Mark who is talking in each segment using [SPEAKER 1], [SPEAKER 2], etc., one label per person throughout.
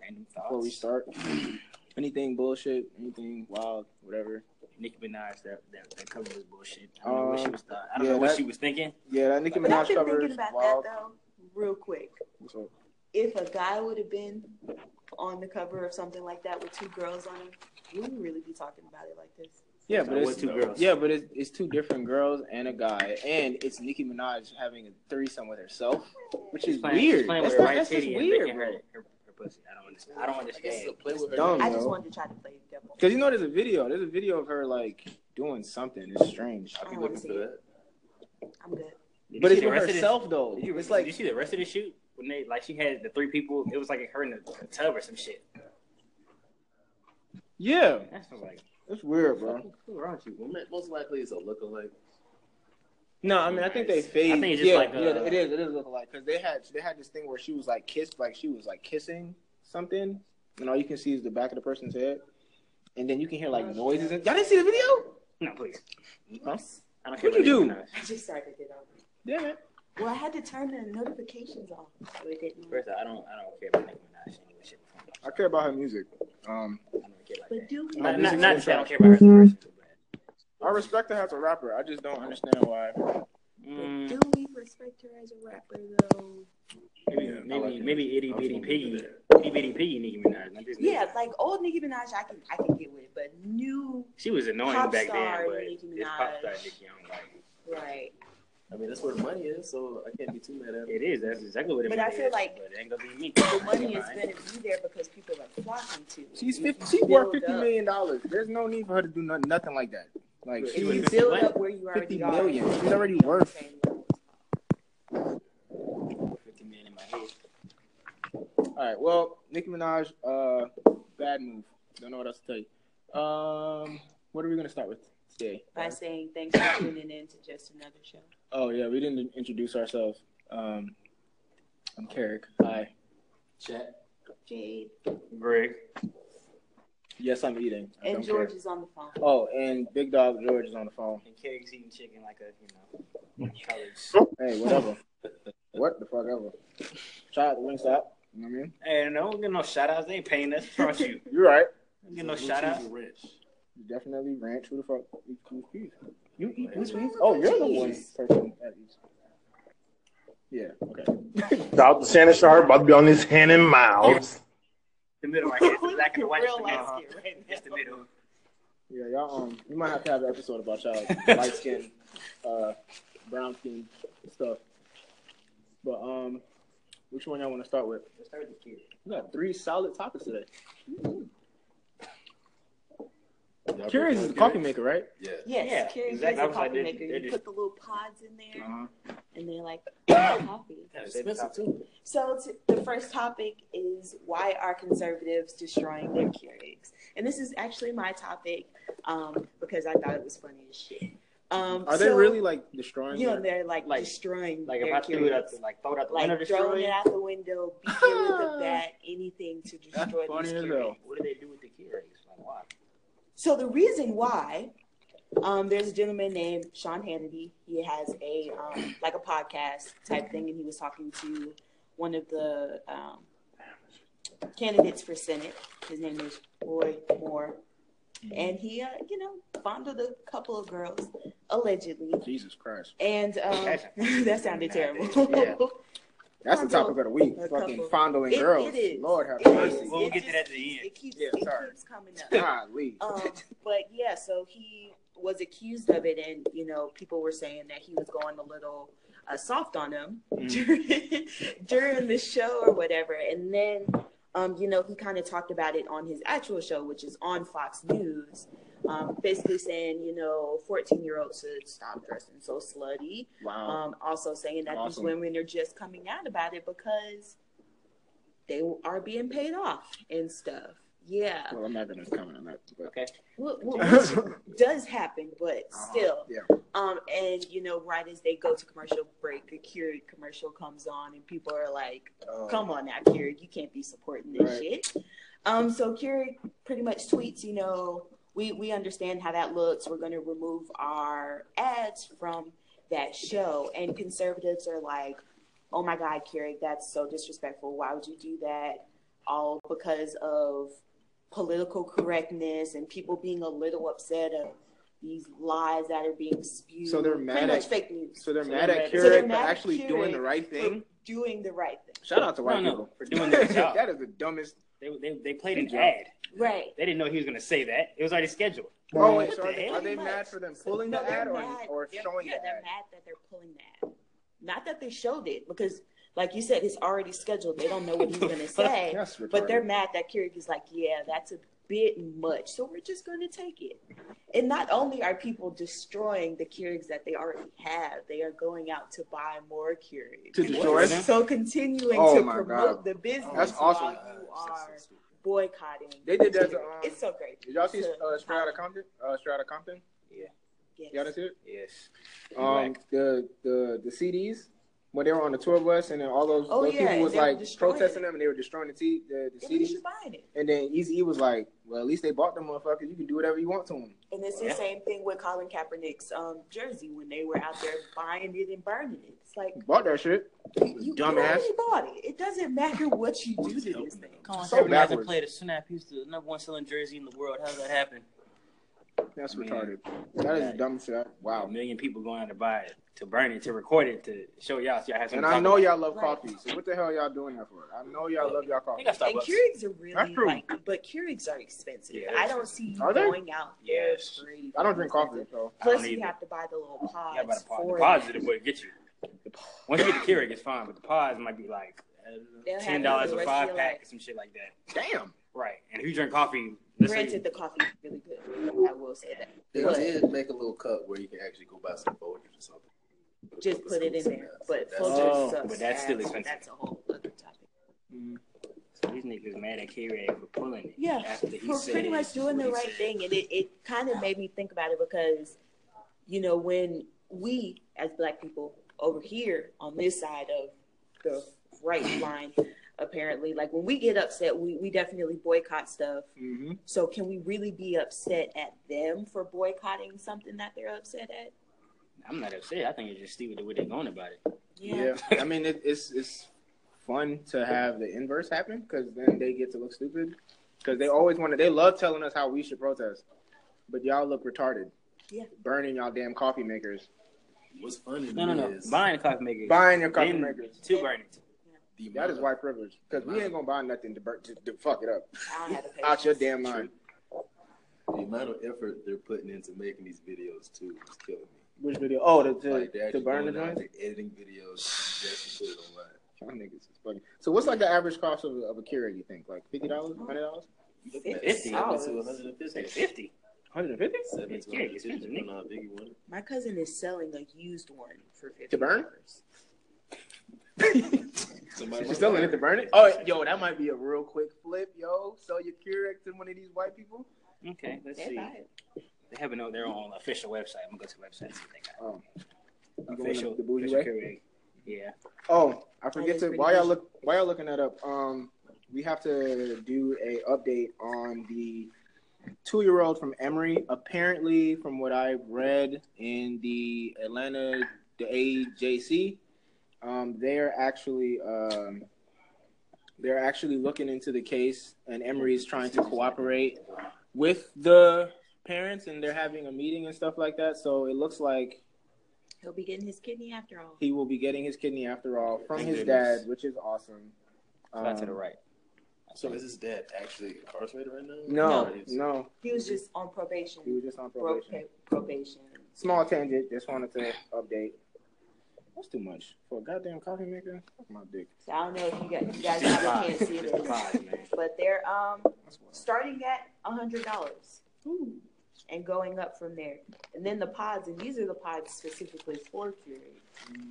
[SPEAKER 1] random thoughts.
[SPEAKER 2] before we start. Anything bullshit, anything wild, whatever.
[SPEAKER 1] Nicki Minaj, that that, that cover was bullshit. I don't know what
[SPEAKER 2] Um,
[SPEAKER 1] she was. Thought. I don't
[SPEAKER 2] yeah,
[SPEAKER 1] know what
[SPEAKER 2] that-
[SPEAKER 1] she was thinking.
[SPEAKER 2] Yeah, that Nicki
[SPEAKER 3] But I've
[SPEAKER 2] Minaj
[SPEAKER 3] been
[SPEAKER 2] cover
[SPEAKER 3] thinking
[SPEAKER 2] is
[SPEAKER 3] about that
[SPEAKER 2] wild.
[SPEAKER 3] though, real quick.
[SPEAKER 2] So,
[SPEAKER 3] If a guy would have been on the cover of something like that with two girls on him, we wouldn't really be talking about it like this.
[SPEAKER 2] yeah,
[SPEAKER 1] So
[SPEAKER 2] but
[SPEAKER 1] what
[SPEAKER 2] it's
[SPEAKER 1] two girls?
[SPEAKER 2] yeah, but it's, it's two different girls and a guy, and it's Nicki Minaj having a threesome with herself, which is
[SPEAKER 1] She's playing,
[SPEAKER 2] weird.
[SPEAKER 1] She's playing
[SPEAKER 2] that's
[SPEAKER 1] with her
[SPEAKER 2] not-
[SPEAKER 1] right
[SPEAKER 2] that's just
[SPEAKER 1] titty and
[SPEAKER 2] weird,
[SPEAKER 1] licking her, her, her pussy. I don't understand. I don't understand.
[SPEAKER 4] play with her.
[SPEAKER 2] Dumb.
[SPEAKER 3] I
[SPEAKER 2] know.
[SPEAKER 3] just wanted to try to play devil.
[SPEAKER 2] Because you know, there's a video. There's a video of her like doing something. It's strange.
[SPEAKER 3] I don't want to see it. I'm good.
[SPEAKER 1] Did
[SPEAKER 2] But
[SPEAKER 1] you
[SPEAKER 2] it's
[SPEAKER 1] see the
[SPEAKER 2] with
[SPEAKER 1] rest of this-
[SPEAKER 2] herself though.
[SPEAKER 1] Did you,
[SPEAKER 2] It's
[SPEAKER 1] did you
[SPEAKER 2] like
[SPEAKER 1] see the rest of the shoot when they like she had the three people. It was like her in the tub or some shit.
[SPEAKER 2] yeah,
[SPEAKER 1] I was like,
[SPEAKER 2] it's weird, bro.
[SPEAKER 1] what's wrong with you, woman?
[SPEAKER 4] Most likely it's a lookalike.
[SPEAKER 2] No, I mean I think they
[SPEAKER 1] Nice.
[SPEAKER 2] fade.
[SPEAKER 1] I think it's just
[SPEAKER 2] yeah,
[SPEAKER 1] like, uh,
[SPEAKER 2] yeah, it is. It is looking like because they had they had this thing where she was like kissed, like she was like kissing something, and all you can see is the back of the person's head, and then you can hear
[SPEAKER 1] Oh,
[SPEAKER 2] like noises. And, y'all didn't see the video?
[SPEAKER 1] No, please.
[SPEAKER 2] Huh?
[SPEAKER 1] I don't care.
[SPEAKER 2] What'd you
[SPEAKER 1] about
[SPEAKER 3] I just started it off.
[SPEAKER 2] Damn it.
[SPEAKER 3] Well, I had to turn the notifications off, so it didn't.
[SPEAKER 1] Nicki Minaj. First, of all, I don't. I don't care about Nicki Minaj. She ain't with shit.
[SPEAKER 2] I care about her music. Um,
[SPEAKER 1] I don't care
[SPEAKER 3] But
[SPEAKER 1] like
[SPEAKER 3] do we?
[SPEAKER 2] My
[SPEAKER 1] that. Not, not,
[SPEAKER 2] music
[SPEAKER 1] not to
[SPEAKER 2] is
[SPEAKER 1] say I don't care
[SPEAKER 2] trash.
[SPEAKER 1] about her as a person, but
[SPEAKER 2] I respect her as a rapper. I just don't understand why.
[SPEAKER 3] But
[SPEAKER 1] mm,
[SPEAKER 3] do we respect her as a rapper though?
[SPEAKER 1] maybe
[SPEAKER 2] Yeah, I
[SPEAKER 1] maybe,
[SPEAKER 2] like it.
[SPEAKER 1] maybe itty
[SPEAKER 4] I was
[SPEAKER 1] bitty
[SPEAKER 4] gonna do
[SPEAKER 1] piggy,
[SPEAKER 4] that.
[SPEAKER 1] itty bitty piggy Nicki Minaj. Not this
[SPEAKER 3] Yeah,
[SPEAKER 1] nigga.
[SPEAKER 3] like old Nicki Minaj, I can I can get with, but new
[SPEAKER 1] she was annoying
[SPEAKER 3] Pop
[SPEAKER 1] back then,
[SPEAKER 3] star
[SPEAKER 1] but
[SPEAKER 3] Nicki
[SPEAKER 1] it's pop star
[SPEAKER 3] Minaj.
[SPEAKER 1] Nicki. I'm like,
[SPEAKER 3] right?
[SPEAKER 4] I mean, that's where the money is, so I can't be too mad at it.
[SPEAKER 1] it is. That's exactly what it
[SPEAKER 3] But I
[SPEAKER 1] really
[SPEAKER 3] feel
[SPEAKER 1] is,
[SPEAKER 3] like
[SPEAKER 1] but it ain't gonna be me.
[SPEAKER 3] The money is
[SPEAKER 1] Alright.
[SPEAKER 3] going to be there because people are flocking to. it.
[SPEAKER 2] She's
[SPEAKER 3] You-
[SPEAKER 2] 50,
[SPEAKER 3] you
[SPEAKER 2] she worth
[SPEAKER 3] build
[SPEAKER 2] fifty
[SPEAKER 3] up.
[SPEAKER 2] million dollars. There's no need for her to do nothing, nothing like that. Like
[SPEAKER 1] She
[SPEAKER 3] And
[SPEAKER 1] was
[SPEAKER 3] you
[SPEAKER 2] she's
[SPEAKER 1] 50
[SPEAKER 3] build
[SPEAKER 1] what?
[SPEAKER 3] up where you already
[SPEAKER 2] 50
[SPEAKER 3] are.
[SPEAKER 2] million. She's already worth-
[SPEAKER 3] Same.
[SPEAKER 1] 50 million in my head.
[SPEAKER 2] all right. Well, Nicki Minaj, uh, bad move. Don't know what else to tell you. Um, what are we gonna start with today?
[SPEAKER 3] By saying thanks for tuning in to just another show.
[SPEAKER 2] Oh yeah, we didn't introduce ourselves. Um, I'm Carrick. Hi.
[SPEAKER 4] Chat.
[SPEAKER 3] Jade
[SPEAKER 1] Greg.
[SPEAKER 2] Yes, I'm eating. I
[SPEAKER 3] and
[SPEAKER 2] don't
[SPEAKER 3] George
[SPEAKER 2] care.
[SPEAKER 3] is on the phone.
[SPEAKER 2] Oh, and Big Dog George is on the phone.
[SPEAKER 1] And Carrie's eating chicken like a, you know, college.
[SPEAKER 2] Hey, whatever. what the fuck ever. Shout out to Wingstop. You know what I mean?
[SPEAKER 1] Hey, no, don't get no shout outs. They ain't paying us. Promise you.
[SPEAKER 2] You're right.
[SPEAKER 1] You know,
[SPEAKER 4] Blue
[SPEAKER 1] shout out.
[SPEAKER 4] cheese and ranch.
[SPEAKER 2] Definitely ranch. Who the fuck eats blue cheese? You eat blue
[SPEAKER 4] What's
[SPEAKER 2] cheese? Oh, you're the one
[SPEAKER 3] Cheese.
[SPEAKER 2] person that eats. Yeah. Okay.
[SPEAKER 5] Shout out to Shannon Sharp about to be on his hand and mouths.
[SPEAKER 1] The middle right here. It's the black and the white.
[SPEAKER 3] Real
[SPEAKER 1] Real
[SPEAKER 3] light
[SPEAKER 1] uh-huh.
[SPEAKER 3] skin right now.
[SPEAKER 1] It's the middle.
[SPEAKER 2] Uh-huh. Yeah, y'all. Um, you might have to have an episode about y'all light skin, uh, brown skin stuff. But um, which one y'all want to start with?
[SPEAKER 1] Let's start with the kid.
[SPEAKER 2] We got three solid topics today.
[SPEAKER 4] Y'all
[SPEAKER 2] Curious
[SPEAKER 4] both
[SPEAKER 2] is the
[SPEAKER 4] like
[SPEAKER 2] coffee
[SPEAKER 4] it?
[SPEAKER 2] maker, right?
[SPEAKER 4] Yeah.
[SPEAKER 3] Yes,
[SPEAKER 1] Yeah,
[SPEAKER 3] Curious
[SPEAKER 1] exactly.
[SPEAKER 3] is a
[SPEAKER 1] Like,
[SPEAKER 3] coffee
[SPEAKER 1] they-
[SPEAKER 3] maker.
[SPEAKER 1] they
[SPEAKER 3] You
[SPEAKER 1] just-
[SPEAKER 3] put the little pods in there,
[SPEAKER 2] Uh-huh.
[SPEAKER 3] and they're like coffee.
[SPEAKER 1] Yeah,
[SPEAKER 4] It's
[SPEAKER 1] say the
[SPEAKER 4] expensive
[SPEAKER 1] topic.
[SPEAKER 4] too.
[SPEAKER 3] So t- the first topic is why are conservatives destroying their Keurigs? And this is actually my topic um, because I thought it was funny as shit. Um,
[SPEAKER 2] Are they
[SPEAKER 3] so,
[SPEAKER 2] really like destroying?
[SPEAKER 3] You know,
[SPEAKER 2] their-
[SPEAKER 3] they're like,
[SPEAKER 1] Like-
[SPEAKER 3] destroying
[SPEAKER 1] Like,
[SPEAKER 3] their
[SPEAKER 1] if I threw it out,
[SPEAKER 3] Keurigs.
[SPEAKER 1] the, like, throw it out the
[SPEAKER 3] like
[SPEAKER 1] window,
[SPEAKER 3] throwing
[SPEAKER 1] destroy
[SPEAKER 3] it
[SPEAKER 1] it.
[SPEAKER 3] out the window, beating it with a bat, anything to
[SPEAKER 2] That's
[SPEAKER 3] destroy
[SPEAKER 2] funny
[SPEAKER 3] these
[SPEAKER 2] as
[SPEAKER 3] Keurigs.
[SPEAKER 2] hell.
[SPEAKER 1] What do they do with the kid race? Like, why?
[SPEAKER 3] So the reason why, um, there's a gentleman named Sean Hannity. He has a um, like a podcast type thing, and he was talking to one of the um, candidates for Senate. His name is Roy Moore, and he, uh, you know, fondled a couple of girls allegedly.
[SPEAKER 2] Jesus Christ.
[SPEAKER 3] And um, that sounded terrible.
[SPEAKER 1] Yeah.
[SPEAKER 2] That's the
[SPEAKER 3] Fondle
[SPEAKER 2] topic of the week.
[SPEAKER 3] a
[SPEAKER 2] Fucking
[SPEAKER 3] couple.
[SPEAKER 2] fondling
[SPEAKER 3] It-
[SPEAKER 2] girls.
[SPEAKER 3] it is.
[SPEAKER 2] Lord have
[SPEAKER 3] It
[SPEAKER 2] mercy.
[SPEAKER 3] is.
[SPEAKER 1] We'll
[SPEAKER 3] it
[SPEAKER 1] get to
[SPEAKER 3] just-
[SPEAKER 1] that at the end.
[SPEAKER 3] It keeps,
[SPEAKER 2] Yeah,
[SPEAKER 3] it
[SPEAKER 2] sorry.
[SPEAKER 3] keeps coming up.
[SPEAKER 2] Golly.
[SPEAKER 3] Um, but yeah, so he was accused of it, and you know, people were saying that he was going a little uh, soft on him during, during the show or whatever. And then, um, you know, he kind of talked about it on his actual show, which is on Fox News, um, basically saying, you know, 14 year olds should stop dressing so slutty.
[SPEAKER 2] Wow.
[SPEAKER 3] Um, also saying that
[SPEAKER 2] Awesome.
[SPEAKER 3] these women are just coming out about it because they are being paid off and stuff. Yeah.
[SPEAKER 2] Well, I'm not gonna comment on that. But.
[SPEAKER 1] Okay.
[SPEAKER 3] Wh- wh- which does happen, but still.
[SPEAKER 2] Uh-huh, Yeah.
[SPEAKER 3] Um, and you know, right as they go to commercial break, the Keurig commercial comes on, and people are like,
[SPEAKER 2] Uh,
[SPEAKER 3] "Come on now, Keurig, you can't be supporting this
[SPEAKER 2] Right.
[SPEAKER 3] shit." Um, so Keurig pretty much tweets, you know, we we understand how that looks. We're going to remove our ads from that show, and conservatives are like, "Oh my God, Keurig, that's so disrespectful. Why would you do that?" all because of political correctness and people being a little upset of these lies that are being spewed.
[SPEAKER 2] So they're
[SPEAKER 3] Pretty
[SPEAKER 2] mad
[SPEAKER 3] much
[SPEAKER 2] at-
[SPEAKER 3] fake news
[SPEAKER 2] So they're
[SPEAKER 1] So
[SPEAKER 2] mad
[SPEAKER 1] they're
[SPEAKER 2] at
[SPEAKER 1] mad-
[SPEAKER 3] so they're
[SPEAKER 2] Keurig for
[SPEAKER 3] mad at
[SPEAKER 2] actually
[SPEAKER 3] Keurig
[SPEAKER 2] doing the right thing.
[SPEAKER 3] for doing the right thing.
[SPEAKER 2] Shout out to
[SPEAKER 1] No,
[SPEAKER 2] white
[SPEAKER 1] no,
[SPEAKER 2] people
[SPEAKER 1] for doing their job.
[SPEAKER 2] that is the dumbest.
[SPEAKER 1] They, they, they played an
[SPEAKER 2] Good job.
[SPEAKER 1] ad.
[SPEAKER 3] Right.
[SPEAKER 1] They didn't know he was going to say that. It was already scheduled.
[SPEAKER 2] Oh wait, so are
[SPEAKER 1] What the
[SPEAKER 2] they,
[SPEAKER 1] hell?
[SPEAKER 2] are they mad for them pulling the
[SPEAKER 3] they're
[SPEAKER 2] ad or,
[SPEAKER 3] mad.
[SPEAKER 2] or
[SPEAKER 3] They're-
[SPEAKER 2] showing the
[SPEAKER 3] yeah, they're
[SPEAKER 2] ad?
[SPEAKER 3] mad that they're pulling the ad. Not that they showed it because, like you said, it's already scheduled. They don't know what he's gonna say.
[SPEAKER 2] That's retarded.
[SPEAKER 3] But they're mad that Keurig is like, yeah, that's a bit much. So we're just going to take it. And not only are people destroying the Keurigs that they already have, they are going out to buy more Keurigs.
[SPEAKER 2] To destroy
[SPEAKER 1] them?
[SPEAKER 3] So continuing
[SPEAKER 2] Oh
[SPEAKER 3] to
[SPEAKER 2] my God.
[SPEAKER 3] promote the business
[SPEAKER 2] That's awesome.
[SPEAKER 3] while you
[SPEAKER 4] That's so
[SPEAKER 3] are
[SPEAKER 4] stupid.
[SPEAKER 3] boycotting.
[SPEAKER 2] They did that to,
[SPEAKER 3] Keurig.
[SPEAKER 2] um,
[SPEAKER 3] it's so great.
[SPEAKER 2] Did y'all see
[SPEAKER 3] To-
[SPEAKER 2] uh, Straight Outta Compton? Uh, Straight Outta Compton.
[SPEAKER 3] Yes.
[SPEAKER 2] Y'all didn't see it?
[SPEAKER 1] Yes.
[SPEAKER 2] Um, the the the CDs when they were on the tour bus and then all those,
[SPEAKER 3] Oh,
[SPEAKER 2] those
[SPEAKER 3] yeah,
[SPEAKER 2] people was
[SPEAKER 3] they were
[SPEAKER 2] like
[SPEAKER 3] destroying
[SPEAKER 2] protesting
[SPEAKER 3] it.
[SPEAKER 2] them and they were destroying the t- the, the
[SPEAKER 3] And you
[SPEAKER 2] CDs.
[SPEAKER 3] should buy it.
[SPEAKER 2] And then Easy E was like, "Well, at least they bought them motherfuckers. You can do whatever you want to them."
[SPEAKER 3] And it's the
[SPEAKER 1] Yeah.
[SPEAKER 3] same thing with Colin Kaepernick's um, jersey when they were out there buying it and burning it. It's like,
[SPEAKER 2] Bought that shit.
[SPEAKER 3] You
[SPEAKER 2] Dumbass.
[SPEAKER 3] already bought it. It doesn't matter what you do to this thing.
[SPEAKER 1] Colin
[SPEAKER 2] So
[SPEAKER 1] Kaepernick hasn't
[SPEAKER 2] backwards.
[SPEAKER 1] played a snap. He's the number one selling jersey in the world. How did that happen?
[SPEAKER 2] That's
[SPEAKER 1] Man.
[SPEAKER 2] retarded. That is
[SPEAKER 1] Yeah.
[SPEAKER 2] dumb shit. I-
[SPEAKER 1] A
[SPEAKER 2] Wow.
[SPEAKER 1] million people going out to buy it, to burn it, to record it, to show y'all. So y'all have something
[SPEAKER 2] And
[SPEAKER 1] to
[SPEAKER 2] I
[SPEAKER 1] talk
[SPEAKER 2] know
[SPEAKER 1] about.
[SPEAKER 2] y'all love
[SPEAKER 3] Right.
[SPEAKER 2] coffee. So what the hell y'all doing that for? I know y'all love y'all
[SPEAKER 1] They
[SPEAKER 2] coffee.
[SPEAKER 1] got
[SPEAKER 3] And
[SPEAKER 1] Starbucks.
[SPEAKER 3] Keurigs are really
[SPEAKER 2] That's true.
[SPEAKER 3] like, but Keurigs are expensive.
[SPEAKER 1] Yeah,
[SPEAKER 3] I don't see you
[SPEAKER 2] Are they?
[SPEAKER 3] going out there.
[SPEAKER 1] Yes.
[SPEAKER 3] for $80.
[SPEAKER 2] I don't drink coffee, so
[SPEAKER 1] I
[SPEAKER 3] Plus,
[SPEAKER 1] don't
[SPEAKER 3] you
[SPEAKER 1] either.
[SPEAKER 3] have to buy the little pods.
[SPEAKER 1] Yeah, about the pod. The
[SPEAKER 3] for
[SPEAKER 1] pods
[SPEAKER 3] it.
[SPEAKER 1] are the way to get you. The pod- Once you get the Keurig, it's fine, but the pods might be like I don't know,
[SPEAKER 3] They'll have
[SPEAKER 1] ten
[SPEAKER 3] you
[SPEAKER 1] dollars
[SPEAKER 3] the
[SPEAKER 1] a
[SPEAKER 3] rest of
[SPEAKER 1] five
[SPEAKER 3] your
[SPEAKER 1] pack
[SPEAKER 3] life.
[SPEAKER 1] or some shit like that.
[SPEAKER 2] damn.
[SPEAKER 1] Right. And if you drink coffee, let's say-
[SPEAKER 3] Granted, the coffee is really good. I will say that.
[SPEAKER 4] They
[SPEAKER 3] But-
[SPEAKER 4] did make a little cup where you can actually go buy some Folgers or something.
[SPEAKER 3] Just put it in there. But
[SPEAKER 4] That's-
[SPEAKER 3] Folgers
[SPEAKER 2] Oh,
[SPEAKER 3] sucks.
[SPEAKER 1] but that's still
[SPEAKER 3] ass.
[SPEAKER 1] expensive.
[SPEAKER 3] That's a whole other topic.
[SPEAKER 1] so these niggas mad at Keurig for pulling it.
[SPEAKER 3] Yeah,
[SPEAKER 1] After he
[SPEAKER 3] for
[SPEAKER 1] said
[SPEAKER 3] pretty much
[SPEAKER 1] what
[SPEAKER 3] doing the
[SPEAKER 1] he
[SPEAKER 3] right
[SPEAKER 1] said.
[SPEAKER 3] thing. And it, it kind of made me think about it because, you know, when we as black people over here on this side of the right line, apparently, like when we get upset, we, we definitely boycott stuff.
[SPEAKER 2] Mm-hmm.
[SPEAKER 3] So can we really be upset at them for boycotting something that they're upset at?
[SPEAKER 1] I'm not upset. I think it's just stupid the way they're going about it.
[SPEAKER 2] Yeah. I mean, it, it's it's fun to have the inverse happen because then they get to look stupid because they always want to. They love telling us how we should protest, but y'all look retarded.
[SPEAKER 3] Yeah.
[SPEAKER 2] Burning y'all damn coffee makers.
[SPEAKER 4] What's funny
[SPEAKER 1] No, no, no.
[SPEAKER 4] is
[SPEAKER 1] Buying a coffee maker.
[SPEAKER 2] Buying your coffee
[SPEAKER 1] then
[SPEAKER 2] makers.
[SPEAKER 1] To burn it.
[SPEAKER 4] the
[SPEAKER 2] That is
[SPEAKER 4] amount-
[SPEAKER 2] white privilege because we ain't gonna buy nothing to, bur- to, to fuck it up.
[SPEAKER 3] I don't have the
[SPEAKER 2] Out your
[SPEAKER 3] patience.
[SPEAKER 2] damn mind.
[SPEAKER 4] the amount of effort they're putting into making these videos too is killing me.
[SPEAKER 2] Which video? Oh, to to,
[SPEAKER 4] like they're
[SPEAKER 2] to
[SPEAKER 4] actually
[SPEAKER 2] burn the
[SPEAKER 4] going out,
[SPEAKER 2] joints.
[SPEAKER 4] they're editing videos just to put it online.
[SPEAKER 2] Y'all niggas is funny. So what's like the average cost of, of a Keurig? You think like fifty dollars, hundred dollars,
[SPEAKER 4] You
[SPEAKER 3] Fifty
[SPEAKER 4] look at
[SPEAKER 1] dollars.
[SPEAKER 4] seven to 150.
[SPEAKER 1] It's fifty.
[SPEAKER 2] hundred and fifty?
[SPEAKER 4] Seven to
[SPEAKER 1] Yeah, it's
[SPEAKER 4] 150,
[SPEAKER 1] expensive,
[SPEAKER 4] depending on how big you want it.
[SPEAKER 3] My cousin is selling a used one for fifty
[SPEAKER 2] To burn?
[SPEAKER 4] Somebody
[SPEAKER 2] She's
[SPEAKER 4] might
[SPEAKER 2] selling
[SPEAKER 4] buy
[SPEAKER 2] it to burn it. Oh, yo, that might be a real quick flip, yo. Sell your Keurig to one of these white people.
[SPEAKER 1] Okay, let's
[SPEAKER 3] They
[SPEAKER 1] see.
[SPEAKER 3] buy it.
[SPEAKER 1] They have no, their own official website. I'm gonna go to the website and see what they got.
[SPEAKER 2] Oh, You going
[SPEAKER 1] Official,
[SPEAKER 2] the bougie
[SPEAKER 1] official
[SPEAKER 2] way?
[SPEAKER 1] Keurig. Yeah.
[SPEAKER 2] oh, I forget
[SPEAKER 3] is
[SPEAKER 2] to
[SPEAKER 3] pretty
[SPEAKER 2] while y'all
[SPEAKER 3] bougie.
[SPEAKER 2] look while y'all looking that up. Um, we have to do a update on the two year old from Emory. Apparently, from what I read in the Atlanta the AJC, um, they are actually um, they're actually looking into the case, and Emory is trying to cooperate with the parents, and they're having a meeting and stuff like that. So it looks like
[SPEAKER 3] He'll be getting his kidney after all.
[SPEAKER 2] he will be getting his kidney after all from
[SPEAKER 4] Thank
[SPEAKER 2] his
[SPEAKER 4] goodness.
[SPEAKER 2] dad, which is awesome.
[SPEAKER 1] Fly to
[SPEAKER 2] Um,
[SPEAKER 1] the right.
[SPEAKER 4] So is his dad actually incarcerated right now?
[SPEAKER 2] No,
[SPEAKER 4] he's-
[SPEAKER 2] no,
[SPEAKER 3] He was just on probation.
[SPEAKER 2] he was just on
[SPEAKER 3] Pro-
[SPEAKER 2] probation.
[SPEAKER 3] probation.
[SPEAKER 2] Small tangent, just wanted to update. That's too much for a goddamn coffee maker. That's my dick.
[SPEAKER 3] So I don't know if you guys, you guys probably can't see
[SPEAKER 1] Just
[SPEAKER 3] this,
[SPEAKER 1] five, man.
[SPEAKER 3] but they're um
[SPEAKER 2] That's wild.
[SPEAKER 3] starting at a hundred dollars and going up from there. And then the pods, and these are the pods specifically for Keurig,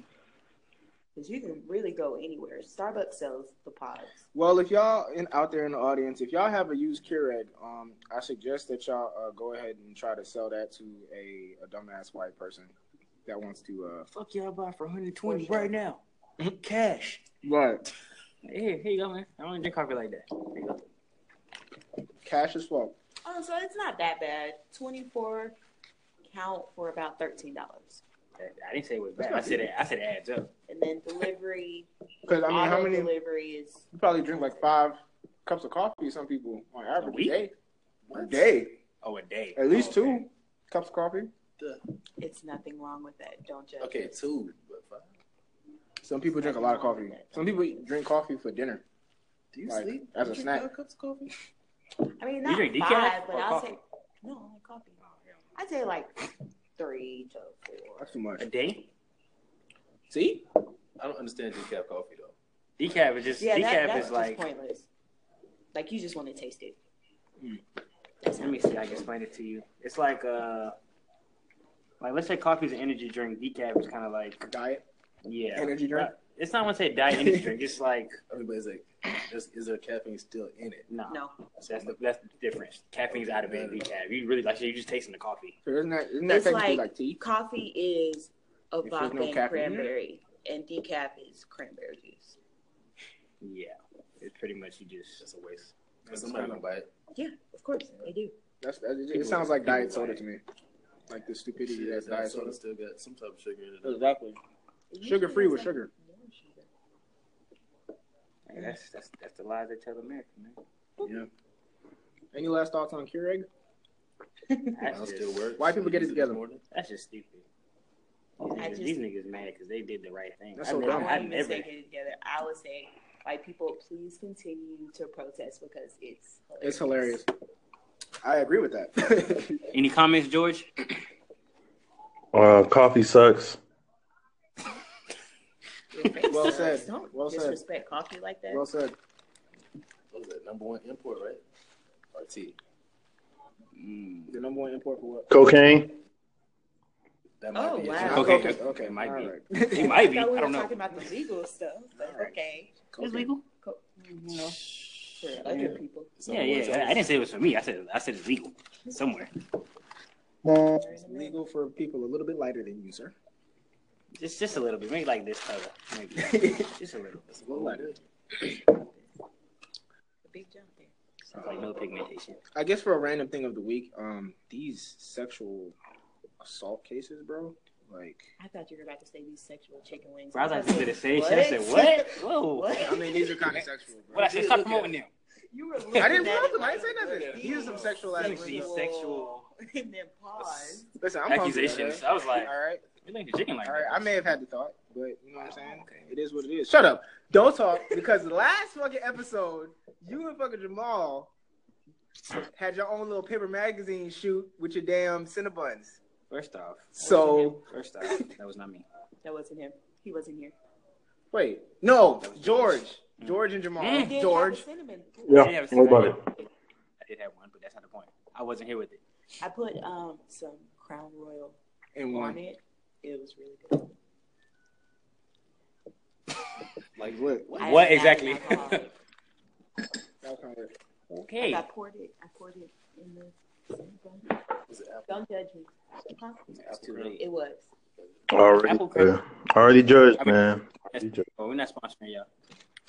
[SPEAKER 3] because you can really go anywhere. Starbucks sells the pods.
[SPEAKER 2] Well, if y'all in, out there in the audience, if y'all have a used Keurig, um, I suggest that y'all uh, go ahead and try to sell that to a, a dumbass white person that wants to. Uh,
[SPEAKER 1] Fuck y'all buy for 120
[SPEAKER 3] Sure.
[SPEAKER 1] right now. Cash.
[SPEAKER 2] but
[SPEAKER 1] Here, here you go, man. I don't drink coffee like that. Here you go.
[SPEAKER 2] cash is fuck.
[SPEAKER 3] Oh, so it's not that bad. Twenty four count for about thirteen dollars,
[SPEAKER 1] I- I didn't say it was bad. I said it. I said it adds up.
[SPEAKER 3] and then delivery.
[SPEAKER 2] Because I mean,
[SPEAKER 3] auto
[SPEAKER 2] how many?
[SPEAKER 3] delivery is
[SPEAKER 2] You probably drink like five, cups of coffee. Some people on average a
[SPEAKER 1] week?
[SPEAKER 2] day, a
[SPEAKER 4] What?
[SPEAKER 2] day,
[SPEAKER 1] Oh, a day.
[SPEAKER 2] at least
[SPEAKER 4] Oh,
[SPEAKER 2] two
[SPEAKER 4] okay.
[SPEAKER 2] cups of coffee.
[SPEAKER 3] It's nothing wrong with that. Don't judge.
[SPEAKER 4] Okay, two, but five.
[SPEAKER 2] Some people drink a lot of coffee. Some people drink coffee for dinner.
[SPEAKER 4] Do you
[SPEAKER 2] Like,
[SPEAKER 4] sleep?
[SPEAKER 2] as
[SPEAKER 4] You
[SPEAKER 2] a
[SPEAKER 4] drink
[SPEAKER 2] snack.
[SPEAKER 4] five cups of coffee?
[SPEAKER 3] I mean,
[SPEAKER 1] You
[SPEAKER 3] not
[SPEAKER 1] drink decaf
[SPEAKER 3] five, but
[SPEAKER 1] or
[SPEAKER 3] I'll
[SPEAKER 1] coffee?
[SPEAKER 3] say no, I like coffee.
[SPEAKER 1] Oh, hell
[SPEAKER 3] I'd say like three to four.
[SPEAKER 2] That's too much.
[SPEAKER 1] no. A day?
[SPEAKER 2] See,
[SPEAKER 4] I don't understand decaf coffee though.
[SPEAKER 1] Decaf is just
[SPEAKER 3] Yeah, that,
[SPEAKER 1] decaf
[SPEAKER 3] that's
[SPEAKER 1] is
[SPEAKER 3] just
[SPEAKER 1] like.
[SPEAKER 3] pointless. Like you just want to taste it.
[SPEAKER 2] Mm.
[SPEAKER 1] Let me see. if I can explain it to you. It's like uh, like let's say coffee's an energy drink. Decaf is kind of like
[SPEAKER 2] diet,
[SPEAKER 1] yeah,
[SPEAKER 2] energy drink.
[SPEAKER 1] Right. It's not want to say diet energy drink. It's like
[SPEAKER 4] I mean, but it's like, is, is there caffeine still in it?
[SPEAKER 1] no.
[SPEAKER 3] No,
[SPEAKER 1] So that's the that's the difference. Caffeine's out of it. in Decaf. You really like you're just tasting the coffee.
[SPEAKER 2] So isn't that isn't that
[SPEAKER 3] It's
[SPEAKER 2] technically
[SPEAKER 3] like-
[SPEAKER 2] like, tea?
[SPEAKER 3] coffee is
[SPEAKER 2] If there's
[SPEAKER 3] vodka
[SPEAKER 2] no
[SPEAKER 3] and
[SPEAKER 2] caffeine in it?
[SPEAKER 3] cranberry, and decaf is cranberry juice.
[SPEAKER 1] Yeah. It's pretty much you just
[SPEAKER 4] That's a waste.
[SPEAKER 1] That's
[SPEAKER 4] Cause somebody
[SPEAKER 1] kinda-
[SPEAKER 4] gonna buy it.
[SPEAKER 3] Yeah, of course they do.
[SPEAKER 2] That's, that, it,
[SPEAKER 4] People-
[SPEAKER 2] sounds like
[SPEAKER 4] people
[SPEAKER 2] diet soda
[SPEAKER 4] like-
[SPEAKER 2] to me. Like the stupidity
[SPEAKER 4] Shit,
[SPEAKER 2] that's
[SPEAKER 4] diet
[SPEAKER 2] diet
[SPEAKER 4] soda
[SPEAKER 2] soda.
[SPEAKER 4] still got some type of sugar in it.
[SPEAKER 2] Exactly. Sugar-free with sugar.
[SPEAKER 3] No sugar.
[SPEAKER 1] Hey, that's that's that's the lies they tell America, man.
[SPEAKER 2] Any last thoughts on Keurig?
[SPEAKER 1] That's
[SPEAKER 4] Mine
[SPEAKER 1] just,
[SPEAKER 4] still works.
[SPEAKER 2] Why people get it
[SPEAKER 4] Use this
[SPEAKER 2] together?
[SPEAKER 4] morning.
[SPEAKER 1] That's just stupid. These
[SPEAKER 3] I
[SPEAKER 1] niggas,
[SPEAKER 3] just-
[SPEAKER 1] these niggas mad because they did the right thing.
[SPEAKER 2] That's
[SPEAKER 1] I
[SPEAKER 2] so
[SPEAKER 1] never,
[SPEAKER 2] dumb.
[SPEAKER 3] I
[SPEAKER 1] I
[SPEAKER 3] won't even
[SPEAKER 1] never,
[SPEAKER 3] say get it together. I would say, like, people, please continue to protest because it's hilarious.
[SPEAKER 2] It's hilarious. I agree with that.
[SPEAKER 1] any comments, George?
[SPEAKER 5] Uh, coffee sucks.
[SPEAKER 3] Your face
[SPEAKER 2] Well
[SPEAKER 3] sucks.
[SPEAKER 2] said.
[SPEAKER 3] Don't
[SPEAKER 2] Well said.
[SPEAKER 3] disrespect coffee like that.
[SPEAKER 2] well said.
[SPEAKER 4] What was that number one import, right? RT.
[SPEAKER 2] The number one import for what?
[SPEAKER 5] Cocaine.
[SPEAKER 4] That
[SPEAKER 3] Oh,
[SPEAKER 4] it.
[SPEAKER 3] wow.
[SPEAKER 1] Okay.
[SPEAKER 2] Okay. okay.
[SPEAKER 1] It might
[SPEAKER 2] All
[SPEAKER 1] be.
[SPEAKER 2] right.
[SPEAKER 1] It might be.
[SPEAKER 3] thought we
[SPEAKER 1] I
[SPEAKER 3] were
[SPEAKER 1] don't know.
[SPEAKER 3] talking about the legal stuff, but
[SPEAKER 2] Alright.
[SPEAKER 3] okay.
[SPEAKER 1] It's legal.
[SPEAKER 3] Co- You know, for other
[SPEAKER 1] Yeah.
[SPEAKER 3] people.
[SPEAKER 4] It's
[SPEAKER 1] Yeah, yeah.
[SPEAKER 4] number one
[SPEAKER 1] I, I
[SPEAKER 4] selling.
[SPEAKER 1] didn't say it was for me. I said I said it's legal somewhere.
[SPEAKER 2] It's legal for people a little bit lighter than you, sir.
[SPEAKER 1] Just just a little bit, maybe like this color, maybe just a little bit.
[SPEAKER 2] It's a little lighter.
[SPEAKER 3] A big jump there.
[SPEAKER 1] It's like no pigmentation.
[SPEAKER 2] I guess for a random thing of the week, um, these sexual assault cases, bro. Like,
[SPEAKER 3] I thought you were about to say these sexual chicken wings.
[SPEAKER 1] Bro, I was like, this is the same
[SPEAKER 3] What?
[SPEAKER 1] shit. I said, what? Whoa.
[SPEAKER 3] What?
[SPEAKER 1] What?
[SPEAKER 2] I mean, these are kind of sexual,
[SPEAKER 1] I
[SPEAKER 2] bro.
[SPEAKER 1] said, stop promoting them.
[SPEAKER 3] You were
[SPEAKER 1] I
[SPEAKER 2] didn't
[SPEAKER 3] looking at
[SPEAKER 2] promote
[SPEAKER 3] it
[SPEAKER 2] them. I
[SPEAKER 3] like
[SPEAKER 2] didn't say
[SPEAKER 3] a
[SPEAKER 2] nothing.
[SPEAKER 3] good
[SPEAKER 2] These are
[SPEAKER 3] girl.
[SPEAKER 2] sexual
[SPEAKER 1] Let me
[SPEAKER 2] acts.
[SPEAKER 1] see sexual
[SPEAKER 3] And then pause.
[SPEAKER 2] Listen, I'm
[SPEAKER 1] accusations. I was
[SPEAKER 2] All
[SPEAKER 1] like,
[SPEAKER 2] right,
[SPEAKER 1] you like the chicken like
[SPEAKER 2] all right. I
[SPEAKER 1] that.
[SPEAKER 2] may have had the thought, but you know what I'm saying.
[SPEAKER 1] Okay.
[SPEAKER 2] It is what it is. Shut up. Don't talk because the last fucking episode, you and fucking Jamal had your own little paper magazine shoot with your damn Cinnabons.
[SPEAKER 1] First off,
[SPEAKER 2] So
[SPEAKER 1] first off, that was not me.
[SPEAKER 3] That wasn't him. He wasn't here.
[SPEAKER 2] wait, no, George, George and Jamal,
[SPEAKER 1] Mm.
[SPEAKER 3] He did
[SPEAKER 2] George.
[SPEAKER 3] have a cinnamon.
[SPEAKER 5] Yeah, what about it?
[SPEAKER 1] I did have one, but that's not the point. I wasn't here with it.
[SPEAKER 3] I put um some Crown Royal
[SPEAKER 2] And
[SPEAKER 1] Mm.
[SPEAKER 3] on
[SPEAKER 2] one.
[SPEAKER 3] it. It was really good.
[SPEAKER 2] Like what?
[SPEAKER 3] I
[SPEAKER 1] What
[SPEAKER 3] am not an
[SPEAKER 1] exactly?
[SPEAKER 3] alcoholic.
[SPEAKER 2] That was kinda weird.
[SPEAKER 1] Okay.
[SPEAKER 3] I poured it. I poured it in the. cinnamon.
[SPEAKER 4] Was it apple?
[SPEAKER 3] Don't judge me. Huh?
[SPEAKER 1] That's too late.
[SPEAKER 3] It was.
[SPEAKER 5] Already,
[SPEAKER 1] Apple crumb.
[SPEAKER 5] already judged, man. Already judged.
[SPEAKER 1] Oh, we're not sponsoring y'all.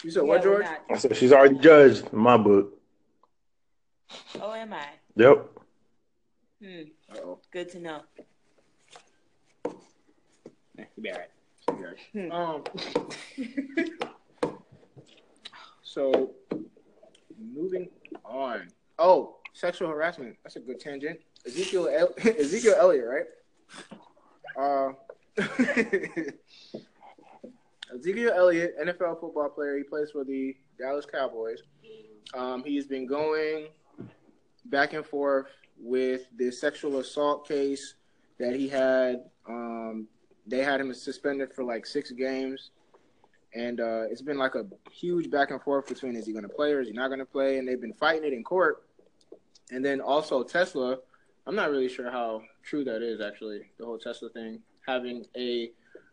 [SPEAKER 2] You said
[SPEAKER 3] Yeah,
[SPEAKER 2] what,
[SPEAKER 3] we're
[SPEAKER 2] George?
[SPEAKER 3] not.
[SPEAKER 5] I said she's already judged in my book.
[SPEAKER 3] Oh, am I?
[SPEAKER 5] Yep.
[SPEAKER 3] Hmm.
[SPEAKER 2] Uh-oh.
[SPEAKER 3] Good to know.
[SPEAKER 1] Eh, You be all right.
[SPEAKER 2] Okay. Um. so, moving on. Oh, sexual harassment. That's a good tangent. Ezekiel El- Ezekiel Elliott, right? Uh. Ezekiel Elliott, NFL football player. He plays for the Dallas Cowboys. Um, he's been going back and forth with this sexual assault case that he had. Um, they had him suspended for like six games, and uh, it's been like a huge back and forth between is he going to play or is he not going to play, and they've been fighting it in court. And then also Tesla, I'm not really sure how true that is actually. The whole Tesla thing having a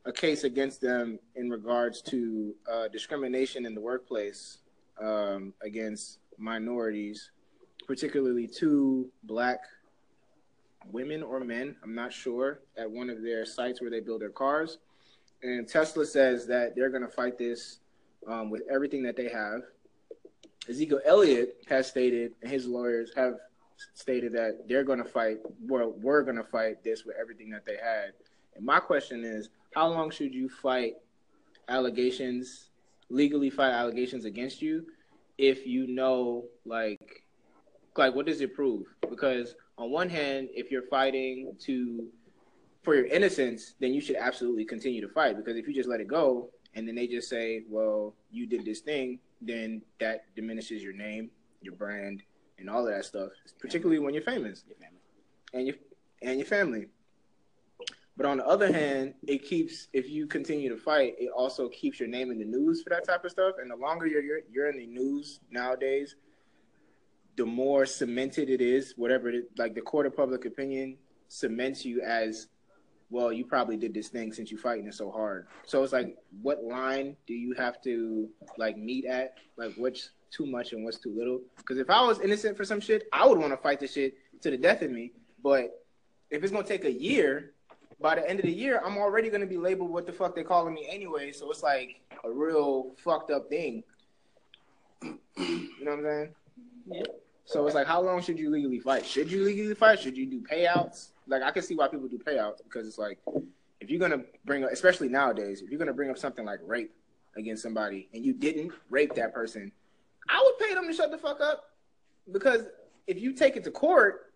[SPEAKER 2] a case against them in regards to uh, discrimination in the workplace um, against minorities, particularly two black women or men, I'm not sure, at one of their sites where they build their cars. And Tesla says that they're going to fight this um, with everything that they have. Ezekiel Elliott has stated, and his lawyers have stated that they're going to fight, well, we're going to fight this with everything that they had. And my question is, how long should you fight allegations, legally fight allegations against you if you know like like what does it prove? Because on one hand, if you're fighting to for your innocence, then you should absolutely continue to fight. Because if you just let it go and then they just say, Well, you did this thing, then that diminishes your name, your brand, and all of that stuff. Particularly when you're famous
[SPEAKER 1] Your family.
[SPEAKER 2] and your and your family. But on the other hand, it keeps if you continue to fight, it also keeps your name in the news for that type of stuff. And the longer you're you're, you're in the news nowadays, the more cemented it is. Whatever, it is, like the court of public opinion cements you as, well, you probably did this thing since you fighting it so hard. So it's like, what line do you have to like meet at? Like what's too much and what's too little? Because if I was innocent for some shit, I would want to fight this shit to the death of me. But if it's gonna take a year, by the end of the year, I'm already gonna be labeled what the fuck they calling me anyway. So it's like a real fucked up thing. you know what I'm saying?
[SPEAKER 3] Yeah.
[SPEAKER 2] So it's like, how long should you legally fight? Should you legally fight? Should you do payouts? Like, I can see why people do payouts because it's like, if you're gonna bring up, especially nowadays, if you're gonna bring up something like rape against somebody and you didn't rape that person, I would pay them to shut the fuck up because if you take it to court,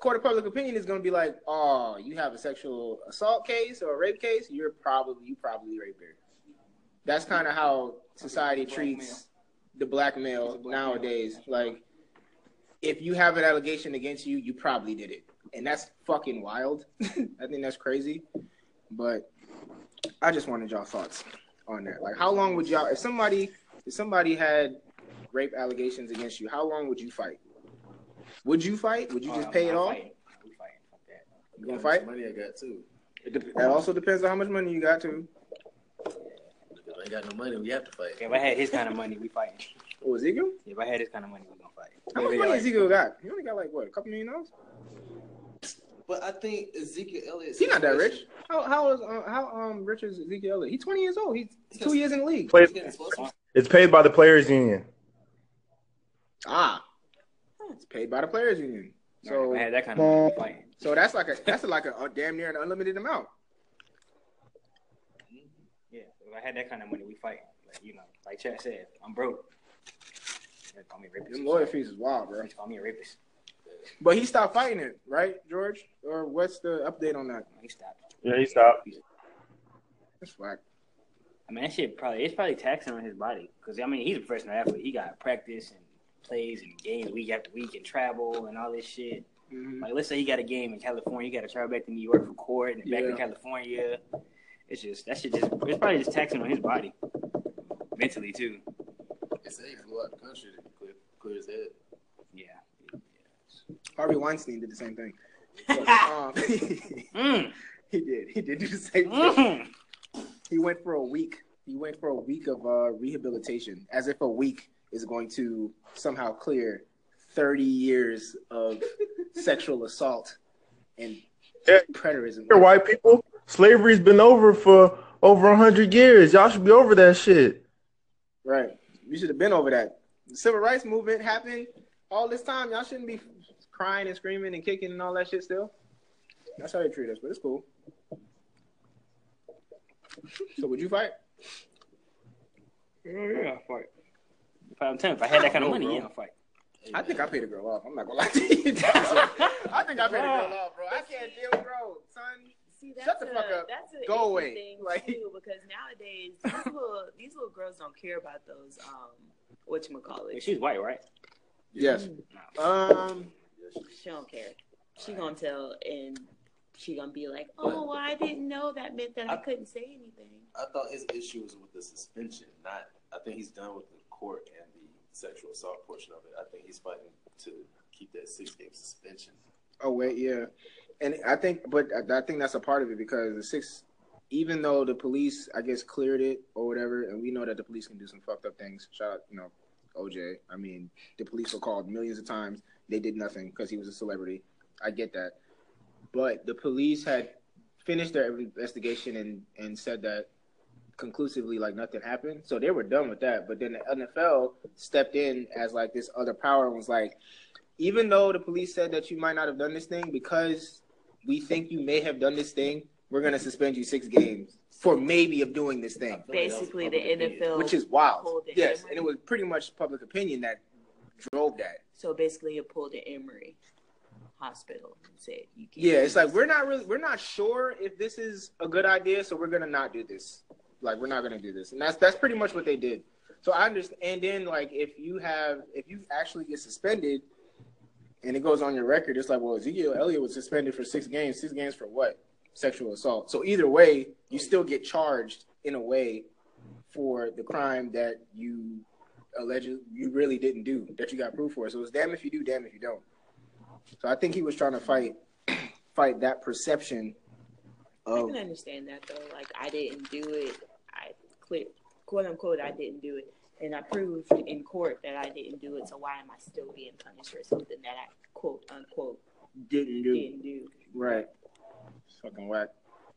[SPEAKER 2] court of public opinion is going to be like, oh, you have a sexual assault case or a rape case, you're probably you probably raped her. That's kind of how society
[SPEAKER 1] Blackmail.
[SPEAKER 2] treats the black
[SPEAKER 1] It's
[SPEAKER 2] male
[SPEAKER 1] a blackmail.
[SPEAKER 2] nowadays. Like, if you have an allegation against you, you probably did it, and that's fucking wild. I think that's crazy, but I just wanted y'all thoughts on that. Like, how long would y'all if somebody if somebody had rape allegations against you, how long would you fight? Would you fight? Would you just
[SPEAKER 1] Um,
[SPEAKER 2] pay it
[SPEAKER 1] I'm
[SPEAKER 2] off?
[SPEAKER 1] fighting. I'm fighting. Fuck that.
[SPEAKER 2] You gonna fight?
[SPEAKER 4] Money I got too.
[SPEAKER 2] It dep- that also depends on how much money you got too.
[SPEAKER 4] If I ain't got no money, we have to fight.
[SPEAKER 1] If I had his kind of money, we fighting.
[SPEAKER 2] Oh, Ezekiel?
[SPEAKER 1] If I had his kind of money, we gonna fight.
[SPEAKER 2] How much
[SPEAKER 1] Maybe,
[SPEAKER 2] money
[SPEAKER 1] like,
[SPEAKER 2] Ezekiel got? He only got like what, a couple million dollars?
[SPEAKER 4] But I think Ezekiel Elliott.
[SPEAKER 2] He's not that rich. How how is uh, how um rich is Ezekiel? Elliott? He's twenty years old. He's two years in the league.
[SPEAKER 5] Play,
[SPEAKER 4] He's getting closer.
[SPEAKER 5] it's paid by the players union.
[SPEAKER 2] Ah, it's paid by the players union.
[SPEAKER 1] if I
[SPEAKER 2] So
[SPEAKER 1] had that kind of money, we fighting.
[SPEAKER 2] so that's like a that's like a, a damn near an unlimited amount.
[SPEAKER 1] Yeah, if I had that kind of money, we fighting. Like you know, like Chad said, I'm broke. They call me a rapist.
[SPEAKER 2] Them lawyer fees is wild, bro.
[SPEAKER 1] They call me a rapist.
[SPEAKER 2] But he stopped fighting it, right, George? Or what's the update on that?
[SPEAKER 1] He stopped.
[SPEAKER 5] Yeah, he stopped.
[SPEAKER 2] That's whack.
[SPEAKER 1] I mean, that shit probably it's probably taxing on his body because I mean he's a professional athlete. He got practice and plays and games week after week and travel and all this shit.
[SPEAKER 2] Mhm.
[SPEAKER 1] Like let's say he got a game in California, he got to travel back to New York for court and back
[SPEAKER 2] Yeah.
[SPEAKER 1] to California. It's just that shit just it's probably just taxing on his body mentally too.
[SPEAKER 4] They say he flew out the country to clear, clear his head.
[SPEAKER 1] Yeah.
[SPEAKER 2] Harvey Weinstein did the same thing. But, um, he
[SPEAKER 1] Mm.
[SPEAKER 2] did. He did do the same thing.
[SPEAKER 1] Mm.
[SPEAKER 2] He went for a week. He went for a week of uh, rehabilitation, as if a week is going to somehow clear 30 years of sexual assault and
[SPEAKER 5] Yeah.
[SPEAKER 2] preterism.
[SPEAKER 5] Here, white people, slavery's been over for over hundred years. Y'all should be over that shit.
[SPEAKER 2] Right. You should have been over that. The civil rights movement happened all this time. Y'all shouldn't be crying and screaming and kicking and all that shit still. That's how they treat us, but it's cool. so would you fight?
[SPEAKER 1] Yeah, I'll fight. If I'm telling you, if I had that kind of
[SPEAKER 4] No,
[SPEAKER 1] money,
[SPEAKER 4] bro.
[SPEAKER 1] yeah, I'll fight.
[SPEAKER 4] Hey,
[SPEAKER 2] I think I
[SPEAKER 4] man.
[SPEAKER 2] paid a girl off. I'm not gonna lie to you. I think I paid a girl off, bro. I can't deal, bro. Son,
[SPEAKER 3] See,
[SPEAKER 2] Shut
[SPEAKER 3] that's
[SPEAKER 2] the
[SPEAKER 3] a,
[SPEAKER 2] fuck up.
[SPEAKER 3] That's an
[SPEAKER 2] Go
[SPEAKER 3] issue
[SPEAKER 2] away.
[SPEAKER 3] thing
[SPEAKER 2] Like-
[SPEAKER 3] too, because nowadays these little these little girls don't care about those um what you call
[SPEAKER 1] If
[SPEAKER 3] it.
[SPEAKER 1] she's white, right?
[SPEAKER 2] Yes.
[SPEAKER 1] Nah.
[SPEAKER 2] Um.
[SPEAKER 3] She don't care. She gonna tell and she gonna be like, oh, well, I didn't know that meant that I,
[SPEAKER 4] I-
[SPEAKER 3] couldn't say anything.
[SPEAKER 4] I thought his issue was with the suspension, not. I think he's done with the court and the sexual assault portion of it. I think he's fighting to keep that six game suspension.
[SPEAKER 2] Oh wait, yeah. And I think, but I, I think that's a part of it because the six, even though the police, I guess, cleared it or whatever, and we know that the police can do some fucked up things. Shout out, you know, OJ. I mean, the police were called millions of times. They did nothing because he was a celebrity. I get that, but the police had finished their investigation and and said that conclusively like nothing happened so they were done with that but then the nfl stepped in as like this other power and was like even though the police said that you might not have done this thing because we think you may have done this thing we're going to suspend you six games for maybe of doing this thing,
[SPEAKER 3] Basically, the NFL
[SPEAKER 2] which is wild.
[SPEAKER 3] Hold it,
[SPEAKER 2] Yes,
[SPEAKER 3] Emory.
[SPEAKER 2] and it was pretty much public opinion that drove that.
[SPEAKER 3] So basically, it pulled an Emory hospital and said, "You can't."
[SPEAKER 2] Yeah,
[SPEAKER 3] do
[SPEAKER 2] it's like
[SPEAKER 3] this.
[SPEAKER 2] we're not really we're not sure if this is a good idea, so we're gonna not do this. Like we're not gonna do this, and that's that's pretty much what they did. So I understand. And then like if you have if you actually get suspended, and it goes on your record, it's like well Ezekiel Elliott was suspended for six games. Six games for what? Sexual assault. So either way, you still get charged in a way for the crime that you alleged you really didn't do that you got proof for. So it's damn if you do, damn if you don't. So I think he was trying to fight fight that perception
[SPEAKER 3] I
[SPEAKER 2] of
[SPEAKER 3] can understand that though. Like I didn't do it. I clear, quote unquote, I didn't do it, and I proved in court that I didn't do it. So why am I still being punished for something that I quote unquote
[SPEAKER 2] didn't
[SPEAKER 3] didn't do?
[SPEAKER 2] right. It's fucking whack.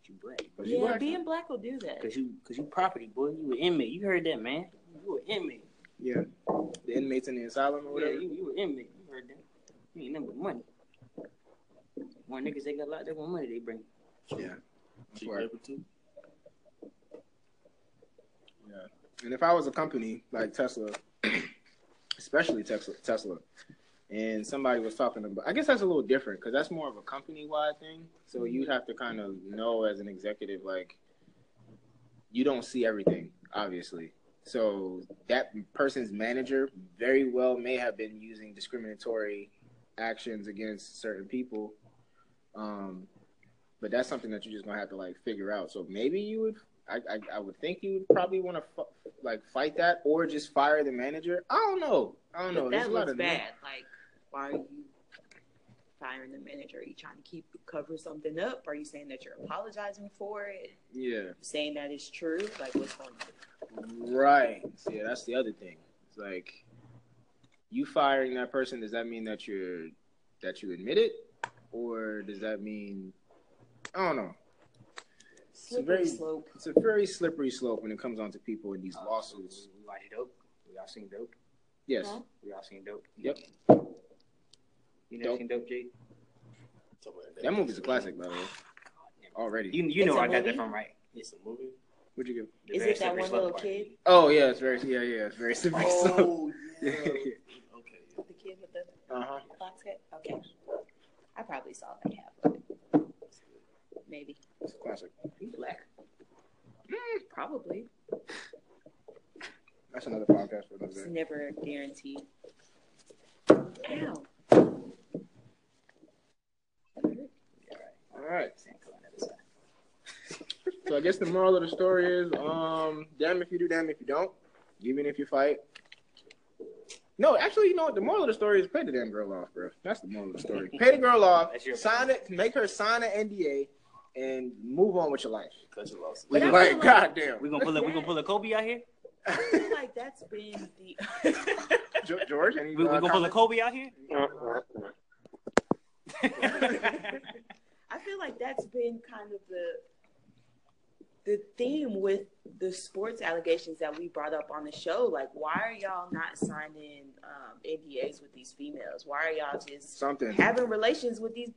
[SPEAKER 1] You black.
[SPEAKER 2] But you
[SPEAKER 3] Yeah,
[SPEAKER 2] black.
[SPEAKER 3] being black will do that.
[SPEAKER 1] Cause you, cause you property boy. You an inmate. You heard that, man. You an inmate. Oh,
[SPEAKER 2] yeah. The inmates in the asylum or
[SPEAKER 1] Yeah,
[SPEAKER 2] whatever.
[SPEAKER 1] you, you an inmate. You heard that. You ain't nothing but money. More niggas they got locked up, more money they bring.
[SPEAKER 2] Yeah.
[SPEAKER 4] Cheap
[SPEAKER 2] Right.
[SPEAKER 4] labor too.
[SPEAKER 2] And if I was a company like Tesla, especially Tesla, Tesla, and somebody was talking about, I guess that's a little different because that's more of a company-wide thing. So
[SPEAKER 3] Mm-hmm.
[SPEAKER 2] you have to kind of know as an executive, like you don't see everything, obviously. So that person's manager very well may have been using discriminatory actions against certain people. Um, but that's something that you're just gonna have to like figure out. So maybe you would, I, I, I would think you would probably want to fu- like fight that or just fire the manager. I don't know. I don't know.
[SPEAKER 3] But
[SPEAKER 2] There's
[SPEAKER 3] that
[SPEAKER 2] a lot
[SPEAKER 3] looks
[SPEAKER 2] of-
[SPEAKER 3] bad. Like, why are you firing the manager? Are you trying to keep cover something up? Are you saying that you're apologizing for it?
[SPEAKER 2] Yeah.
[SPEAKER 3] You saying that it's true? Like, what's going on?
[SPEAKER 2] Right. Yeah, that's the other thing. It's like you firing that person. Does that mean that you're that you admit it, or does that mean I don't know?
[SPEAKER 3] Slippery
[SPEAKER 2] very-
[SPEAKER 3] slope.
[SPEAKER 2] It's a very slippery slope when it comes on to people in these
[SPEAKER 1] Uh,
[SPEAKER 2] lawsuits.
[SPEAKER 1] We watch dope. We all seen dope.
[SPEAKER 2] Yes.
[SPEAKER 3] Huh?
[SPEAKER 1] We all seen dope.
[SPEAKER 2] Yep.
[SPEAKER 1] You never
[SPEAKER 2] Dope.
[SPEAKER 1] seen dope, Jake?
[SPEAKER 4] Talking about
[SPEAKER 2] That movie's a classic, by the way. Already.
[SPEAKER 1] You you
[SPEAKER 3] It's
[SPEAKER 1] know
[SPEAKER 3] a
[SPEAKER 1] I got
[SPEAKER 3] movie?
[SPEAKER 1] that from right.
[SPEAKER 4] It's a movie.
[SPEAKER 2] What'd you give?
[SPEAKER 1] The
[SPEAKER 3] Is
[SPEAKER 1] Very
[SPEAKER 3] it that
[SPEAKER 1] Slippery
[SPEAKER 3] one
[SPEAKER 1] Slope
[SPEAKER 3] little
[SPEAKER 1] part.
[SPEAKER 3] kid?
[SPEAKER 2] Oh yeah, it's very yeah yeah it's very slippery slope.
[SPEAKER 4] Oh. yeah.
[SPEAKER 2] Yeah.
[SPEAKER 4] Okay.
[SPEAKER 3] The kid with the
[SPEAKER 2] Uh huh.
[SPEAKER 3] box head? Okay. I probably saw that half. Maybe.
[SPEAKER 2] It's a classic.
[SPEAKER 3] You black. Mm, probably.
[SPEAKER 2] That's another podcast for another
[SPEAKER 3] It's
[SPEAKER 2] day.
[SPEAKER 3] never guaranteed. Ow.
[SPEAKER 2] All right.
[SPEAKER 1] Same color on the other side.
[SPEAKER 2] So I guess the moral of the story is, um, damn if you do, damn if you don't. Even if you fight. No, actually, you know what? The moral of the story is pay the damn girl off, bro. That's the moral of the story. pay the girl off.
[SPEAKER 1] That's your
[SPEAKER 2] Sign it. Make her sign an NDA, and move on with your life.
[SPEAKER 4] Cut your losses.
[SPEAKER 3] But I feel
[SPEAKER 2] like,
[SPEAKER 3] like-
[SPEAKER 2] goddamn.
[SPEAKER 1] We gonna pull a we gonna pull a Kobe out here.
[SPEAKER 3] I feel like that's been the.
[SPEAKER 2] Jo- George, any
[SPEAKER 1] We, we
[SPEAKER 2] uh,
[SPEAKER 1] gonna pull a
[SPEAKER 2] comments?
[SPEAKER 1] Kobe out here.
[SPEAKER 3] I feel like that's been kind of the the theme with the sports allegations that we brought up on the show. Like, why are y'all not signing um, NDAs with these females? Why are y'all just
[SPEAKER 2] something,
[SPEAKER 3] having relations with these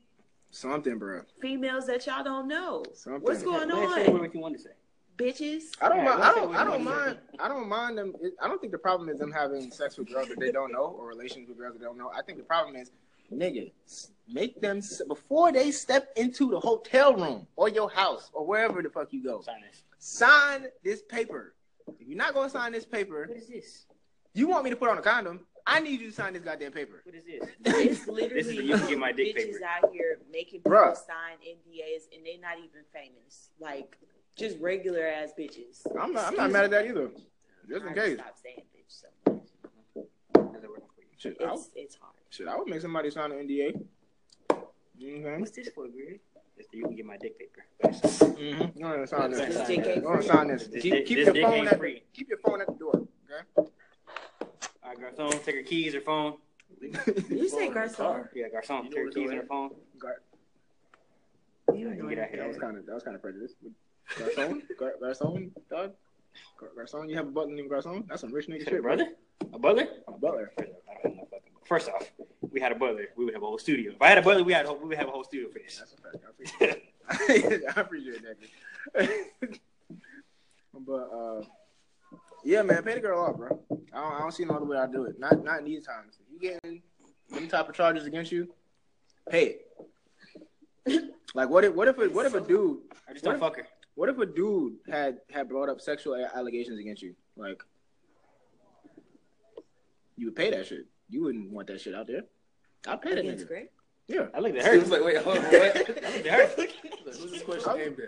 [SPEAKER 2] something, bro.
[SPEAKER 3] females that y'all don't know?
[SPEAKER 2] Something.
[SPEAKER 3] What's going
[SPEAKER 1] Go ahead, say
[SPEAKER 3] on,
[SPEAKER 1] what you want to say.
[SPEAKER 3] bitches?
[SPEAKER 2] I don't
[SPEAKER 1] Yeah,
[SPEAKER 2] mind.
[SPEAKER 1] we'll
[SPEAKER 2] I
[SPEAKER 1] say
[SPEAKER 2] don't.
[SPEAKER 1] what
[SPEAKER 2] I
[SPEAKER 1] we
[SPEAKER 2] don't
[SPEAKER 1] want to
[SPEAKER 2] mind. I don't mind them. it- I don't think the problem is them having sex with girls that they don't know or relations with girls that they don't know. I think the problem is, nigga, s- make them s- before they step into the hotel room or your house or wherever the fuck you go.
[SPEAKER 1] Sign this.
[SPEAKER 2] Sign this paper. If you're not gonna sign this paper,
[SPEAKER 1] What is this?
[SPEAKER 2] you want me to put on a condom. I need you to sign this goddamn paper.
[SPEAKER 1] What is this?
[SPEAKER 3] It's literally
[SPEAKER 1] This is the you can get my dick
[SPEAKER 3] bitches
[SPEAKER 1] paper.
[SPEAKER 3] out here making people
[SPEAKER 2] Bruh.
[SPEAKER 3] sign NDAs and they're not even famous. Like, just regular ass bitches.
[SPEAKER 2] I'm not. I'm not mad at that either. Just in
[SPEAKER 3] I
[SPEAKER 2] case.
[SPEAKER 3] Stop saying bitch so much.
[SPEAKER 1] How's that working for you?
[SPEAKER 2] Shit, I,
[SPEAKER 3] It's, it's hard.
[SPEAKER 2] shit, I would make somebody sign an NDA. You know
[SPEAKER 1] What's this for, Greg? It's the you can get my dick paper.
[SPEAKER 2] what I'm saying? Mm-hmm. Go ahead and sign this.
[SPEAKER 3] This dick ain't
[SPEAKER 2] Go ahead and
[SPEAKER 3] free.
[SPEAKER 2] sign this.
[SPEAKER 1] This
[SPEAKER 2] Keep,
[SPEAKER 1] dick-
[SPEAKER 2] keep
[SPEAKER 1] this
[SPEAKER 2] your
[SPEAKER 1] dick
[SPEAKER 2] phone
[SPEAKER 1] ain't
[SPEAKER 2] at the,
[SPEAKER 1] free.
[SPEAKER 2] keep your phone at the door. Okay.
[SPEAKER 1] All right, Garcon, take her keys, her phone.
[SPEAKER 3] You say
[SPEAKER 4] Phone in the
[SPEAKER 3] Garcon.
[SPEAKER 4] car.
[SPEAKER 1] Yeah, Garcon,
[SPEAKER 4] You know
[SPEAKER 1] take her
[SPEAKER 4] what's
[SPEAKER 1] keys
[SPEAKER 4] going
[SPEAKER 1] and her phone.
[SPEAKER 2] Gar-
[SPEAKER 1] Yeah, you get out
[SPEAKER 2] that
[SPEAKER 1] here.
[SPEAKER 2] was kind of that was kind of prejudice. Garcon, Gar- Garcon, dog, Gar- Garcon. You have a butler named Garcon. That's some rich nigga
[SPEAKER 1] You said a
[SPEAKER 2] shit,
[SPEAKER 1] brother? A butler?
[SPEAKER 2] Butler.
[SPEAKER 1] First off, I don't have no fucking- First off, we had a butler. We would have a whole studio. If I had a butler, we had a whole, we would have a whole studio for this.
[SPEAKER 2] That's a fact. I appreciate that. I appreciate that. uh, Yeah, man, pay the girl off, bro. I don't, I don't see no other way I do it. Not not in these times. If you getting any type of charges against you, pay it. Like what if what if a, what if a dude
[SPEAKER 1] I just don't fuck her.
[SPEAKER 2] what if a dude had had brought up sexual a- allegations against you? Like you would pay that shit. You wouldn't want that shit out there. I'd pay that
[SPEAKER 3] Against
[SPEAKER 2] nigga.
[SPEAKER 3] Greg?
[SPEAKER 2] Yeah.
[SPEAKER 1] I looked at
[SPEAKER 4] She was
[SPEAKER 1] her.
[SPEAKER 4] like, wait, hold on, what?
[SPEAKER 1] I looked at her.
[SPEAKER 4] Who's this question aimed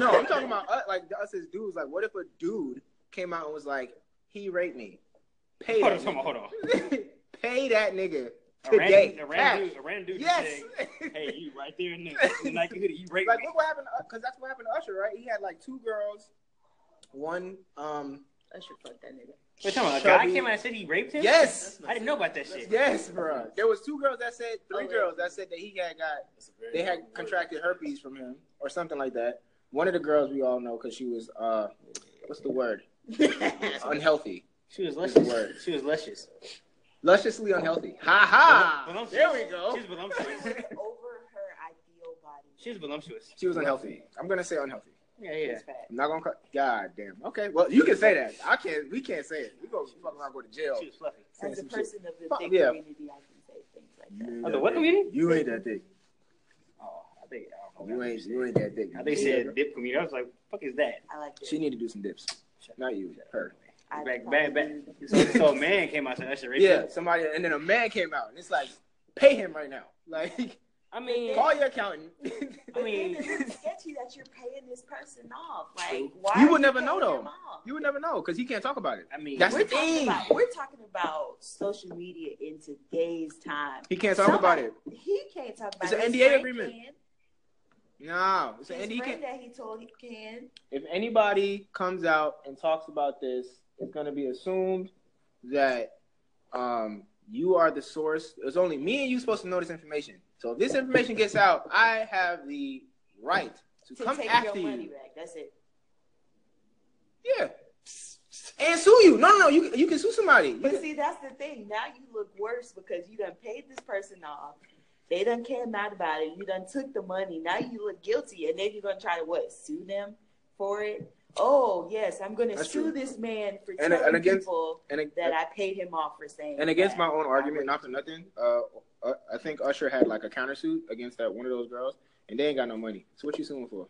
[SPEAKER 2] No, I'm talking about uh, like us as dudes. Like what if a dude came out and was like, he raped me. Pay
[SPEAKER 1] Hold
[SPEAKER 2] that.
[SPEAKER 1] on, hold on,
[SPEAKER 2] nigga.
[SPEAKER 1] hold on.
[SPEAKER 2] pay that nigga
[SPEAKER 1] A
[SPEAKER 2] today.
[SPEAKER 1] random, a
[SPEAKER 2] Cash.
[SPEAKER 1] random dude, a random dude just
[SPEAKER 2] Yes.
[SPEAKER 1] said, "Hey, you right there in the, in the Nike hoodie, you raped
[SPEAKER 2] like
[SPEAKER 1] me."
[SPEAKER 2] look what happened because that's what happened to Usher, right? He had like two girls, one um
[SPEAKER 3] Usher fuck that nigga.
[SPEAKER 1] Wait, tell me, a guy
[SPEAKER 2] Chubby-
[SPEAKER 1] came out and said he raped him.
[SPEAKER 2] Yes.
[SPEAKER 1] I didn't know about that shit.
[SPEAKER 2] Yes, bro. There was two girls that said three
[SPEAKER 3] Oh, yeah.
[SPEAKER 2] girls that said that he had got
[SPEAKER 4] That's a very
[SPEAKER 2] they had
[SPEAKER 4] important word.
[SPEAKER 2] contracted herpes from him or something like that. One of the girls we all know because she was uh what's the word? unhealthy.
[SPEAKER 1] She was
[SPEAKER 2] Good word.
[SPEAKER 1] luscious. She was luscious.
[SPEAKER 2] Lusciously unhealthy. Ha ha.
[SPEAKER 1] Voluptuous.
[SPEAKER 2] Ah, There we go.
[SPEAKER 1] She was voluptuous.
[SPEAKER 3] over her ideal body.
[SPEAKER 1] She was voluptuous.
[SPEAKER 2] She was unhealthy. I'm gonna say unhealthy.
[SPEAKER 1] Yeah, yeah.
[SPEAKER 3] It's fat.
[SPEAKER 2] I'm not gonna. Cut. God damn. Okay. Well, you can say that. I can't. We can't say it. We gonna fuck around, go to jail.
[SPEAKER 1] She was fluffy.
[SPEAKER 2] Saying
[SPEAKER 3] As a
[SPEAKER 2] some shit.
[SPEAKER 3] person of the
[SPEAKER 2] Fuck,
[SPEAKER 3] big
[SPEAKER 2] yeah.
[SPEAKER 3] community, I can say things like that.
[SPEAKER 1] Oh, the what community?
[SPEAKER 2] You ain't that dick.
[SPEAKER 1] Oh, I think I don't know.
[SPEAKER 2] You ain't. You ain't that dick.
[SPEAKER 1] I think she said dip community. I was like, "Fuck is that?"
[SPEAKER 3] I like it.
[SPEAKER 2] She need to do some dips. Not you. Her.
[SPEAKER 3] I
[SPEAKER 1] Back,
[SPEAKER 3] probably-
[SPEAKER 1] back, back. So, so a man came out and said that shit raped
[SPEAKER 2] Yeah.
[SPEAKER 1] him.
[SPEAKER 2] Somebody. And then a man came out, and it's like, pay him right now. Like,
[SPEAKER 1] I mean,
[SPEAKER 2] call your accountant.
[SPEAKER 1] I
[SPEAKER 3] But then
[SPEAKER 1] mean,
[SPEAKER 3] it's really sketchy that you're paying this person off. Like,
[SPEAKER 1] True.
[SPEAKER 3] why?
[SPEAKER 2] You
[SPEAKER 3] are
[SPEAKER 2] would never know,
[SPEAKER 3] paying
[SPEAKER 2] though.
[SPEAKER 3] them off?
[SPEAKER 2] you would never know because he can't talk about it.
[SPEAKER 1] I mean,
[SPEAKER 2] That's
[SPEAKER 3] We're
[SPEAKER 2] the
[SPEAKER 3] talking,
[SPEAKER 2] thing.
[SPEAKER 3] about, we're talking about social media in today's time.
[SPEAKER 2] He can't talk about
[SPEAKER 3] Somebody-
[SPEAKER 2] it.
[SPEAKER 3] He can't talk
[SPEAKER 2] It's
[SPEAKER 3] about it.
[SPEAKER 2] an
[SPEAKER 3] His
[SPEAKER 2] NDA
[SPEAKER 3] friend
[SPEAKER 2] agreement.
[SPEAKER 3] Can.
[SPEAKER 2] No.
[SPEAKER 3] His
[SPEAKER 2] So and he
[SPEAKER 3] friend
[SPEAKER 2] can't.
[SPEAKER 3] that he told he can.
[SPEAKER 2] If anybody comes out and talks about this, it's gonna be assumed that um, you are the source. It's only me and you supposed to know this information. So if this information gets out, I have the right to,
[SPEAKER 3] To
[SPEAKER 2] come
[SPEAKER 3] take
[SPEAKER 2] after
[SPEAKER 3] your
[SPEAKER 2] you.
[SPEAKER 3] money back. That's it.
[SPEAKER 2] Yeah. And sue you. No, no, no. You you can sue somebody. You
[SPEAKER 3] But
[SPEAKER 2] can-
[SPEAKER 3] see, that's the thing. Now you look worse because you done paid this person off. They done came out about it. You done took the money. Now you look guilty, and then you're gonna try to what? Sue them for it? Oh yes, I'm gonna
[SPEAKER 2] That's
[SPEAKER 3] sue
[SPEAKER 2] true.
[SPEAKER 3] this man for
[SPEAKER 2] And-
[SPEAKER 3] telling
[SPEAKER 2] and against-
[SPEAKER 3] people
[SPEAKER 2] and
[SPEAKER 3] that
[SPEAKER 2] ag-
[SPEAKER 3] I paid him off for saying.
[SPEAKER 2] and against my
[SPEAKER 3] that.
[SPEAKER 2] own argument, not for nothing. Uh, uh, I think Usher had like a countersuit against that one of those girls, and they ain't got no money. So what you suing for?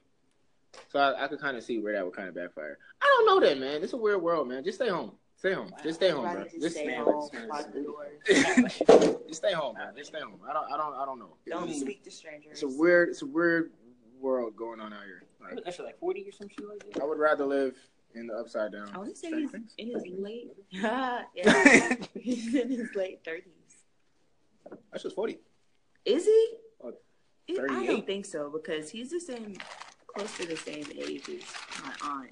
[SPEAKER 2] So I, I could kind of see where that would kind of backfire. I don't know that, man. It's a weird world, man. Just stay home. Stay home. Just stay home, bro.
[SPEAKER 3] Everybody just
[SPEAKER 2] Just
[SPEAKER 3] stay
[SPEAKER 1] man,
[SPEAKER 3] home,
[SPEAKER 1] this man
[SPEAKER 3] lock
[SPEAKER 1] is-
[SPEAKER 3] the doors.
[SPEAKER 2] Just stay home, man. Just stay home. I don't. I don't. I don't know.
[SPEAKER 3] Don't
[SPEAKER 2] It's-
[SPEAKER 3] speak to strangers.
[SPEAKER 2] It's a weird. It's a weird world going on out here. Like,
[SPEAKER 1] that's like forty or some shit like that.
[SPEAKER 2] I would rather live in the upside down.
[SPEAKER 3] I want to say
[SPEAKER 2] Stranger
[SPEAKER 3] he's
[SPEAKER 2] Things?
[SPEAKER 3] in his late. yeah, he's in his late thirties.
[SPEAKER 2] That's just forty.
[SPEAKER 3] Is he?
[SPEAKER 2] Or
[SPEAKER 3] It- I
[SPEAKER 2] 38.
[SPEAKER 3] don't think so because he's the same, close to the same age as my aunt.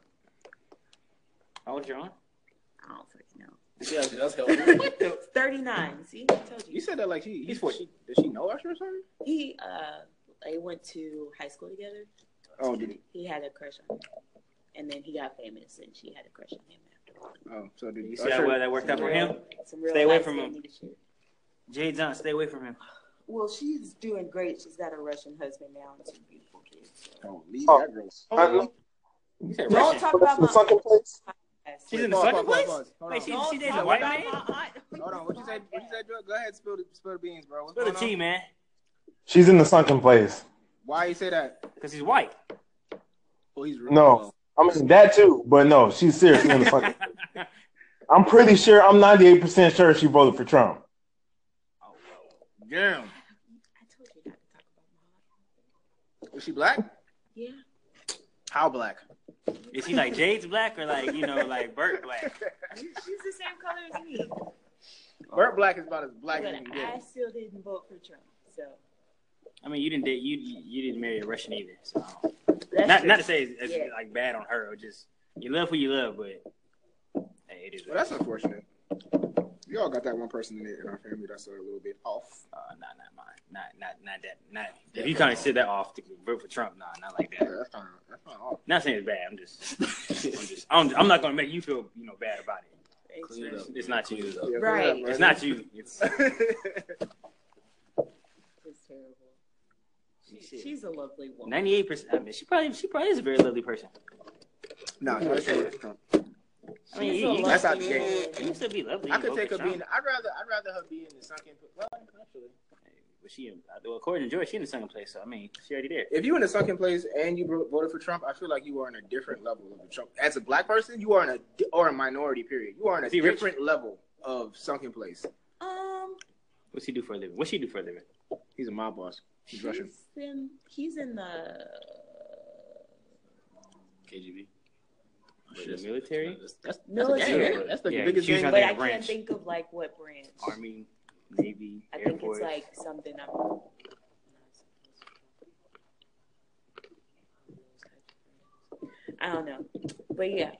[SPEAKER 1] How old your aunt?
[SPEAKER 3] I don't freaking know.
[SPEAKER 4] Yeah, that's helpful.
[SPEAKER 1] the-
[SPEAKER 3] What? Thirty nine. See, I told
[SPEAKER 2] You
[SPEAKER 3] you.
[SPEAKER 2] said that like she.
[SPEAKER 1] He's 40.
[SPEAKER 2] She, does she know Usher or something?
[SPEAKER 3] He uh, they went to high school together.
[SPEAKER 2] Oh, did he?
[SPEAKER 3] He had a crush on her, and then he got famous, and she had a crush on him afterwards.
[SPEAKER 2] Oh, so did
[SPEAKER 1] You
[SPEAKER 3] Uh,
[SPEAKER 1] see
[SPEAKER 2] Usher?
[SPEAKER 1] how well that worked out for him?
[SPEAKER 3] Some real
[SPEAKER 1] Stay away
[SPEAKER 3] life
[SPEAKER 1] from him.
[SPEAKER 3] family shit.
[SPEAKER 1] Jay John, stay away from him.
[SPEAKER 3] Well, she's doing great. She's got a Russian husband now and two beautiful kids. so-
[SPEAKER 2] Oh, leave
[SPEAKER 6] Oh.
[SPEAKER 2] that girl.
[SPEAKER 1] You said
[SPEAKER 3] Don't
[SPEAKER 1] Russian.
[SPEAKER 3] talk about my
[SPEAKER 6] Sunken place.
[SPEAKER 3] aunt.
[SPEAKER 1] She's in the
[SPEAKER 2] Pause,
[SPEAKER 1] second
[SPEAKER 2] pause,
[SPEAKER 1] place.
[SPEAKER 2] pause, pause.
[SPEAKER 1] Wait, she,
[SPEAKER 3] Don't
[SPEAKER 1] she dated
[SPEAKER 3] talk
[SPEAKER 1] a white
[SPEAKER 3] about
[SPEAKER 1] man.
[SPEAKER 3] my aunt.
[SPEAKER 2] Hold on, what you said? What you said? Joe? Go ahead, spill the spill the beans, bro. What's
[SPEAKER 1] Spell the
[SPEAKER 2] going
[SPEAKER 1] T,
[SPEAKER 2] on?
[SPEAKER 1] man,
[SPEAKER 6] She's in the sunken place.
[SPEAKER 2] Why you say that?
[SPEAKER 1] because he's white.
[SPEAKER 2] Oh, he's real.
[SPEAKER 6] No. I mean that too, but no, she's seriously in the sunken. place.
[SPEAKER 1] oh,
[SPEAKER 6] I'm pretty sure. I'm 98 percent sure she voted for Trump.
[SPEAKER 2] Damn.
[SPEAKER 3] I told you not to talk about my aunt.
[SPEAKER 2] Is she black?
[SPEAKER 3] Yeah.
[SPEAKER 2] How black?
[SPEAKER 1] is he like Jade's black or like you know like Bert black?
[SPEAKER 3] She's the same color as me.
[SPEAKER 2] Burt Black is about as black as you can
[SPEAKER 3] but I
[SPEAKER 2] get.
[SPEAKER 3] still didn't vote for Trump. So
[SPEAKER 1] I mean, you didn't date you you didn't marry a Russian either. So
[SPEAKER 3] that's
[SPEAKER 1] not
[SPEAKER 3] true.
[SPEAKER 1] not to say it's, it's
[SPEAKER 3] Yeah.
[SPEAKER 1] like bad on her or just you love who you love, but hey, it is.
[SPEAKER 2] Well, that's unfortunate. We all got that one person in, it in our family that's a little bit off.
[SPEAKER 1] Uh, nah, not mine. Not, not, not that. Not if you kind of sit that off to vote for Trump. Nah, not like
[SPEAKER 2] Yeah,
[SPEAKER 1] that.
[SPEAKER 2] that's kind of that's kind of off.
[SPEAKER 1] Not saying it's bad. I'm just, I'm just, I'm, I'm not gonna make you feel, you know, bad about it. It's, it's not you.
[SPEAKER 2] Yeah,
[SPEAKER 3] Right.
[SPEAKER 2] yeah,
[SPEAKER 1] It's not you. It's
[SPEAKER 3] It's terrible. She,
[SPEAKER 1] Shit.
[SPEAKER 3] she's a lovely woman.
[SPEAKER 1] 98. percent I mean, she probably, she probably is a very lovely person.
[SPEAKER 2] no, it's not you.
[SPEAKER 1] I mean,
[SPEAKER 3] She's
[SPEAKER 1] you,
[SPEAKER 3] a
[SPEAKER 1] you,
[SPEAKER 2] That's
[SPEAKER 1] can,
[SPEAKER 2] out the gate.
[SPEAKER 1] you can still be lovely.
[SPEAKER 2] I
[SPEAKER 1] and
[SPEAKER 2] could
[SPEAKER 1] go
[SPEAKER 2] take her
[SPEAKER 1] get
[SPEAKER 2] being.
[SPEAKER 1] Sean.
[SPEAKER 2] I'd rather. I'd rather her be in the sunken. Well, actually,
[SPEAKER 1] But she, in- well, according to George, she in the second place. So I mean, she already there.
[SPEAKER 2] if you in a sunken place and you bro- voted for Trump, I feel like you are on a different level of Trump. As a black person, you are in a di- or a minority. Period. You are on a
[SPEAKER 1] Is he rich?
[SPEAKER 2] different level of sunken place.
[SPEAKER 3] Um,
[SPEAKER 1] What's he do for a living? What's she do for a living?
[SPEAKER 2] He's a mob boss. He's Russian.
[SPEAKER 3] he's Um, in, he's in the.
[SPEAKER 4] KGB.
[SPEAKER 1] She in the military,
[SPEAKER 2] That's,
[SPEAKER 3] Military?
[SPEAKER 2] gang. That's the
[SPEAKER 1] Yeah,
[SPEAKER 2] biggest
[SPEAKER 1] she's
[SPEAKER 2] gang.
[SPEAKER 1] not
[SPEAKER 3] But
[SPEAKER 1] like
[SPEAKER 3] I
[SPEAKER 1] a branch.
[SPEAKER 3] can't think of like what branch.
[SPEAKER 1] army, navy,
[SPEAKER 3] I
[SPEAKER 1] Air
[SPEAKER 3] think
[SPEAKER 1] Force.
[SPEAKER 3] it's like something I'm. I don't know, but yeah,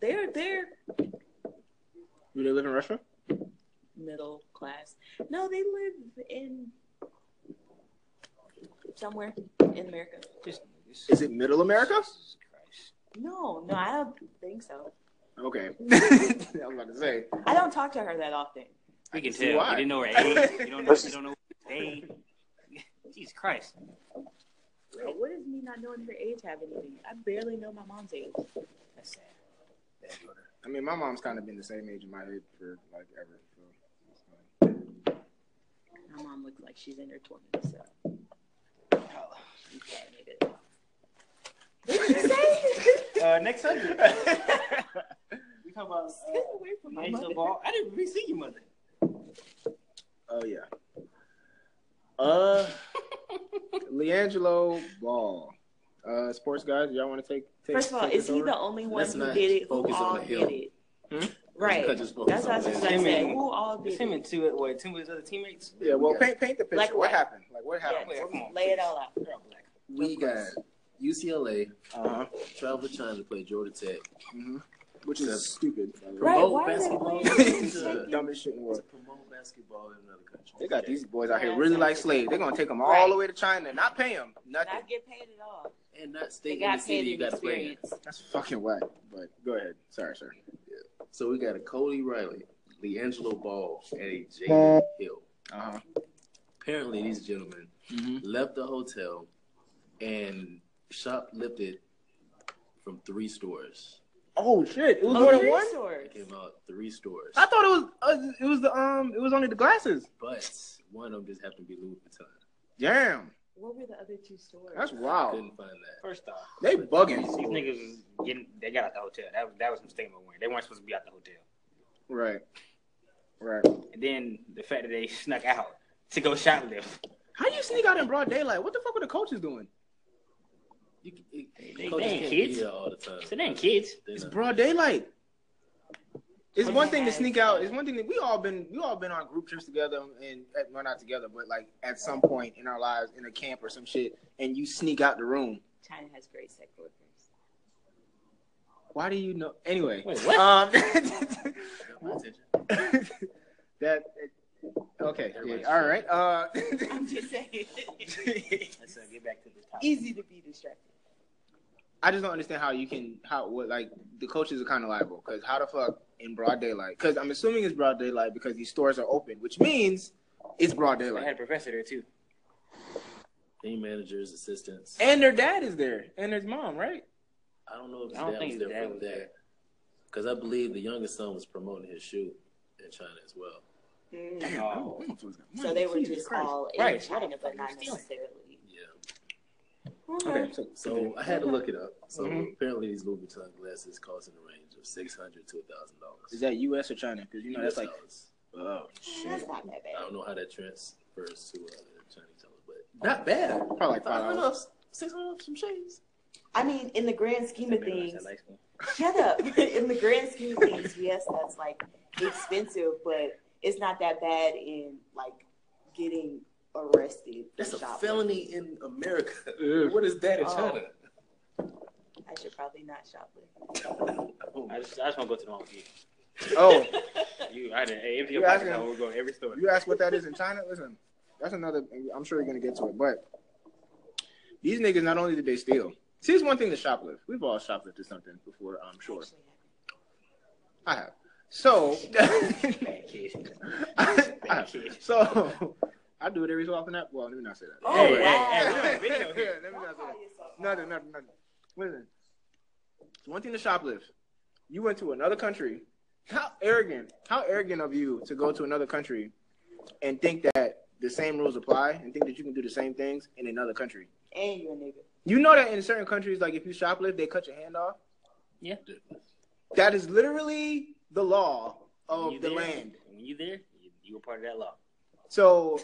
[SPEAKER 3] they're they're
[SPEAKER 2] Do they live in Russia?
[SPEAKER 3] middle class. No, they live in somewhere in America.
[SPEAKER 1] just, just-
[SPEAKER 2] Is it Middle America?
[SPEAKER 1] Jesus Christ.
[SPEAKER 3] No, no, I don't think so.
[SPEAKER 2] Okay. I was about to say.
[SPEAKER 3] I don't talk to her that often.
[SPEAKER 1] We can
[SPEAKER 2] see
[SPEAKER 1] tell.
[SPEAKER 2] why.
[SPEAKER 1] You didn't know her age. You don't know. you don't know her age. Jesus Christ.
[SPEAKER 3] Like, what does me not knowing her age have anything? I barely know my mom's age.
[SPEAKER 1] That's sad.
[SPEAKER 2] I mean, my mom's kind of been the same age in my head for like ever. So. it's fine.
[SPEAKER 3] My mom looks like she's in her twenties. So. she's probably needed. What did you say?
[SPEAKER 1] Uh, next subject. we talk about
[SPEAKER 3] Stay away from my mother.
[SPEAKER 1] I didn't really see your mother.
[SPEAKER 2] Oh yeah. Uh, Leangelo Ball, uh, sports guys. Y'all want to take, take?
[SPEAKER 3] First of all,
[SPEAKER 2] take
[SPEAKER 3] is
[SPEAKER 2] this
[SPEAKER 3] he
[SPEAKER 2] over?
[SPEAKER 3] the only one
[SPEAKER 4] Let's
[SPEAKER 3] who
[SPEAKER 4] not
[SPEAKER 3] did it? Who
[SPEAKER 4] focus on
[SPEAKER 3] all
[SPEAKER 4] the
[SPEAKER 3] did
[SPEAKER 4] hill.
[SPEAKER 3] it?
[SPEAKER 2] Hmm?
[SPEAKER 3] Right.
[SPEAKER 4] Cut this
[SPEAKER 3] That's
[SPEAKER 4] focus
[SPEAKER 3] what I
[SPEAKER 4] on
[SPEAKER 3] was just
[SPEAKER 4] that.
[SPEAKER 3] gonna
[SPEAKER 1] Him
[SPEAKER 3] say.
[SPEAKER 1] and-
[SPEAKER 3] Who all
[SPEAKER 1] It's
[SPEAKER 3] did
[SPEAKER 1] him
[SPEAKER 3] it?
[SPEAKER 1] and two, what, two of his other teammates?
[SPEAKER 2] Yeah. Well,
[SPEAKER 4] Yeah.
[SPEAKER 2] paint paint the picture.
[SPEAKER 3] Like
[SPEAKER 2] what
[SPEAKER 3] what?
[SPEAKER 2] happened? Like what happened?
[SPEAKER 1] Well, come on.
[SPEAKER 3] Lay it all out.
[SPEAKER 1] They're all black.
[SPEAKER 4] We got UCLA
[SPEAKER 2] Uh huh.
[SPEAKER 4] travel to China to play Georgia Tech.
[SPEAKER 2] hmm Which is stupid. by the way.
[SPEAKER 3] Right,
[SPEAKER 4] Promote
[SPEAKER 3] why are they
[SPEAKER 4] basketball
[SPEAKER 3] playing
[SPEAKER 4] to,
[SPEAKER 3] Georgia Tech?
[SPEAKER 2] Dumbest shit in the
[SPEAKER 4] to
[SPEAKER 2] world.
[SPEAKER 4] promote basketball in another country.
[SPEAKER 2] They got
[SPEAKER 4] Okay.
[SPEAKER 2] these boys out here
[SPEAKER 3] Yeah,
[SPEAKER 2] really
[SPEAKER 3] that's-
[SPEAKER 2] like slaves. They're gonna take them all
[SPEAKER 3] Right.
[SPEAKER 2] the way to China, and not pay them nothing.
[SPEAKER 3] Not get paid at all.
[SPEAKER 4] and not
[SPEAKER 3] They
[SPEAKER 4] state in the
[SPEAKER 3] got
[SPEAKER 4] city
[SPEAKER 3] paid
[SPEAKER 4] you
[SPEAKER 3] in
[SPEAKER 4] got to play. in.
[SPEAKER 3] experience.
[SPEAKER 2] That's fucking whack. But go ahead. Sorry, sir.
[SPEAKER 4] So we got a Cody Riley, LeAngelo Ball, and a Jaden Hill.
[SPEAKER 2] Uh huh.
[SPEAKER 4] Apparently, these gentlemen
[SPEAKER 2] Mm-hmm.
[SPEAKER 4] left the hotel and shoplifted from three stores.
[SPEAKER 2] Oh shit! It was
[SPEAKER 3] Oh,
[SPEAKER 2] more than
[SPEAKER 3] three
[SPEAKER 2] one.
[SPEAKER 3] stores.
[SPEAKER 4] It came out three stores,
[SPEAKER 2] I thought it was. Uh, it was the um. It was only the glasses.
[SPEAKER 4] but one of them just happened to be Louis Vuitton.
[SPEAKER 2] Damn.
[SPEAKER 3] What were the other two stores?
[SPEAKER 2] That's wild.
[SPEAKER 4] Couldn't find that.
[SPEAKER 1] First off,
[SPEAKER 2] They bugging.
[SPEAKER 1] these niggas was getting, they got out the hotel. That was, that was a mistake number one. They weren't supposed to be out the hotel.
[SPEAKER 2] Right. Right.
[SPEAKER 1] And then the fact that they snuck out to go shoplift.
[SPEAKER 2] How do you sneak out in broad daylight? What the fuck were the coaches doing?
[SPEAKER 4] You, c- it,
[SPEAKER 1] They- they
[SPEAKER 4] coaches
[SPEAKER 1] ain't
[SPEAKER 4] can't
[SPEAKER 1] kids.
[SPEAKER 4] be there all the time.
[SPEAKER 1] So they ain't kids.
[SPEAKER 4] They're
[SPEAKER 2] It's
[SPEAKER 4] not.
[SPEAKER 2] broad daylight. It's
[SPEAKER 3] But
[SPEAKER 2] one
[SPEAKER 3] they
[SPEAKER 2] thing to
[SPEAKER 3] had-
[SPEAKER 2] sneak out. It's one thing that we all been we all been on group trips together and eh, well not together, but like at some point in our lives in a camp or some shit, and you sneak out the room.
[SPEAKER 3] China has great sex workers.
[SPEAKER 2] Why do you know? Anyway,
[SPEAKER 1] Wait, what?
[SPEAKER 2] um,
[SPEAKER 4] Got my attention.
[SPEAKER 2] that okay, yeah, all right. Uh,
[SPEAKER 3] I'm just saying.
[SPEAKER 1] Let's uh, get back to the topic.
[SPEAKER 3] Easy to be distracted.
[SPEAKER 2] I just don't understand how you can how what like the coaches are kind of liable because how the fuck in broad daylight? Because I'm assuming it's broad daylight because these stores are open, which means it's broad
[SPEAKER 1] They had a
[SPEAKER 2] daylight.
[SPEAKER 1] professor there too.
[SPEAKER 4] Team managers, assistants.
[SPEAKER 2] And their dad is there and his mom, right?
[SPEAKER 4] I don't know if
[SPEAKER 1] I don't
[SPEAKER 4] that
[SPEAKER 1] think
[SPEAKER 4] was
[SPEAKER 1] his dad
[SPEAKER 4] there from
[SPEAKER 1] was
[SPEAKER 4] there,
[SPEAKER 1] there.
[SPEAKER 4] because I believe the youngest son was promoting his shoe in China as well.
[SPEAKER 3] Hmm.
[SPEAKER 2] Damn,
[SPEAKER 1] Oh.
[SPEAKER 2] them motherfuckers got
[SPEAKER 3] So
[SPEAKER 2] money.
[SPEAKER 3] they were
[SPEAKER 2] Jesus
[SPEAKER 3] just
[SPEAKER 2] Christ.
[SPEAKER 3] all in
[SPEAKER 1] Right.
[SPEAKER 3] China, but not
[SPEAKER 1] Stealing.
[SPEAKER 3] necessarily.
[SPEAKER 4] Yeah.
[SPEAKER 2] Okay, so,
[SPEAKER 4] So I had to look it up. So
[SPEAKER 2] Mhm.
[SPEAKER 4] apparently these Louis Vuitton glasses cost in the range of six hundred to thousand dollars.
[SPEAKER 2] is that U.S. or China? Because you know that's like oh
[SPEAKER 3] That's
[SPEAKER 2] shit,
[SPEAKER 3] not that
[SPEAKER 4] I
[SPEAKER 3] bad.
[SPEAKER 4] don't know how that transfers to uh, the Chinese dollars, but not bad.
[SPEAKER 2] probably like five dollars.
[SPEAKER 4] six hundred some shades.
[SPEAKER 3] I mean, in the grand scheme of
[SPEAKER 1] Maybe when I said
[SPEAKER 3] things,
[SPEAKER 1] light skin.
[SPEAKER 3] shut up. In the grand scheme of things, yes, that's like expensive, but it's not that bad in like getting arrested. for
[SPEAKER 4] That's a
[SPEAKER 3] shoplifting.
[SPEAKER 4] felony in America.
[SPEAKER 2] Ugh.
[SPEAKER 4] What is that in
[SPEAKER 3] Oh.
[SPEAKER 4] China?
[SPEAKER 3] I should probably not shoplift.
[SPEAKER 4] Oh my
[SPEAKER 1] I just, I just want to go to the mall with you.
[SPEAKER 2] Oh,
[SPEAKER 1] You, I didn't. Hey, if
[SPEAKER 2] You
[SPEAKER 1] your pockets
[SPEAKER 2] asking-
[SPEAKER 1] out, we'll go to every store.
[SPEAKER 2] you ask what that is in China? Listen, that's another. I'm sure you're gonna get to it, but these niggas not only did they steal. See, it's one thing to shoplift. We've all shoplifted something before, I'm sure.
[SPEAKER 3] Actually,
[SPEAKER 2] I have. So,
[SPEAKER 1] Bad kids.
[SPEAKER 2] I,
[SPEAKER 1] Bad
[SPEAKER 2] I-
[SPEAKER 1] kids.
[SPEAKER 2] so I do it every so often. That well, let me not say that.
[SPEAKER 3] Oh,
[SPEAKER 1] Hey,
[SPEAKER 3] wow.
[SPEAKER 1] hey, hey, we doing video here.
[SPEAKER 2] let me
[SPEAKER 3] don't
[SPEAKER 2] not say
[SPEAKER 3] call
[SPEAKER 2] that.
[SPEAKER 3] yourself out.
[SPEAKER 2] Nothing, nothing, nothing. Listen, it's one thing to shoplift. You went to another country. How arrogant! How arrogant of you to go to another country and think that the same rules apply and think that you can do the same things in another country.
[SPEAKER 3] And you a nigga.
[SPEAKER 2] You know that in certain countries, like if you shoplift, they cut your hand off.
[SPEAKER 1] Yeah.
[SPEAKER 2] That is literally the law of
[SPEAKER 1] When you
[SPEAKER 2] the
[SPEAKER 1] there-
[SPEAKER 2] land.
[SPEAKER 1] When you there, you, you were part of that law.
[SPEAKER 2] So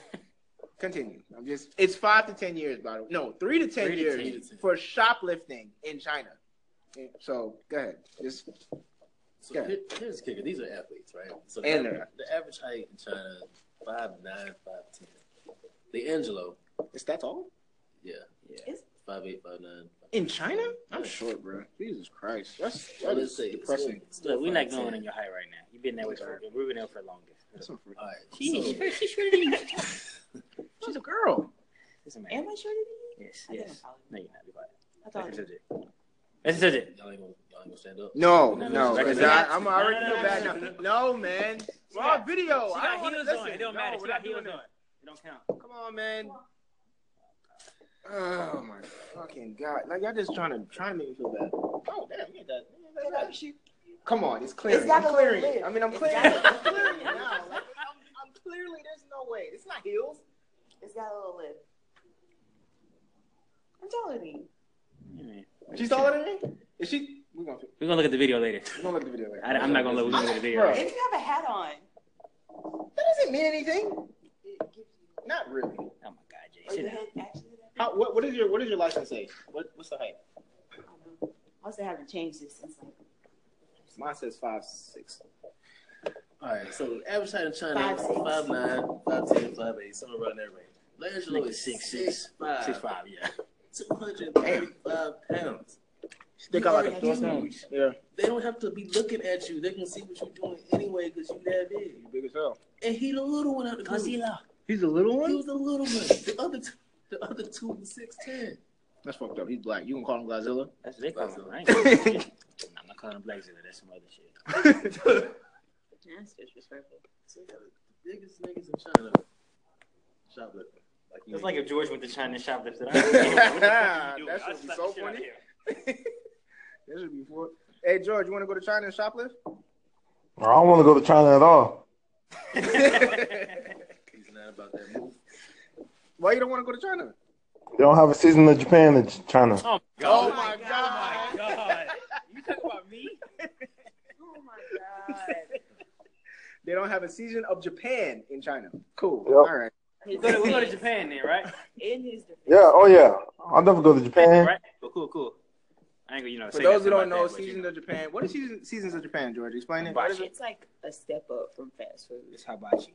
[SPEAKER 2] continue. I'm just it's five to ten years, by the way. No, three to ten
[SPEAKER 1] Three to
[SPEAKER 2] years
[SPEAKER 1] 10 to 10.
[SPEAKER 2] for shoplifting in China. So go ahead. Just
[SPEAKER 4] So
[SPEAKER 2] Yeah.
[SPEAKER 4] here- here's the kicker: these are athletes, right? So the,
[SPEAKER 2] And
[SPEAKER 4] average-
[SPEAKER 2] they're-
[SPEAKER 4] the average height in China five nine, five ten. The Angelo,
[SPEAKER 2] is that all?
[SPEAKER 4] yeah, yeah,
[SPEAKER 3] Is-
[SPEAKER 4] five eight, five nine.
[SPEAKER 2] In China? I'm short, bro. Jesus Christ. That's that is depressing.
[SPEAKER 1] Look, we're not going in your height right now. You've been that way for we've been there for the longest.
[SPEAKER 2] That's some freak-
[SPEAKER 4] All right,
[SPEAKER 1] She's
[SPEAKER 4] so,
[SPEAKER 1] she's shorter than you.
[SPEAKER 2] She's a girl.
[SPEAKER 1] Doesn't matter.
[SPEAKER 3] Am I shorter
[SPEAKER 1] Yes,
[SPEAKER 3] than you? I
[SPEAKER 1] yes.
[SPEAKER 3] think I'm
[SPEAKER 1] No, you're
[SPEAKER 3] I
[SPEAKER 1] not.
[SPEAKER 3] thought
[SPEAKER 1] That's it. That's it.
[SPEAKER 4] y'all ain't gonna, y'all ain't gonna stand up.
[SPEAKER 2] No,
[SPEAKER 1] No,
[SPEAKER 2] no,
[SPEAKER 1] no,
[SPEAKER 2] because
[SPEAKER 1] no,
[SPEAKER 2] I,
[SPEAKER 1] no,
[SPEAKER 2] I'm
[SPEAKER 1] no,
[SPEAKER 2] already
[SPEAKER 1] no,
[SPEAKER 2] feel
[SPEAKER 1] no,
[SPEAKER 2] bad
[SPEAKER 1] no,
[SPEAKER 2] now. No, man. It's all video.
[SPEAKER 1] She
[SPEAKER 2] I don't
[SPEAKER 1] got
[SPEAKER 2] wanna
[SPEAKER 1] heels
[SPEAKER 2] listen.
[SPEAKER 1] on. It Oh, don't
[SPEAKER 2] No,
[SPEAKER 1] matter.
[SPEAKER 2] we're
[SPEAKER 1] She
[SPEAKER 2] not
[SPEAKER 1] got heels
[SPEAKER 2] doing
[SPEAKER 1] on. It don't count.
[SPEAKER 2] that. Come on, man. Oh my fucking god! Like y'all just trying to trying to make me feel bad. Oh damn, you ain't that. you ain't that bad. Come on, it's clear.
[SPEAKER 3] It's gotta
[SPEAKER 2] I'm clearing.
[SPEAKER 3] look
[SPEAKER 2] it.
[SPEAKER 3] good.
[SPEAKER 2] I mean, I'm
[SPEAKER 3] It's
[SPEAKER 2] clearing. it.
[SPEAKER 3] gotta-
[SPEAKER 2] I'm clearing it now. Like, I'm, I'm clearly there's no way. It's not heels.
[SPEAKER 3] It's got a little lip. I'm telling you.
[SPEAKER 1] Anyway,
[SPEAKER 2] She's taller than me. Is she? We're gonna
[SPEAKER 1] We're gonna look at the video later.
[SPEAKER 2] we're gonna look at the video later.
[SPEAKER 1] I, am not gonna look. We're gonna look at the video.
[SPEAKER 2] Bro.
[SPEAKER 1] later.
[SPEAKER 3] If you have a hat on,
[SPEAKER 2] That doesn't mean anything.
[SPEAKER 3] it gives you.
[SPEAKER 2] Not really.
[SPEAKER 1] Oh my god, Jay.
[SPEAKER 3] Or
[SPEAKER 1] Sit
[SPEAKER 3] the
[SPEAKER 1] down.
[SPEAKER 3] head actually.
[SPEAKER 2] How, what what is your what does your license say? What what's the height?
[SPEAKER 3] I don't know. I must have had to change this since like
[SPEAKER 2] Mine says five six.
[SPEAKER 4] All right, so the average height in China
[SPEAKER 3] Five, six.
[SPEAKER 4] five nine, five ten, five eight, somewhere around that range. The Angelo
[SPEAKER 1] Nigga
[SPEAKER 4] is
[SPEAKER 1] six,
[SPEAKER 4] six
[SPEAKER 1] six,
[SPEAKER 4] six five,
[SPEAKER 1] Six five. Yeah.
[SPEAKER 4] two hundred thirty-five pounds.
[SPEAKER 2] Stick out like a sore thumb. Yeah,
[SPEAKER 4] They don't have to be looking at you; they can see what you're doing anyway because you that big.
[SPEAKER 2] you big as hell.
[SPEAKER 4] And he the little one out of the group.
[SPEAKER 2] He's a little
[SPEAKER 4] He was the little one. The other, two, the other two was six ten.
[SPEAKER 2] That's fucked up. He's black. You can call him Godzilla.
[SPEAKER 1] That's what they call him.
[SPEAKER 4] Blackzilla.
[SPEAKER 1] I ain't gonna- Nah, I'm not calling him Blackzilla. That's some other shit.
[SPEAKER 3] that's disrespectful.
[SPEAKER 4] So they got the biggest niggas in China. Shoplifting. Like
[SPEAKER 1] It's
[SPEAKER 4] you ain't-
[SPEAKER 1] like if George went to China and shoplifted. I don't care. What the fuck you doing?
[SPEAKER 2] That
[SPEAKER 1] I'll
[SPEAKER 2] should be
[SPEAKER 1] slap
[SPEAKER 2] so
[SPEAKER 1] the shit out of
[SPEAKER 2] funny.
[SPEAKER 1] you.
[SPEAKER 2] This would be for. Hey George, you want to go to China and shoplift?
[SPEAKER 6] I don't want to go to China at all.
[SPEAKER 4] He's not about that move.
[SPEAKER 2] Why you don't want to go to China?
[SPEAKER 6] They don't have a season in Japan and Ch- China.
[SPEAKER 1] Oh
[SPEAKER 2] Oh
[SPEAKER 1] God.
[SPEAKER 2] my god!
[SPEAKER 1] Oh my god. You talking about me?
[SPEAKER 3] Oh my god.
[SPEAKER 2] They don't have a season of Japan in China. Cool.
[SPEAKER 6] Yep.
[SPEAKER 2] All right.
[SPEAKER 1] We go to, we go to Japan then, right?
[SPEAKER 3] In his defense.
[SPEAKER 6] Yeah, oh yeah. I'll never go to Japan.
[SPEAKER 1] Right. Well, cool, cool. I ain't gonna, you know.
[SPEAKER 2] For
[SPEAKER 1] say
[SPEAKER 2] those
[SPEAKER 1] nothing
[SPEAKER 2] who don't
[SPEAKER 1] about
[SPEAKER 2] know,
[SPEAKER 1] that, but, you
[SPEAKER 2] season of Japan. What is season, seasons of Japan, George? Explain
[SPEAKER 1] Right.
[SPEAKER 2] it. What is it?
[SPEAKER 3] It's like a step up from fast food.
[SPEAKER 1] It's hibachi.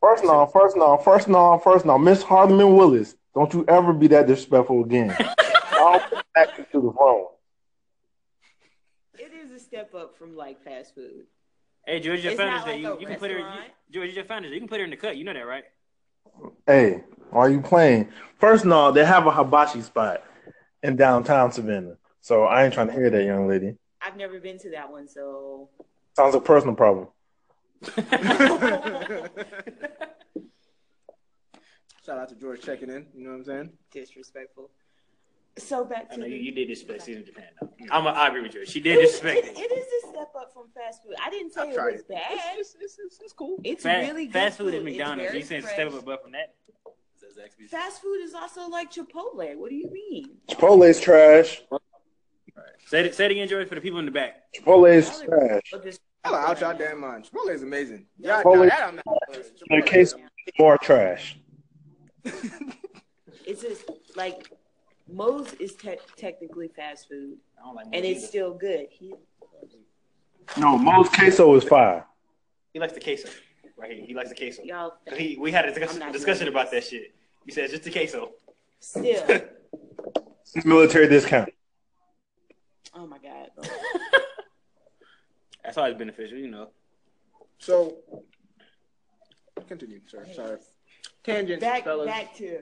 [SPEAKER 6] First now, first now, first now, first now. Miss Hardeman Willis, don't you ever be that disrespectful again. I'll back you to the phone.
[SPEAKER 3] It is a step up from like fast food.
[SPEAKER 1] Hey, George, your
[SPEAKER 3] It's
[SPEAKER 1] founders
[SPEAKER 3] not
[SPEAKER 1] day.
[SPEAKER 3] like
[SPEAKER 1] You,
[SPEAKER 3] a
[SPEAKER 1] you can put her. You,
[SPEAKER 3] restaurant.
[SPEAKER 1] George, your founders day. You can put her in the cut. You know that, right?
[SPEAKER 6] Hey, why are you playing? First of all, they have a hibachi spot in downtown Savannah. So I ain't trying to hear that, young lady.
[SPEAKER 3] I've never been to that one, so
[SPEAKER 6] Sounds like a personal problem.
[SPEAKER 2] Shout out to George checking in. You know what I'm saying?
[SPEAKER 3] disrespectful. So back
[SPEAKER 1] I
[SPEAKER 3] to
[SPEAKER 1] know you,
[SPEAKER 3] the-
[SPEAKER 1] you did disrespect season of Japan. Though. I'm. A, I agree with you. She did disrespect
[SPEAKER 3] it.
[SPEAKER 1] it.
[SPEAKER 3] It is a step up from fast food. I didn't say
[SPEAKER 2] I've
[SPEAKER 3] it
[SPEAKER 2] tried
[SPEAKER 3] was
[SPEAKER 2] it.
[SPEAKER 3] bad.
[SPEAKER 2] It's
[SPEAKER 3] It's,
[SPEAKER 2] just, it's, it's, it's cool.
[SPEAKER 1] Fa-
[SPEAKER 3] really good
[SPEAKER 1] fast food at
[SPEAKER 3] It's
[SPEAKER 1] McDonald's.
[SPEAKER 3] very
[SPEAKER 1] You saying
[SPEAKER 3] fresh.
[SPEAKER 1] step above from that?
[SPEAKER 4] Says Zaxby's.
[SPEAKER 3] Fast food is also like Chipotle. What do you mean?
[SPEAKER 6] Chipotle's trash.
[SPEAKER 1] Say it. Say it again, George, for the people in the back.
[SPEAKER 6] Chipotle's trash.
[SPEAKER 3] But this-
[SPEAKER 2] Hello, out y'all damn mind. Chipotle is amazing.
[SPEAKER 3] Yeah.
[SPEAKER 2] Yeah,
[SPEAKER 6] Chipotle-
[SPEAKER 2] that I'm not.
[SPEAKER 6] In the case more trash.
[SPEAKER 3] It's just like Moe's is te- technically fast food,
[SPEAKER 1] I don't like.
[SPEAKER 3] and it's still good. He,
[SPEAKER 6] No, most queso is fire.
[SPEAKER 1] He likes the queso. Right here. He likes the queso.
[SPEAKER 3] y'all
[SPEAKER 1] 'Cause He, we had a
[SPEAKER 3] I'm
[SPEAKER 1] discussion,
[SPEAKER 3] not
[SPEAKER 1] discussion
[SPEAKER 3] doing
[SPEAKER 1] about that shit. He said just the queso.
[SPEAKER 3] still.
[SPEAKER 6] Military discount.
[SPEAKER 3] Oh my god.
[SPEAKER 1] That's always beneficial, you know.
[SPEAKER 2] So, continue, sir. Sorry. Tangents,
[SPEAKER 3] Back
[SPEAKER 2] fellas.
[SPEAKER 3] back to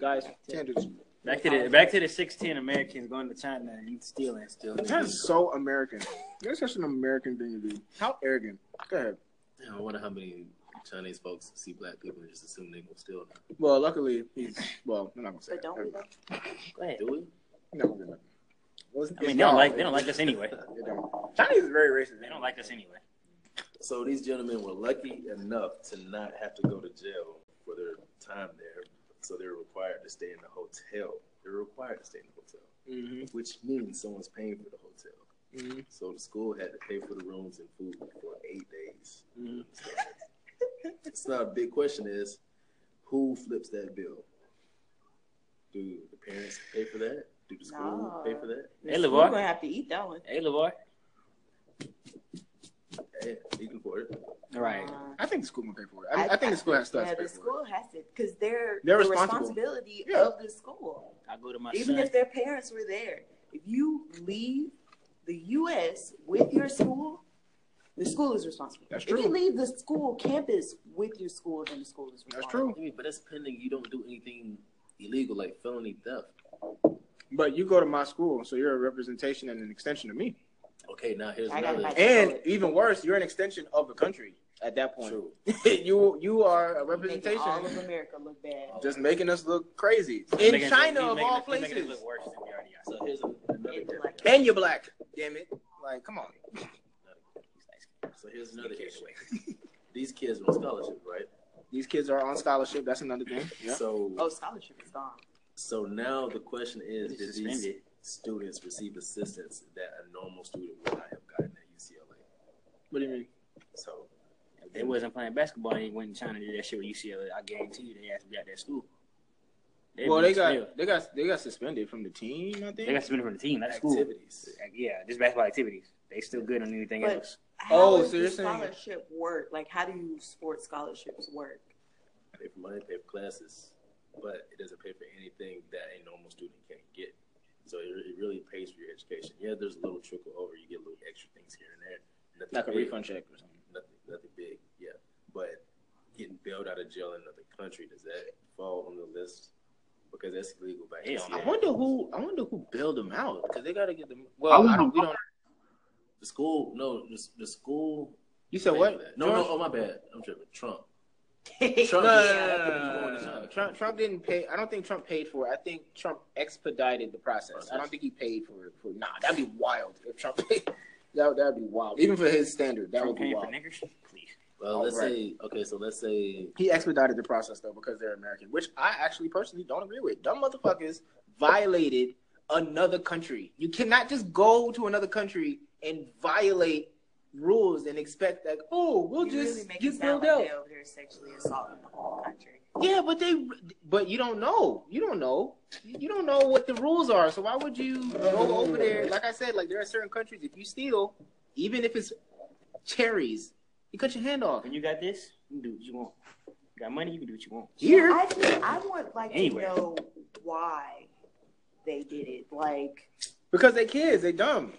[SPEAKER 2] Guys, tangents.
[SPEAKER 1] Back to the back to the six ten Americans going to China and stealing, stealing.
[SPEAKER 2] That is so American. That's such an American thing to do. How arrogant. Go ahead.
[SPEAKER 4] Damn, I wonder how many Chinese folks see black people and just assume they gonna steal. them.
[SPEAKER 2] Well, luckily, he's, well, I'm not going to say
[SPEAKER 3] but
[SPEAKER 2] that.
[SPEAKER 3] don't we
[SPEAKER 2] Never
[SPEAKER 3] like
[SPEAKER 1] Go ahead.
[SPEAKER 4] Do we?
[SPEAKER 2] No, we're not. Well,
[SPEAKER 1] I mean, they don't like they don't like us anyway.
[SPEAKER 2] They don't. Chinese is very racist.
[SPEAKER 1] They don't like us anyway.
[SPEAKER 4] So these gentlemen were lucky enough to not have to go to jail for their time there. So they're required to stay in the hotel. They're required to stay in the hotel,
[SPEAKER 3] Mm-hmm.
[SPEAKER 2] hmm
[SPEAKER 4] which means someone's paying for the hotel. So the school had to pay for the rooms and food for eight days.
[SPEAKER 2] Mhm.
[SPEAKER 4] It's not a big question. Is who flips that bill? Do the parents pay for that? Do the school
[SPEAKER 3] No.
[SPEAKER 4] pay for that?
[SPEAKER 1] Hey, LeVar.
[SPEAKER 3] We're gonna have to eat that one.
[SPEAKER 1] Hey, Levar.
[SPEAKER 4] Hey, you can afford it.
[SPEAKER 1] Right.
[SPEAKER 3] Uh,
[SPEAKER 2] I think the school will pay for it. I, I, think the school has to
[SPEAKER 3] Yeah,
[SPEAKER 2] pay
[SPEAKER 3] the
[SPEAKER 2] for it.
[SPEAKER 3] school has to because they're,
[SPEAKER 2] They're
[SPEAKER 3] the
[SPEAKER 2] responsible.
[SPEAKER 3] responsibility
[SPEAKER 2] Yeah.
[SPEAKER 3] of the school.
[SPEAKER 1] I go to my
[SPEAKER 3] Even
[SPEAKER 1] son.
[SPEAKER 3] if their parents were there, if you leave the U.S. with your school, the school is responsible.
[SPEAKER 2] That's
[SPEAKER 3] If
[SPEAKER 2] true.
[SPEAKER 3] you leave the school campus with your school, then the school is responsible.
[SPEAKER 2] That's true.
[SPEAKER 4] I mean, but that's pending. You don't do anything illegal like felony theft.
[SPEAKER 2] But you go to my school, so you're a representation and an extension of me.
[SPEAKER 4] Okay, now here's
[SPEAKER 3] I gotta
[SPEAKER 4] another.
[SPEAKER 3] buy-
[SPEAKER 2] And even worse, you're an extension of the country at that point.
[SPEAKER 4] True.
[SPEAKER 2] you you are a
[SPEAKER 3] Making
[SPEAKER 2] representation.
[SPEAKER 3] all of America look bad.
[SPEAKER 2] Just making us look crazy
[SPEAKER 1] He's
[SPEAKER 2] in
[SPEAKER 1] making it-
[SPEAKER 2] China
[SPEAKER 1] he's
[SPEAKER 2] of
[SPEAKER 1] making
[SPEAKER 2] all
[SPEAKER 1] it- he's making it
[SPEAKER 2] places.
[SPEAKER 1] look worse than we already are.
[SPEAKER 4] So here's another.
[SPEAKER 3] It's like-
[SPEAKER 4] difference.
[SPEAKER 2] And you're black. Damn it! Like, come on.
[SPEAKER 4] So here's another
[SPEAKER 1] Get
[SPEAKER 4] issue. These kids are on scholarship, right?
[SPEAKER 2] These kids are on scholarship. That's another thing. Yeah.
[SPEAKER 4] So
[SPEAKER 3] Oh, scholarship is gone.
[SPEAKER 4] So now the question is,
[SPEAKER 1] It's
[SPEAKER 4] did these
[SPEAKER 1] suspended.
[SPEAKER 4] students receive assistance that a normal student would not have gotten at UCLA?
[SPEAKER 2] What do you mean?
[SPEAKER 4] So
[SPEAKER 1] If they wasn't playing basketball and they went to China and did that shit with UCLA, I guarantee you they asked me out that school. They'd
[SPEAKER 2] well,
[SPEAKER 1] be
[SPEAKER 2] they got
[SPEAKER 1] expelled.
[SPEAKER 2] they got they got suspended from the team. I think.
[SPEAKER 1] they got suspended from the team, not the school.
[SPEAKER 4] activities.
[SPEAKER 1] Like, Yeah, just basketball activities. They still good on anything
[SPEAKER 3] But-
[SPEAKER 1] else.
[SPEAKER 3] How
[SPEAKER 2] Oh,
[SPEAKER 3] does
[SPEAKER 2] so you're
[SPEAKER 3] the
[SPEAKER 2] saying-
[SPEAKER 3] scholarship work? Like, how do sports scholarships work?
[SPEAKER 4] Pay for money, pay for classes, but it doesn't pay for anything that a normal student can't get. So it, it really pays for your education. Yeah, there's a little trickle over. You get little extra things here and there. Nothing
[SPEAKER 2] like a
[SPEAKER 4] big.
[SPEAKER 2] refund check or something.
[SPEAKER 4] Nothing, nothing big. Yeah, but getting bailed out of jail in another country does that fall on the list? Because that's illegal by
[SPEAKER 1] Hell
[SPEAKER 4] NCAA.
[SPEAKER 2] I wonder who I wonder who bailed them out because they got to get them. Well, I don't, we don't.
[SPEAKER 4] The school, no, the, the school
[SPEAKER 2] You said
[SPEAKER 4] paid
[SPEAKER 2] what?
[SPEAKER 4] for that. No, no, oh my bad. I'm tripping. Trump.
[SPEAKER 2] Trump, no,
[SPEAKER 4] no,
[SPEAKER 2] no,
[SPEAKER 4] no, no,
[SPEAKER 2] no, no, no, no, no. Trump, Trump didn't pay. I don't think Trump paid for it. I think Trump expedited the process. I don't think he paid for it. For, nah, that'd be wild if Trump paid. That that'd be wild, even for his standard. That would
[SPEAKER 1] Trump
[SPEAKER 2] be
[SPEAKER 1] paying for
[SPEAKER 2] wild.
[SPEAKER 1] niggers? Please.
[SPEAKER 4] Well, let's
[SPEAKER 2] Right.
[SPEAKER 4] say okay. So let's say
[SPEAKER 2] He expedited the process though because they're American, which I actually personally don't agree with. Dumb motherfuckers violated another country. You cannot just go to another country and violate rules and expect like, oh, we'll
[SPEAKER 3] You
[SPEAKER 2] just
[SPEAKER 3] really make it
[SPEAKER 2] get bailed
[SPEAKER 3] sound like
[SPEAKER 2] out.
[SPEAKER 3] they over there sexually assaulting the whole country.
[SPEAKER 2] Yeah, but they, but you don't know. You don't know. You don't know what the rules are. So why would you go over there? Like I said, like there are certain countries. If you steal, even if it's cherries, you cut your hand off.
[SPEAKER 1] When you got this, you can do what you want. You got money, you can do what you want.
[SPEAKER 2] Here,
[SPEAKER 3] I just, I would like
[SPEAKER 1] Anywhere.
[SPEAKER 3] to know why they did it. Like,
[SPEAKER 2] because they kids, they dumb.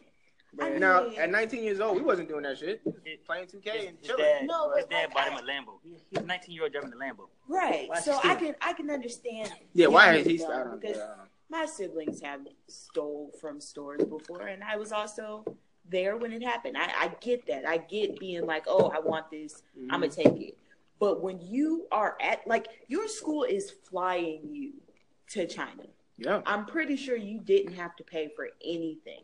[SPEAKER 3] I mean,
[SPEAKER 2] Now at 19 years old, we wasn't doing that shit. Playing 2K
[SPEAKER 1] His,
[SPEAKER 2] and
[SPEAKER 1] his
[SPEAKER 2] chilling.
[SPEAKER 1] dad,
[SPEAKER 3] No,
[SPEAKER 1] his
[SPEAKER 3] but
[SPEAKER 1] dad
[SPEAKER 3] like,
[SPEAKER 1] bought
[SPEAKER 3] I-
[SPEAKER 1] him a Lambo. He- He's a 19 year old driving a Lambo.
[SPEAKER 3] right?
[SPEAKER 1] Why
[SPEAKER 3] So
[SPEAKER 1] steal?
[SPEAKER 3] I can, I can understand.
[SPEAKER 2] Yeah, why
[SPEAKER 3] him
[SPEAKER 2] is he?
[SPEAKER 3] dumb,
[SPEAKER 2] I don't,
[SPEAKER 3] Because
[SPEAKER 2] yeah, I don't know.
[SPEAKER 3] my siblings have stole from stores before, and I was also there when it happened. I, I get that. I get being like, oh, I want this. I'm gonna take it. But when you are at like your school is flying you to China,
[SPEAKER 2] Yeah,
[SPEAKER 3] I'm pretty sure you didn't have to pay for anything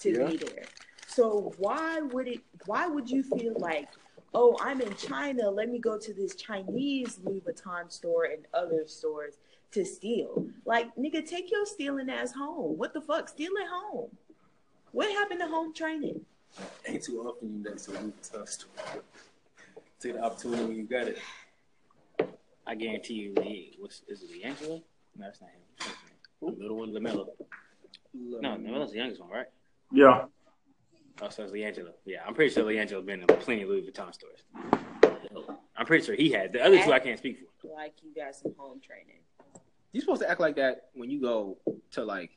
[SPEAKER 3] to
[SPEAKER 2] Yeah.
[SPEAKER 3] be there. So why would it? Why would you feel like, oh, I'm in China. Let me go to this Chinese Louis Vuitton store and other stores to steal. Like nigga, take your stealing ass home. What the fuck? Steal at home. What happened to home training?
[SPEAKER 4] ain't too often you next to a Louis Vuitton store. Take the opportunity when you got it.
[SPEAKER 1] I guarantee you, Lee, what's, is it D'Angelo? No, that's not him. What's his name? The little one, LaMelo. No, LaMelo's the youngest one, right?
[SPEAKER 5] Yeah.
[SPEAKER 1] Oh, so it's Leangelo. Yeah, I'm pretty sure Leangelo's been to plenty of Louis Vuitton stores. I'm pretty sure he had. The other two I can't speak for.
[SPEAKER 3] Like you got some home training.
[SPEAKER 2] you're supposed to act like that when you go to like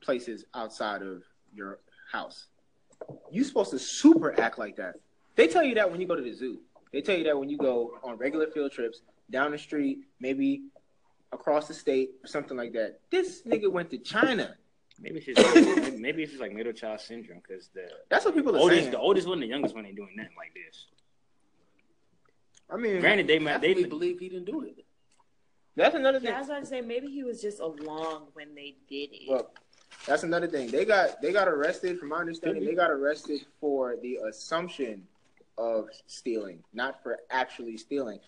[SPEAKER 2] places outside of your house. You're supposed to super act like that. They tell you that when you go to the zoo. They tell you that when you go on regular field trips down the street, maybe across the state or something like that. This nigga went to China.
[SPEAKER 1] Maybe it's just maybe it's just like middle child syndrome because the
[SPEAKER 2] That's what people are
[SPEAKER 1] oldest
[SPEAKER 2] saying.
[SPEAKER 1] Oh, the oldest one, and the youngest one ain't doing nothing like this.
[SPEAKER 2] I mean,
[SPEAKER 1] Granted, they
[SPEAKER 4] I
[SPEAKER 1] might they
[SPEAKER 4] they believe he didn't do it.
[SPEAKER 2] that's another thing.
[SPEAKER 3] Yeah, I was about to say maybe he was just along when they did it.
[SPEAKER 2] Look, That's another thing. They got they got arrested. From my understanding, they got arrested for the assumption of stealing, not for actually stealing.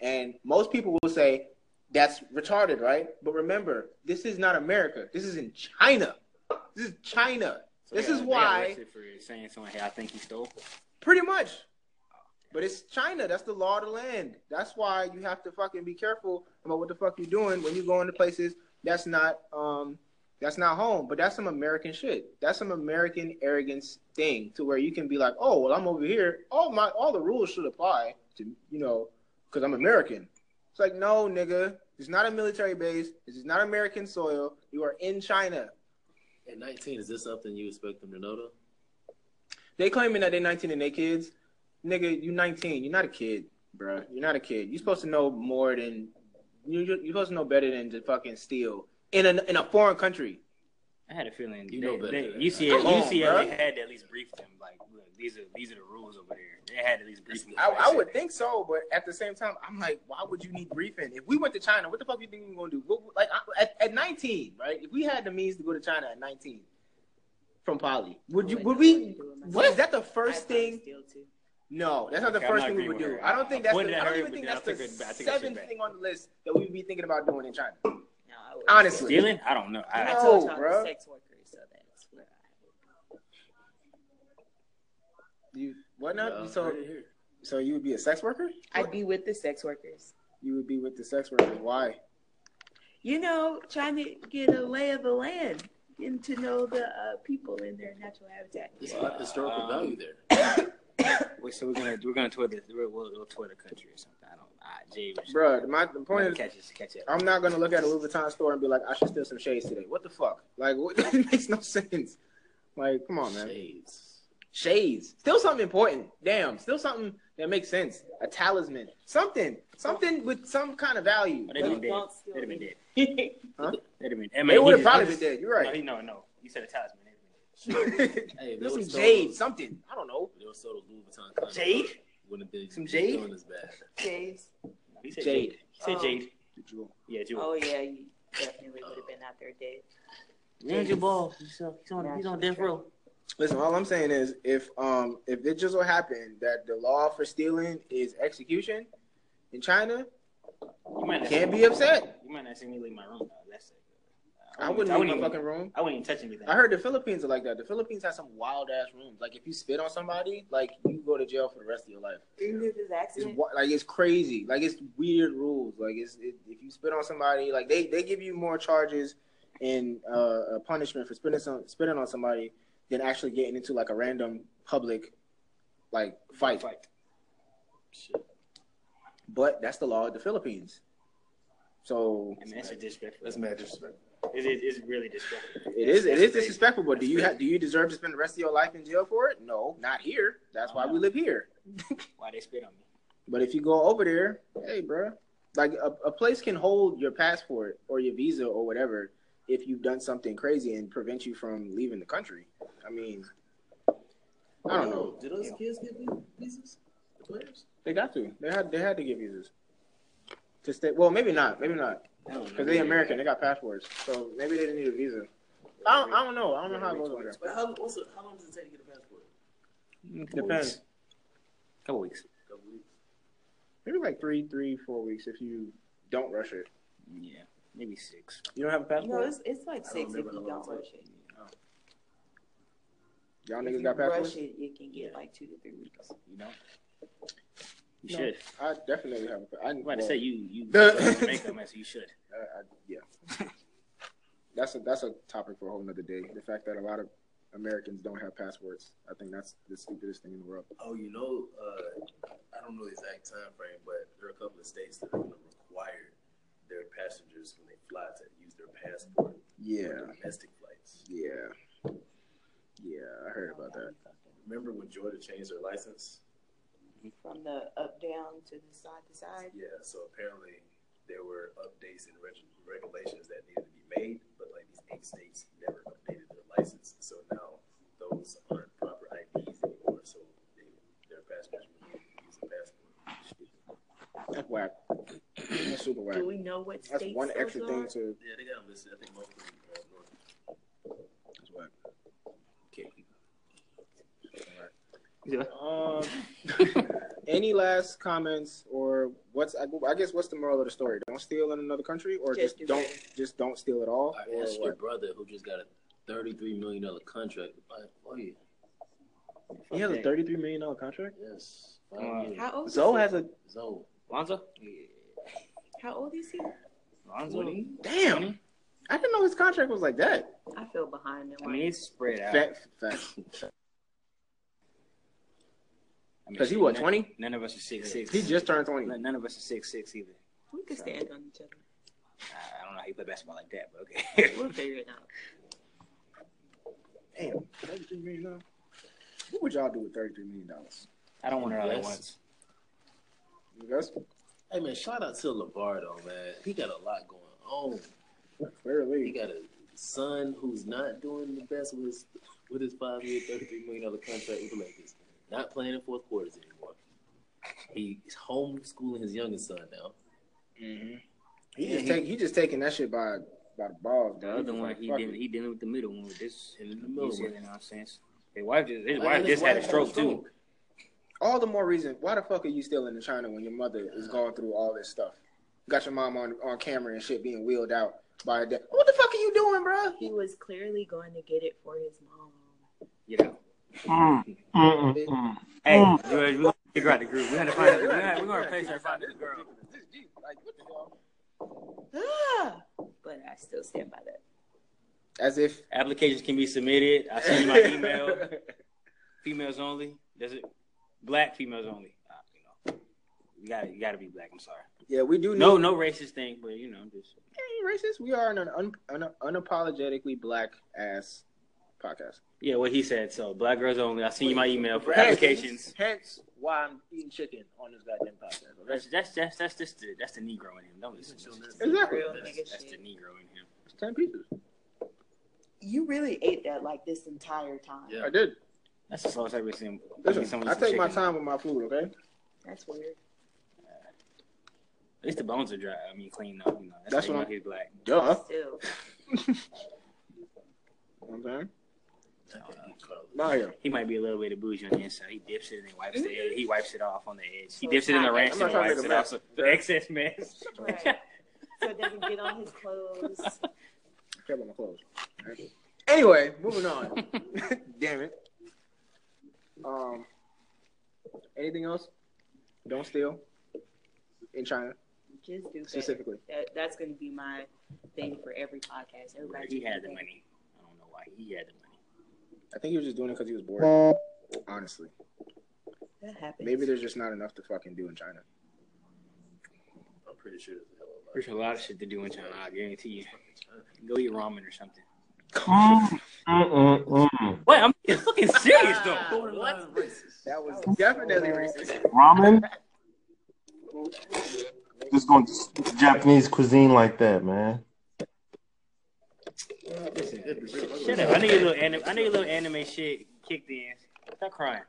[SPEAKER 2] And most people will say that's retarded, right? But remember, this is not America. This is in China. This is China.
[SPEAKER 1] So
[SPEAKER 2] This
[SPEAKER 1] they
[SPEAKER 2] is
[SPEAKER 1] got- they got
[SPEAKER 2] why-
[SPEAKER 1] arrested for saying someone, "Hey, I think he stole."
[SPEAKER 2] Pretty much. But it's China. That's the law of the land. That's why you have to fucking be careful about what the fuck you're doing when you go into places that's not um that's not home. But that's some American shit. That's some American arrogance thing to where you can be like, oh well, I'm over here. All my all the rules should apply to you know because I'm American. It's like no, nigga. This is not a military base. This is not American soil. You are in China.
[SPEAKER 4] At 19, is this something you expect them to know though?
[SPEAKER 2] They claiming that they're 19 and they kids. Nigga, you 19. You're not a kid, bruh. You're not a kid. You're supposed to know more than you. You're supposed to know better than to fucking steal in a in a foreign country.
[SPEAKER 1] I had a feeling
[SPEAKER 4] You
[SPEAKER 1] they,
[SPEAKER 4] know better
[SPEAKER 1] they,
[SPEAKER 4] than that.
[SPEAKER 1] UCLA,
[SPEAKER 2] Come on,
[SPEAKER 1] UCLA
[SPEAKER 2] bruh.
[SPEAKER 1] had to at least brief them. Like, look, these are these are the rules over there. They had to at least brief them.
[SPEAKER 2] I,
[SPEAKER 1] Like,
[SPEAKER 2] I
[SPEAKER 1] shit,
[SPEAKER 2] would
[SPEAKER 1] they-
[SPEAKER 2] think so, but at the same time, I'm like, why would you need briefing? If we went to China, what the fuck you think we gonna do? What, like I, at, at 19, right? If we had the means to go to China at 19 from Poly, would you? Would we? What is that the first thing? No, that's not the
[SPEAKER 1] Okay, I'm
[SPEAKER 2] first
[SPEAKER 1] not
[SPEAKER 2] thing we
[SPEAKER 1] agreeing
[SPEAKER 2] would
[SPEAKER 1] with
[SPEAKER 2] do.
[SPEAKER 1] her.
[SPEAKER 2] I don't think that's.
[SPEAKER 1] Pointed
[SPEAKER 2] The,
[SPEAKER 1] at
[SPEAKER 2] I don't
[SPEAKER 1] her,
[SPEAKER 2] even
[SPEAKER 1] but
[SPEAKER 2] think
[SPEAKER 1] then I
[SPEAKER 2] that's the
[SPEAKER 1] took it back. I took that shit
[SPEAKER 2] seventh
[SPEAKER 1] back.
[SPEAKER 2] thing on the list that we would be thinking about doing in China. Honestly.
[SPEAKER 3] Honestly,
[SPEAKER 1] stealing. I don't know. I,
[SPEAKER 3] I
[SPEAKER 2] No,
[SPEAKER 3] told y'all
[SPEAKER 2] bruh.
[SPEAKER 3] the sex workers, so that's where
[SPEAKER 2] You what not?
[SPEAKER 4] Y'all
[SPEAKER 2] so
[SPEAKER 4] heard it here.
[SPEAKER 2] so you would be a sex worker?
[SPEAKER 3] I, I'd be with the sex workers.
[SPEAKER 2] You would be with the sex workers. Why?
[SPEAKER 3] You know, trying to get a lay of the land, getting to know the uh, people in their natural habitat.
[SPEAKER 4] There's a lot of historical
[SPEAKER 1] Um,
[SPEAKER 4] value there.
[SPEAKER 1] wait, so we're gonna we're gonna tour the we'll, we'll go tour the country or something. I don't. I, Jay, was-
[SPEAKER 2] Bruh, my the point is
[SPEAKER 1] catch us- catch up.
[SPEAKER 2] I'm not gonna look at a Louis Vuitton store and be like, I should steal some shades today. What the fuck? Like what it makes no sense. Like, come on, man.
[SPEAKER 4] Shades.
[SPEAKER 2] Shades. Still something important. Damn. Still something that makes sense. A talisman. Something. Something with some kind of value.
[SPEAKER 1] But they'd have been dead.
[SPEAKER 3] Don't steal
[SPEAKER 1] They'd have been dead.
[SPEAKER 2] Huh?
[SPEAKER 1] They'd have been. I mean,
[SPEAKER 2] They
[SPEAKER 1] he
[SPEAKER 2] would have
[SPEAKER 1] just-
[SPEAKER 2] probably
[SPEAKER 1] he just-
[SPEAKER 2] been dead. You're
[SPEAKER 1] No, he,
[SPEAKER 2] right.
[SPEAKER 1] no, no. You said a talisman. They'd have been dead.
[SPEAKER 4] Hey, if they
[SPEAKER 2] There's
[SPEAKER 4] would've
[SPEAKER 2] some
[SPEAKER 4] stole
[SPEAKER 2] jade,
[SPEAKER 4] those-
[SPEAKER 2] something. I don't know.
[SPEAKER 4] if They would stole those Louis Vuitton condoms,
[SPEAKER 1] Jade?
[SPEAKER 4] Wouldn't have been
[SPEAKER 1] Some jade?
[SPEAKER 4] doing this bad.
[SPEAKER 3] James.
[SPEAKER 1] He said
[SPEAKER 2] Jade.
[SPEAKER 1] Jade. He said
[SPEAKER 3] Oh.
[SPEAKER 1] Jade.
[SPEAKER 2] The jewel.
[SPEAKER 1] Yeah, Jewel.
[SPEAKER 3] Oh yeah, you definitely would have been out there dead.
[SPEAKER 1] Ninja Ball. He's on, he's
[SPEAKER 3] on- he's on death row.
[SPEAKER 2] Listen, all I'm saying is if um if it just so happened that the law for stealing is execution in China,
[SPEAKER 1] You might not
[SPEAKER 2] can't be upset.
[SPEAKER 1] You might not see me leave my room. Though. That's it.
[SPEAKER 2] Oh, I wouldn't leave my
[SPEAKER 1] even,
[SPEAKER 2] fucking room.
[SPEAKER 1] I wouldn't even touch anything.
[SPEAKER 2] I heard the Philippines are like that. The Philippines has some wild ass rooms. Like if you spit on somebody, like you go to jail for the rest of your life.
[SPEAKER 3] Didn't do this
[SPEAKER 2] It's
[SPEAKER 3] accident.
[SPEAKER 2] wi- like it's crazy. Like it's weird rules. Like it's it, if you spit on somebody, like they, they give you more charges and uh, a punishment for spitting some spitting on somebody than actually getting into like a random public like fight.
[SPEAKER 1] Fight.
[SPEAKER 4] Shit.
[SPEAKER 2] But that's the law of the Philippines. So
[SPEAKER 1] I mean, that's just disrespectful.
[SPEAKER 4] That's mad disrespect.
[SPEAKER 1] It is it's really disrespectful.
[SPEAKER 2] it is it is disrespectful. But do you ha- do you deserve to spend the rest of your life in jail for it? No, not here. That's why we live here.
[SPEAKER 1] Why they spit on me?
[SPEAKER 2] But if you go over there, hey, bro, like a, a place can hold your passport or your visa or whatever if you've done something crazy and prevent you from leaving the country. I mean, I don't know.
[SPEAKER 4] Did those
[SPEAKER 1] Yeah.
[SPEAKER 4] kids get these visas? The players?
[SPEAKER 2] They got to. They had they had to get visas to stay. Well, maybe not. Maybe not
[SPEAKER 1] I don't know.
[SPEAKER 2] because they American. They got passports, so maybe they didn't need a visa. I don't, I don't know. I don't know how it goes over there.
[SPEAKER 4] But how, what's the- how long does it take to get a passport?
[SPEAKER 2] Depends.
[SPEAKER 1] Couple weeks.
[SPEAKER 4] A couple weeks.
[SPEAKER 2] Maybe like three, three, four weeks if you don't rush it.
[SPEAKER 1] Yeah, maybe six.
[SPEAKER 2] You don't have a
[SPEAKER 3] No,
[SPEAKER 2] passport.
[SPEAKER 3] it's, it's like
[SPEAKER 4] I don't
[SPEAKER 3] six if you
[SPEAKER 4] remember how long
[SPEAKER 3] don't
[SPEAKER 4] it
[SPEAKER 3] rush it.
[SPEAKER 2] Y'all
[SPEAKER 3] If
[SPEAKER 2] niggas
[SPEAKER 3] you
[SPEAKER 2] got
[SPEAKER 3] rush
[SPEAKER 2] passports.
[SPEAKER 3] it, you can get like two to three weeks.
[SPEAKER 1] You know.
[SPEAKER 2] No.
[SPEAKER 1] You should.
[SPEAKER 2] I definitely have. A, I,
[SPEAKER 1] I'm about to
[SPEAKER 2] well,
[SPEAKER 1] say you you
[SPEAKER 2] The-
[SPEAKER 1] Jamaica, man, so you should.
[SPEAKER 2] I, I, yeah. that's a that's a topic for a whole nother day. The fact that a lot of Americans don't have passports, I think that's the stupidest thing in the world.
[SPEAKER 4] Oh, you know, uh, I don't know the exact time frame, but there are a couple of states that are going to require their passengers when they fly to use their passport
[SPEAKER 2] Yeah,
[SPEAKER 4] for domestic flights.
[SPEAKER 2] yeah, yeah. I heard about that.
[SPEAKER 4] Remember when Georgia changed their license?
[SPEAKER 3] From the up down to the side to side.
[SPEAKER 4] Yeah, so apparently there were updates and reg- regulations that needed to be made, but like these eight states never updated their license. So now those aren't proper IDs anymore, so they, their passengers will use a passport.
[SPEAKER 2] That's whack. That's super whack.
[SPEAKER 3] Do we know what
[SPEAKER 2] That's
[SPEAKER 3] states
[SPEAKER 2] one
[SPEAKER 3] those
[SPEAKER 2] extra
[SPEAKER 3] are?
[SPEAKER 2] thing to.
[SPEAKER 4] Yeah, they got them listed. I think most of them are north.
[SPEAKER 2] Um, any last comments or what's I, I guess what's the moral of the story? Don't steal in another country, or just,
[SPEAKER 3] Just do
[SPEAKER 2] don't
[SPEAKER 3] it.
[SPEAKER 2] just don't steal at all.
[SPEAKER 4] I
[SPEAKER 2] or
[SPEAKER 4] asked your
[SPEAKER 2] what?
[SPEAKER 4] brother who just got a thirty-three million dollar contract. Like, oh yeah,
[SPEAKER 2] He has a thirty-three million dollar contract.
[SPEAKER 4] yes.
[SPEAKER 1] Wow.
[SPEAKER 4] Five years.
[SPEAKER 3] How old?
[SPEAKER 2] Zoe
[SPEAKER 3] is
[SPEAKER 2] has a
[SPEAKER 4] So
[SPEAKER 1] Lonzo?
[SPEAKER 3] he? How old is he?
[SPEAKER 1] Lonzo?
[SPEAKER 2] damn. I didn't know his contract was like that.
[SPEAKER 3] I feel behind him.
[SPEAKER 1] I mean, it's spread out.
[SPEAKER 2] Fat, fat.
[SPEAKER 1] I mean,
[SPEAKER 2] 'Cause he
[SPEAKER 1] shit,
[SPEAKER 2] what,
[SPEAKER 1] none-
[SPEAKER 2] 20?
[SPEAKER 1] None of us are six six.
[SPEAKER 2] He just turned twenty.
[SPEAKER 1] none, none of us are six six either.
[SPEAKER 3] we could stand on each other.
[SPEAKER 1] I, I don't know how you play basketball like that, but okay.
[SPEAKER 3] We'll figure it out.
[SPEAKER 2] Damn, thirty-three million dollars. What would y'all do with thirty-three million dollars?
[SPEAKER 1] I don't want it all at
[SPEAKER 4] Yes.
[SPEAKER 1] once.
[SPEAKER 2] You guys
[SPEAKER 4] Hey man, shout out to LeVar though, man. He got a lot going on. He
[SPEAKER 2] clearly.
[SPEAKER 4] got a son who's not doing the best with his with his five year, thirty three million dollar contract with the Lakers. Not playing in fourth quarters anymore. He's homeschooling his youngest son now.
[SPEAKER 2] Mm-hmm. He
[SPEAKER 4] Yeah,
[SPEAKER 2] just
[SPEAKER 4] he-
[SPEAKER 2] take he just taking that shit by by the balls.
[SPEAKER 1] The other one, he
[SPEAKER 2] Fuck
[SPEAKER 1] dealing,
[SPEAKER 2] it.
[SPEAKER 1] he dealing with the middle one with this
[SPEAKER 4] And in the middle
[SPEAKER 1] music
[SPEAKER 4] one.
[SPEAKER 1] and nonsense. His wife just, his
[SPEAKER 4] And
[SPEAKER 1] wife
[SPEAKER 4] his
[SPEAKER 1] just had a
[SPEAKER 4] wife
[SPEAKER 1] stroke
[SPEAKER 4] had a
[SPEAKER 1] too.
[SPEAKER 4] stroke.
[SPEAKER 2] All the more reason. Why the fuck are you still in China when your mother is going through all this stuff? Got your mom on on camera and shit being wheeled out by a dad. What the fuck are you doing, bro?
[SPEAKER 3] He was clearly going to get it for his mom.
[SPEAKER 1] You know.
[SPEAKER 6] Mm, mm, mm, mm.
[SPEAKER 1] Hey,
[SPEAKER 6] Mm.
[SPEAKER 1] George, we gotta figure out the group. We gotta find out. We gotta, we gotta replace her. Find this girl.
[SPEAKER 3] Ah! But I still stand by that.
[SPEAKER 2] As if
[SPEAKER 1] Applications can be submitted. I send you my email. Females only. Does it? Black females only. Uh, you know, you gotta, you gotta be black. I'm sorry.
[SPEAKER 2] Yeah, we do
[SPEAKER 1] No,
[SPEAKER 2] need-
[SPEAKER 1] no racist thing, but you know, just
[SPEAKER 2] Hey, racist. We are an, un, an unapologetically black ass podcast.
[SPEAKER 1] yeah, what he said. So black girls only. I send you my email for
[SPEAKER 2] Hence-
[SPEAKER 1] applications.
[SPEAKER 2] Hence why I'm eating chicken on this goddamn podcast. okay?
[SPEAKER 1] That's that's that's that's just the that's the Negro in him. Don't listen. to him.
[SPEAKER 2] Exactly.
[SPEAKER 3] Real nigga
[SPEAKER 1] That's, that's the
[SPEAKER 3] shit.
[SPEAKER 1] Negro in him.
[SPEAKER 2] It's ten pieces.
[SPEAKER 3] You really ate that like this entire time.
[SPEAKER 4] Yeah.
[SPEAKER 2] I did.
[SPEAKER 1] That's the slowest I've ever seen.
[SPEAKER 2] Listen,
[SPEAKER 1] someone
[SPEAKER 2] I
[SPEAKER 1] eat some
[SPEAKER 2] take my
[SPEAKER 1] chicken.
[SPEAKER 2] time with my food. Okay.
[SPEAKER 3] That's weird.
[SPEAKER 1] At least the bones are dry. I mean, clean up. You know, that's,
[SPEAKER 2] That's
[SPEAKER 1] how you
[SPEAKER 2] what
[SPEAKER 1] know he's black.
[SPEAKER 2] Duh.
[SPEAKER 3] Still.
[SPEAKER 2] Okay.
[SPEAKER 4] Carlos.
[SPEAKER 2] Mario.
[SPEAKER 1] He might be a little bit of bougie on the inside. He dips it and then wipes it. He wipes it off on the edge. He
[SPEAKER 3] So
[SPEAKER 1] dips
[SPEAKER 3] it's
[SPEAKER 1] it in the
[SPEAKER 3] not-
[SPEAKER 1] ranch
[SPEAKER 2] I'm
[SPEAKER 1] and then
[SPEAKER 2] not trying to
[SPEAKER 1] wipes
[SPEAKER 2] make
[SPEAKER 1] it
[SPEAKER 2] a
[SPEAKER 1] off. So
[SPEAKER 2] mess.
[SPEAKER 1] the excess mess.
[SPEAKER 3] Right. So it doesn't get on his clothes.
[SPEAKER 2] Care about my clothes. Alright. Anyway, moving on. Damn it. Um. Anything else? Don't steal. In China
[SPEAKER 3] Just do better.
[SPEAKER 2] specifically.
[SPEAKER 3] That, that's going to be my thing for every podcast. Everybody
[SPEAKER 1] he
[SPEAKER 3] just
[SPEAKER 1] had
[SPEAKER 3] do
[SPEAKER 1] the
[SPEAKER 3] better.
[SPEAKER 1] money. I don't know why he had the money.
[SPEAKER 2] I think he was just doing it because he was bored. Honestly,
[SPEAKER 3] That happens.
[SPEAKER 2] maybe there's just not enough to fucking do in China.
[SPEAKER 4] I'm pretty sure there's a hell of a lot.
[SPEAKER 1] There's a lot of shit to do in China. I guarantee you. Go eat ramen or something.
[SPEAKER 6] Mm, mm, mm, mm.
[SPEAKER 1] Wait, I'm being fucking serious though.
[SPEAKER 4] Borderline racist.
[SPEAKER 2] That was definitely racist.
[SPEAKER 6] Ramen. Just going to Japanese cuisine like that, man.
[SPEAKER 1] Shut up. I know your little anime. I know your little anime shit kicked in. Stop crying.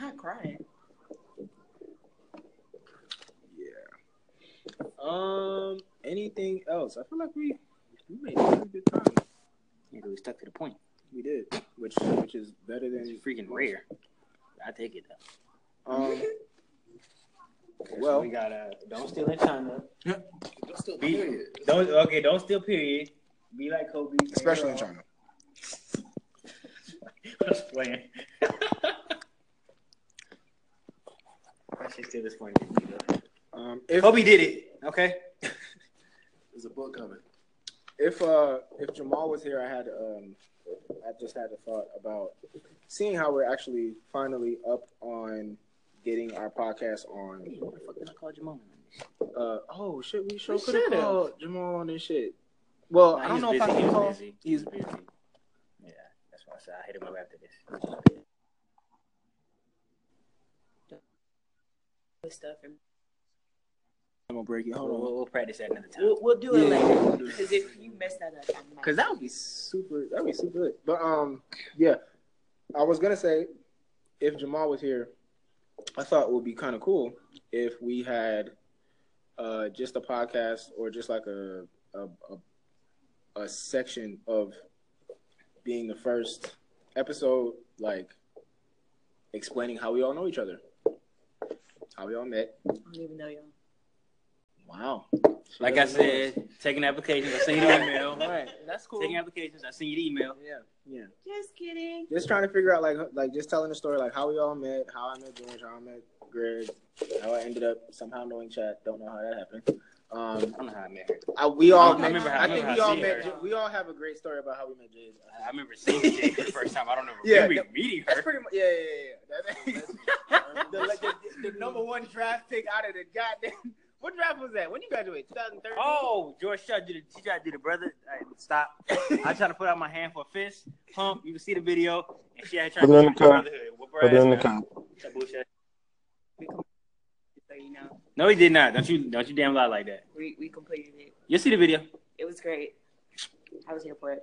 [SPEAKER 3] Not crying.
[SPEAKER 2] Yeah. Um. Anything else? I feel like we we made a pretty good time.
[SPEAKER 1] Yeah, 'cause we stuck to the point.
[SPEAKER 2] We did, which which is better
[SPEAKER 1] It's
[SPEAKER 2] than
[SPEAKER 1] freaking rare. I take it though.
[SPEAKER 2] um.
[SPEAKER 1] Well,
[SPEAKER 2] Well,
[SPEAKER 1] we got uh, don't steal in China.
[SPEAKER 4] That's still
[SPEAKER 1] Be-
[SPEAKER 4] period.
[SPEAKER 1] Don't okay. Don't steal. Period. Be like Kobe.
[SPEAKER 2] especially in China.
[SPEAKER 1] Just playing. I should steal this point.
[SPEAKER 2] Um. If
[SPEAKER 1] Kobe did it. Okay.
[SPEAKER 4] There's a book coming.
[SPEAKER 2] if uh if Jamal was here, I had um I just had a thought about seeing how we're actually finally up on getting our podcast on.
[SPEAKER 1] What the fuck did I call Jamal?
[SPEAKER 2] Uh oh shit, we sure
[SPEAKER 1] We
[SPEAKER 2] could have
[SPEAKER 1] should've.
[SPEAKER 2] called Jamal on this shit. Well, I don't know if I can call.
[SPEAKER 1] Busy.
[SPEAKER 2] He's
[SPEAKER 1] busy. Yeah, that's why I said I hit him up after this.
[SPEAKER 3] With stuff. And
[SPEAKER 2] I'm gonna break it.
[SPEAKER 1] We'll,
[SPEAKER 2] Hold on,
[SPEAKER 1] we'll, we'll practice that another time.
[SPEAKER 3] we'll, we'll do it
[SPEAKER 2] Yeah.
[SPEAKER 3] later. Because if you mess that up, I'm mad.
[SPEAKER 2] cause that would be super. That would be super good. But um, yeah, I was gonna say if Jamal was here, I thought it would be kind of cool if we had uh, just a podcast or just like a a, a a section of being the first episode, like explaining how we all know each other, how we all met.
[SPEAKER 3] I don't even know y'all.
[SPEAKER 2] Wow. She
[SPEAKER 1] Like I
[SPEAKER 2] doesn't know us.
[SPEAKER 1] said, taking applications. I send you the email.
[SPEAKER 2] All right, that's cool.
[SPEAKER 1] Taking
[SPEAKER 2] Yeah,
[SPEAKER 1] applications. I send you the email.
[SPEAKER 2] yeah.
[SPEAKER 3] Just kidding.
[SPEAKER 2] Just trying to figure out, like, like just telling the story, like how we all met, how I met George, how I met Greg, how I ended up somehow knowing Chad. Don't know how that happened. Um,
[SPEAKER 1] I don't know how I met her.
[SPEAKER 2] I, we all
[SPEAKER 1] I
[SPEAKER 2] met.
[SPEAKER 1] remember how-
[SPEAKER 2] I,
[SPEAKER 1] I
[SPEAKER 2] think
[SPEAKER 1] remember
[SPEAKER 2] we
[SPEAKER 1] how I
[SPEAKER 2] all
[SPEAKER 1] seen
[SPEAKER 2] met.
[SPEAKER 3] her.
[SPEAKER 2] We all have a great story about how we met Jade.
[SPEAKER 1] I remember seeing Jade for the first time. I don't remember
[SPEAKER 2] Yeah,
[SPEAKER 1] yeah, meeting
[SPEAKER 2] That's
[SPEAKER 1] her.
[SPEAKER 2] pretty much. Yeah, yeah, yeah. That- the, the, the number one draft pick out of the goddamn. What draft was that? When you graduated? 2013.
[SPEAKER 1] Oh, George tried to do the, she tried to do the brother. All right, stop. I tried to put out my hand for a fist pump. You can see the video. And she had tried to
[SPEAKER 6] Put it in the
[SPEAKER 1] do
[SPEAKER 6] car.
[SPEAKER 1] brotherhood. Whoop her
[SPEAKER 6] Put it
[SPEAKER 1] ass
[SPEAKER 6] in the
[SPEAKER 1] down.
[SPEAKER 6] comment.
[SPEAKER 1] That bullshit.
[SPEAKER 3] So you know,
[SPEAKER 1] No, he did not. Don't you don't you damn lie like that.
[SPEAKER 3] we, we completed it.
[SPEAKER 1] You'll see the video.
[SPEAKER 3] It was great. I was here for it.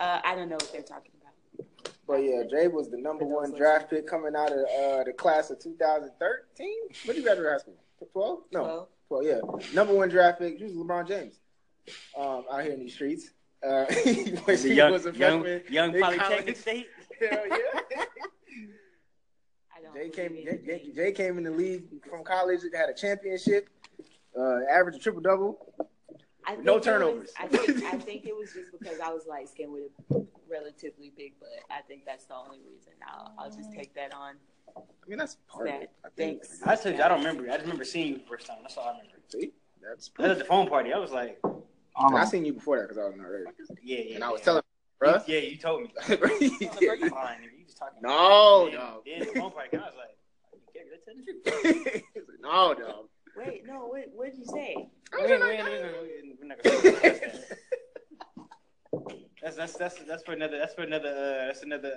[SPEAKER 3] Uh, I don't know what they're talking about.
[SPEAKER 2] But yeah, Jade was the number one draft pick coming out of uh, the class of 2013. When did you graduate high school? 12? No,
[SPEAKER 3] Well,
[SPEAKER 2] 12. Yeah, number one draft pick. She was LeBron James. Um, out here in these streets. Uh, when
[SPEAKER 1] The
[SPEAKER 2] she
[SPEAKER 1] young,
[SPEAKER 2] was a
[SPEAKER 1] young,
[SPEAKER 2] freshman.
[SPEAKER 1] young
[SPEAKER 2] in
[SPEAKER 1] Polytechnic
[SPEAKER 2] college.
[SPEAKER 1] State.
[SPEAKER 2] Hell yeah.
[SPEAKER 3] I don't.
[SPEAKER 2] Jay came.
[SPEAKER 3] believe
[SPEAKER 2] Jay,
[SPEAKER 3] in
[SPEAKER 2] Jay,
[SPEAKER 3] anything.
[SPEAKER 2] Jay came in the league from college. It had a championship. Uh, average a triple double.
[SPEAKER 3] I think
[SPEAKER 2] no
[SPEAKER 3] it was-
[SPEAKER 2] turnovers.
[SPEAKER 3] I think, I think it was just because I was light skinned with a relatively big butt. I think that's the only reason. I'll, I'll just take that on.
[SPEAKER 2] I mean, that's part of it. I think.
[SPEAKER 3] Thanks.
[SPEAKER 1] I told you I don't remember. I just remember seeing you the first time. That's all I remember.
[SPEAKER 2] See, that's.
[SPEAKER 1] That was at the phone party. I was like,
[SPEAKER 6] I
[SPEAKER 2] I
[SPEAKER 6] don't
[SPEAKER 2] seen you before that because I was in already,
[SPEAKER 1] yeah, yeah.
[SPEAKER 2] and I was
[SPEAKER 1] yeah.
[SPEAKER 2] telling,
[SPEAKER 1] you,
[SPEAKER 2] bruh.
[SPEAKER 1] Yeah, you told me. I was like, bro, you lying, nigga. You just talking.
[SPEAKER 2] no,
[SPEAKER 1] Then-
[SPEAKER 2] dog.
[SPEAKER 1] Then the phone party, I was like, you can't get that to the truth.
[SPEAKER 2] no, dog.
[SPEAKER 3] Wait, no. What what did you say?
[SPEAKER 1] We ain't- we ain't- we ain't- we're not gonna- we're not gonna discuss that. That's that's that's that's for another that's for another uh, that's another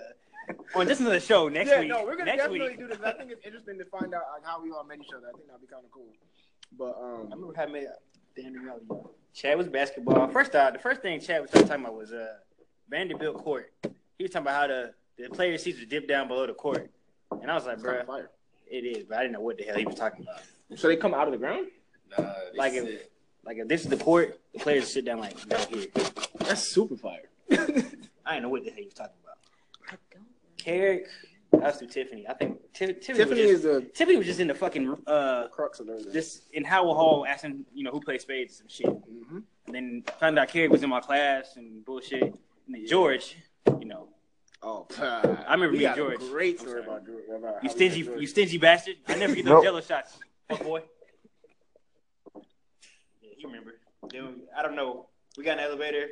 [SPEAKER 1] on just another show next
[SPEAKER 2] yeah,
[SPEAKER 1] week.
[SPEAKER 2] no, we're gonna
[SPEAKER 1] next
[SPEAKER 2] definitely
[SPEAKER 1] week.
[SPEAKER 2] do this. I think it's interesting to find out like how we all met each other. I think that'd be kind of cool. But
[SPEAKER 1] I
[SPEAKER 2] um,
[SPEAKER 1] remember how I met Dan Rally. Chad was basketball. First off, the first thing Chad was talking about was uh Vanderbilt court. He was talking about how the the player seats would dip down below the court, and I was like,
[SPEAKER 2] it's kinda
[SPEAKER 1] bruh,
[SPEAKER 2] fire.
[SPEAKER 1] it is. But I didn't know what the hell he was talking about.
[SPEAKER 2] So they come out of the ground.
[SPEAKER 4] Nah, they
[SPEAKER 1] Like
[SPEAKER 4] said-
[SPEAKER 1] if like if this is the court, the players sit down like down here.
[SPEAKER 2] That's super fire.
[SPEAKER 1] I didn't know what the hell he was talking about.
[SPEAKER 3] I don't.
[SPEAKER 1] Carrick, that was through Tiffany. I think Ti- Tiffany, was
[SPEAKER 2] Tiffany
[SPEAKER 1] just,
[SPEAKER 2] is the
[SPEAKER 1] Tiffany was just in the fucking uh
[SPEAKER 2] crux of everything.
[SPEAKER 1] this in Howell Hall asking you know who plays spades and shit.
[SPEAKER 2] hmm
[SPEAKER 1] And then found out Carrick was in my class and bullshit. And then George, you know,
[SPEAKER 2] Oh, I
[SPEAKER 1] remember
[SPEAKER 2] we
[SPEAKER 1] meeting
[SPEAKER 2] got
[SPEAKER 1] George.
[SPEAKER 2] A great
[SPEAKER 1] I'm
[SPEAKER 2] story
[SPEAKER 1] sorry.
[SPEAKER 2] about George. About how we
[SPEAKER 1] you
[SPEAKER 2] met
[SPEAKER 1] stingy,
[SPEAKER 2] George.
[SPEAKER 1] you stingy bastard. I never get those
[SPEAKER 6] Nope.
[SPEAKER 1] jello shots, fuck boy. Yeah, you remember? Then I don't know. We got in the elevator,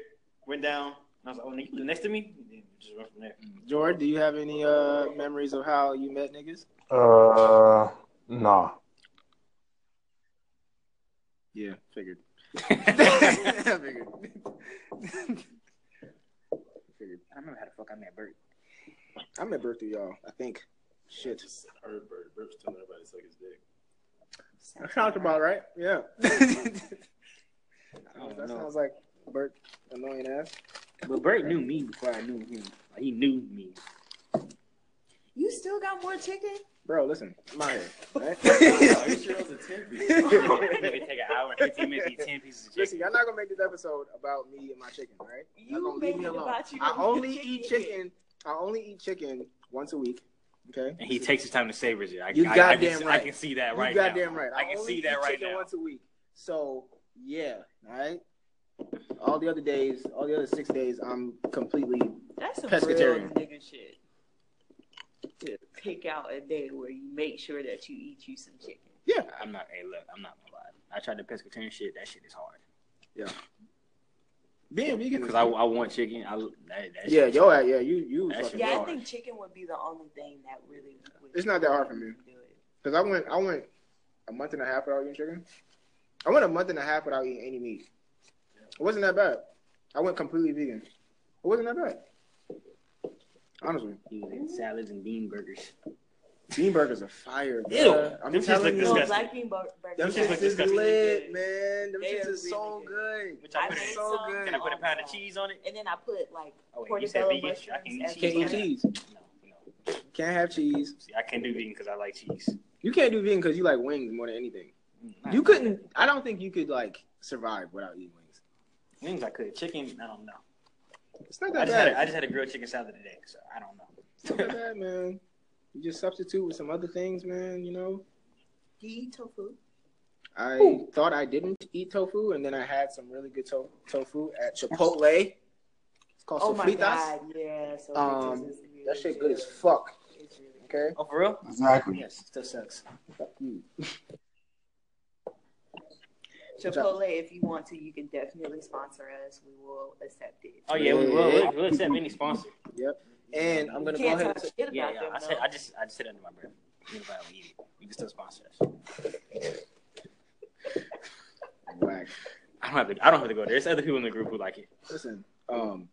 [SPEAKER 1] went down. And I was like, oh, nigga, you live next to me. And then just run from there.
[SPEAKER 2] George, do you have any uh memories of how you met niggas?
[SPEAKER 6] know. Uh, nah.
[SPEAKER 2] Yeah, figured. figured. figured.
[SPEAKER 1] I don't remember how the fuck I met Bert.
[SPEAKER 2] I met Bert through y'all. I think. Shit.
[SPEAKER 4] Just heard Bert. Bert's telling everybody to suck his dick.
[SPEAKER 2] That sounds about right. Yeah.
[SPEAKER 1] I don't
[SPEAKER 2] that
[SPEAKER 1] know.
[SPEAKER 2] sounds like Bert annoying ass.
[SPEAKER 1] But Bert knew me before I knew him. Like, he knew me.
[SPEAKER 3] You still got more chicken?
[SPEAKER 2] Bro, listen, I'm out here.
[SPEAKER 4] Are you
[SPEAKER 2] Right?
[SPEAKER 4] sure I was a 10
[SPEAKER 1] Nigga take an hour and 15 minutes to eat 10 pieces of chicken.
[SPEAKER 2] listen, y'all not gonna make this episode about me and my chicken, all right? Y'all
[SPEAKER 3] You
[SPEAKER 2] gonna
[SPEAKER 3] made
[SPEAKER 2] leave me
[SPEAKER 3] it
[SPEAKER 2] alone.
[SPEAKER 3] about you
[SPEAKER 2] I
[SPEAKER 3] and your
[SPEAKER 2] only eat
[SPEAKER 3] chicken.
[SPEAKER 2] chicken. I only eat chicken once a week. Okay.
[SPEAKER 1] And he takes his time to savor it. I,
[SPEAKER 2] You
[SPEAKER 1] I, I,
[SPEAKER 2] goddamn
[SPEAKER 1] can,
[SPEAKER 2] right.
[SPEAKER 1] I can see that right
[SPEAKER 2] you goddamn
[SPEAKER 1] now.
[SPEAKER 2] right.
[SPEAKER 1] I can
[SPEAKER 2] only
[SPEAKER 1] see that
[SPEAKER 2] eat
[SPEAKER 1] right
[SPEAKER 2] chicken
[SPEAKER 1] now.
[SPEAKER 2] Once a week. So yeah, all right. All the other days, all the other six days, I'm completely.
[SPEAKER 3] That's some real
[SPEAKER 2] Pescatarian.
[SPEAKER 3] nigga shit. To pick out a day where you make sure that you eat you some chicken.
[SPEAKER 1] I'm not, hey, look, I'm not gonna lie. I tried the pescatarian shit. That shit is hard.
[SPEAKER 2] Being vegan
[SPEAKER 1] Because I, I want chicken. I, that, that
[SPEAKER 2] yeah,
[SPEAKER 1] shit-
[SPEAKER 2] yo, yeah, you, you.
[SPEAKER 1] That
[SPEAKER 2] fucking
[SPEAKER 1] shit
[SPEAKER 3] Yeah, I
[SPEAKER 2] hard.
[SPEAKER 3] think chicken would be the only thing that really would.
[SPEAKER 2] It's not that hard for me.
[SPEAKER 3] Do it.
[SPEAKER 2] Because I went, I went a month and a half without eating chicken. I went a month and a half without eating any meat. It wasn't that bad. I went completely vegan. It wasn't that bad. Honestly,
[SPEAKER 1] He was in salads and bean burgers.
[SPEAKER 2] bean burgers are fire. Bro.
[SPEAKER 1] Ew.
[SPEAKER 2] I'm
[SPEAKER 1] Them shits
[SPEAKER 2] telling
[SPEAKER 1] look
[SPEAKER 2] you,
[SPEAKER 3] No,
[SPEAKER 1] disgusting.
[SPEAKER 3] black bean bur-
[SPEAKER 2] them
[SPEAKER 1] Them
[SPEAKER 3] burgers.
[SPEAKER 1] shits
[SPEAKER 2] shits
[SPEAKER 1] look
[SPEAKER 2] is
[SPEAKER 1] disgusting.
[SPEAKER 2] lit, man. Them
[SPEAKER 3] They
[SPEAKER 2] shits
[SPEAKER 3] are
[SPEAKER 2] is so
[SPEAKER 3] really
[SPEAKER 2] good.
[SPEAKER 1] Which I
[SPEAKER 3] I
[SPEAKER 1] put,
[SPEAKER 3] made
[SPEAKER 2] so
[SPEAKER 3] some
[SPEAKER 2] good.
[SPEAKER 1] can I put a
[SPEAKER 3] on
[SPEAKER 1] pound of
[SPEAKER 3] my
[SPEAKER 1] cheese on it?
[SPEAKER 3] And then I put like
[SPEAKER 1] Oh, wait, you said
[SPEAKER 3] portobello
[SPEAKER 1] vegan? I
[SPEAKER 3] mushrooms.
[SPEAKER 1] can eat chicken.
[SPEAKER 3] as
[SPEAKER 2] Can't eat
[SPEAKER 3] well.
[SPEAKER 2] cheese.
[SPEAKER 1] No, no.
[SPEAKER 2] Can't have cheese.
[SPEAKER 1] See, I can't do vegan because I like cheese.
[SPEAKER 2] You can't do vegan because you like wings more than anything.
[SPEAKER 1] Mm,
[SPEAKER 2] You couldn't. I don't think you could like survive without eating wings.
[SPEAKER 1] Wings I could. Chicken, I don't know.
[SPEAKER 2] It's not
[SPEAKER 1] I
[SPEAKER 2] that
[SPEAKER 1] just, had a,
[SPEAKER 2] bad.
[SPEAKER 1] I just had a grilled chicken salad today, so I don't know.
[SPEAKER 2] It's not that bad, man. You just substitute with some other things, man. You know,
[SPEAKER 3] Do you eat tofu?
[SPEAKER 2] I thought I didn't eat tofu, and then I had some really good to- tofu at Chipotle. It's called
[SPEAKER 3] Oh my
[SPEAKER 2] sofritas.
[SPEAKER 3] god, yeah. So
[SPEAKER 2] Um,
[SPEAKER 3] fritas is really
[SPEAKER 2] That shit good as fuck.
[SPEAKER 3] It's really good.
[SPEAKER 2] Okay.
[SPEAKER 1] Oh, for real?
[SPEAKER 6] Exactly.
[SPEAKER 1] Yes, still sucks.
[SPEAKER 3] Chipotle, if you want to, you can definitely sponsor us. We will accept it.
[SPEAKER 1] Oh yeah, we will. We'll, we'll accept any sponsor.
[SPEAKER 2] And I'm
[SPEAKER 3] You
[SPEAKER 2] gonna go
[SPEAKER 3] can't
[SPEAKER 2] ahead.
[SPEAKER 3] talk
[SPEAKER 2] And
[SPEAKER 3] shit about
[SPEAKER 1] Yeah,
[SPEAKER 3] them,
[SPEAKER 1] yeah. I said,
[SPEAKER 3] though.
[SPEAKER 1] I just, I just said under my breath. Anybody will eat it. You can still sponsor us.
[SPEAKER 2] whack.
[SPEAKER 1] I don't have to. I don't have to go there. There's other people in the group who like it.
[SPEAKER 2] Listen, um,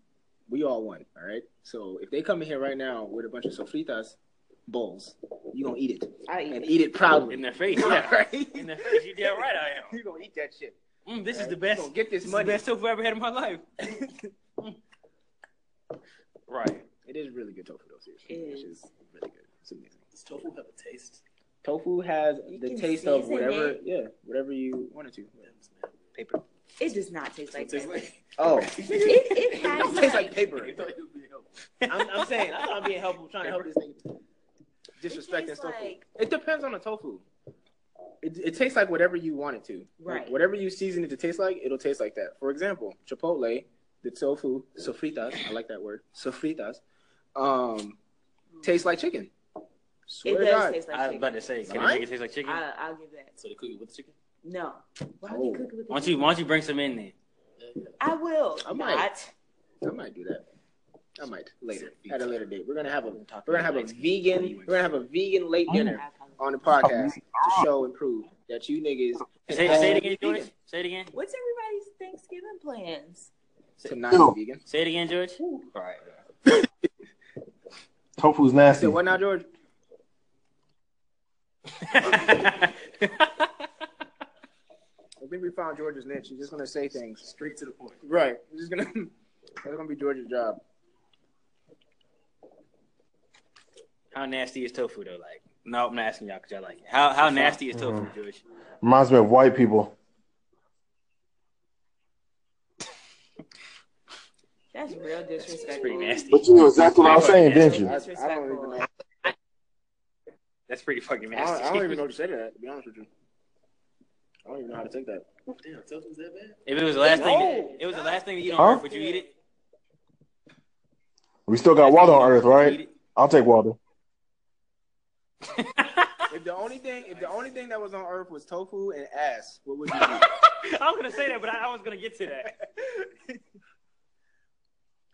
[SPEAKER 2] we all won. All right. So if they come in here right now with a bunch of sofritas bowls, you gonna eat it
[SPEAKER 3] I eat
[SPEAKER 2] and
[SPEAKER 3] it.
[SPEAKER 2] eat it
[SPEAKER 1] In
[SPEAKER 2] proudly.
[SPEAKER 1] their face. Yeah, right.
[SPEAKER 2] You
[SPEAKER 1] In their face. You damn right I am.
[SPEAKER 2] gonna eat that shit.
[SPEAKER 1] Mm, this is the
[SPEAKER 2] You
[SPEAKER 1] best.
[SPEAKER 2] gonna get
[SPEAKER 1] This
[SPEAKER 2] this
[SPEAKER 1] is the
[SPEAKER 2] money.
[SPEAKER 1] best tofu I ever had in my life. Mm. right.
[SPEAKER 2] It is really good tofu though. Seriously,
[SPEAKER 3] It
[SPEAKER 2] It's
[SPEAKER 3] is.
[SPEAKER 2] just really good. It's amazing.
[SPEAKER 4] Does tofu have a taste?
[SPEAKER 2] Tofu has
[SPEAKER 3] You
[SPEAKER 2] the
[SPEAKER 3] can
[SPEAKER 2] taste of
[SPEAKER 3] season
[SPEAKER 2] whatever,
[SPEAKER 3] it.
[SPEAKER 2] yeah, whatever you want it to.
[SPEAKER 4] Yes, man.
[SPEAKER 1] Paper.
[SPEAKER 3] It does not taste like
[SPEAKER 4] It tastes
[SPEAKER 3] that.
[SPEAKER 4] like.
[SPEAKER 2] Oh,
[SPEAKER 3] it, it
[SPEAKER 2] it
[SPEAKER 3] has
[SPEAKER 2] don't
[SPEAKER 3] like,
[SPEAKER 2] taste like paper.
[SPEAKER 4] I thought it would be helpful.
[SPEAKER 2] I'm, I'm saying, I thought I'm being helpful, trying to help this nigga.
[SPEAKER 3] it
[SPEAKER 2] Disrespecting
[SPEAKER 3] tastes
[SPEAKER 2] tofu.
[SPEAKER 3] like-
[SPEAKER 2] It depends on the tofu. It, it tastes like whatever you want it to.
[SPEAKER 3] Right.
[SPEAKER 2] Whatever you season it to taste like, it'll taste like that. For example, Chipotle, the tofu, sofritas, I like that word, sofritas, um, tastes like chicken.
[SPEAKER 3] it
[SPEAKER 2] Swear to
[SPEAKER 3] does
[SPEAKER 2] God.
[SPEAKER 3] taste like
[SPEAKER 1] I was
[SPEAKER 3] chicken.
[SPEAKER 1] about to say, can
[SPEAKER 2] Mine?
[SPEAKER 1] it make it taste like chicken?
[SPEAKER 3] I, I'll give that.
[SPEAKER 4] So they cook it with chicken?
[SPEAKER 3] No. Why would you
[SPEAKER 2] Oh.
[SPEAKER 3] cook it with
[SPEAKER 1] why don't
[SPEAKER 3] the-
[SPEAKER 1] you, why don't you bring some in then?
[SPEAKER 4] Yeah, yeah.
[SPEAKER 3] I will.
[SPEAKER 2] I might.
[SPEAKER 3] not.
[SPEAKER 2] I might do that. I might later
[SPEAKER 4] Sofritas.
[SPEAKER 2] at a later date. We're gonna have a we're gonna have a vegan we're gonna have a vegan
[SPEAKER 3] Oh.
[SPEAKER 2] late
[SPEAKER 6] Mm.
[SPEAKER 2] dinner on the podcast to show and prove that you niggas
[SPEAKER 1] Say, say it again, George. Say it again.
[SPEAKER 3] What's everybody's Thanksgiving plans?
[SPEAKER 2] to not
[SPEAKER 6] Ew.
[SPEAKER 2] be vegan.
[SPEAKER 1] Say it again, George. Right.
[SPEAKER 6] Tofu's
[SPEAKER 2] I
[SPEAKER 6] nasty.
[SPEAKER 2] said, what now, George? I think we found George's niche. He's just gonna say things.
[SPEAKER 4] Straight to the point.
[SPEAKER 2] Right. He's just gonna that's gonna be George's job.
[SPEAKER 1] how nasty is tofu though? Like, no, I'm not asking y'all because y'all like it. How how nasty is tofu, George?
[SPEAKER 6] Reminds me of white people.
[SPEAKER 3] That's real disrespectful.
[SPEAKER 1] That's pretty nasty.
[SPEAKER 6] But you knew exactly what I was saying, didn't
[SPEAKER 2] I,
[SPEAKER 6] you?
[SPEAKER 2] I don't even know.
[SPEAKER 1] That's pretty fucking
[SPEAKER 2] I don't,
[SPEAKER 1] nasty.
[SPEAKER 2] I don't even know what to say to that. To be honest with you, I don't even know how to take that.
[SPEAKER 4] Damn, tofu's that bad?
[SPEAKER 1] if it was the last thing,
[SPEAKER 2] No.
[SPEAKER 1] it was the last thing that you don't
[SPEAKER 6] Huh?
[SPEAKER 1] earth, would you eat it?
[SPEAKER 6] We still got water on Earth, right? I'll take water.
[SPEAKER 2] If the only thing, if the only thing that was on Earth was tofu and ass, what would you do?
[SPEAKER 1] I was gonna say that, but I, I was gonna get to that.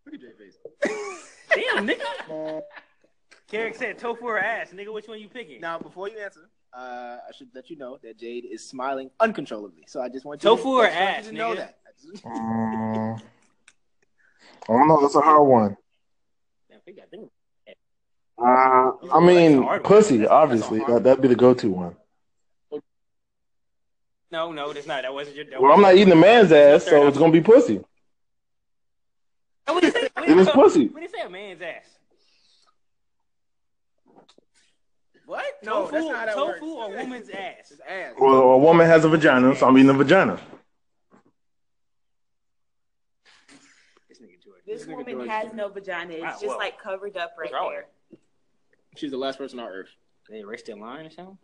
[SPEAKER 2] Look at Jay face.
[SPEAKER 1] Damn, nigga. Carrick said tofu or ass, nigga. Which one you picking?
[SPEAKER 2] Now, before you answer, uh, I should let you know that Jade is smiling uncontrollably. So I just want you
[SPEAKER 1] Tofu
[SPEAKER 2] to,
[SPEAKER 1] or
[SPEAKER 2] I just want
[SPEAKER 1] ass,
[SPEAKER 2] you to know
[SPEAKER 1] nigga?
[SPEAKER 2] that. I just-
[SPEAKER 6] Mm. I don't know. That's a hard one.
[SPEAKER 1] Damn, I think I think-
[SPEAKER 6] Uh, I mean, pussy, obviously. That, that'd be the go to one.
[SPEAKER 1] No, no, that's not. That wasn't your. That
[SPEAKER 6] Well, I'm not eating a man's ass, so it's going to be pussy.
[SPEAKER 1] No, we didn't say- we
[SPEAKER 6] It was
[SPEAKER 1] didn't-
[SPEAKER 6] pussy.
[SPEAKER 1] We didn't say a man's ass.
[SPEAKER 2] What? No,
[SPEAKER 1] Tofu,
[SPEAKER 2] that's not how that
[SPEAKER 1] tofu
[SPEAKER 2] works.
[SPEAKER 1] or woman's ass.
[SPEAKER 2] It's ass.
[SPEAKER 6] Well, a woman has a vagina, so I'm eating a vagina.
[SPEAKER 1] This nigga Jordan.
[SPEAKER 3] This
[SPEAKER 2] This nigga
[SPEAKER 3] woman
[SPEAKER 2] George-
[SPEAKER 3] has no vagina. It's
[SPEAKER 1] Wow,
[SPEAKER 3] just
[SPEAKER 1] whoa.
[SPEAKER 3] like covered up right
[SPEAKER 1] What's wrong with
[SPEAKER 3] there.
[SPEAKER 1] her?
[SPEAKER 2] She's the last person on Earth,
[SPEAKER 1] They erased their line or something.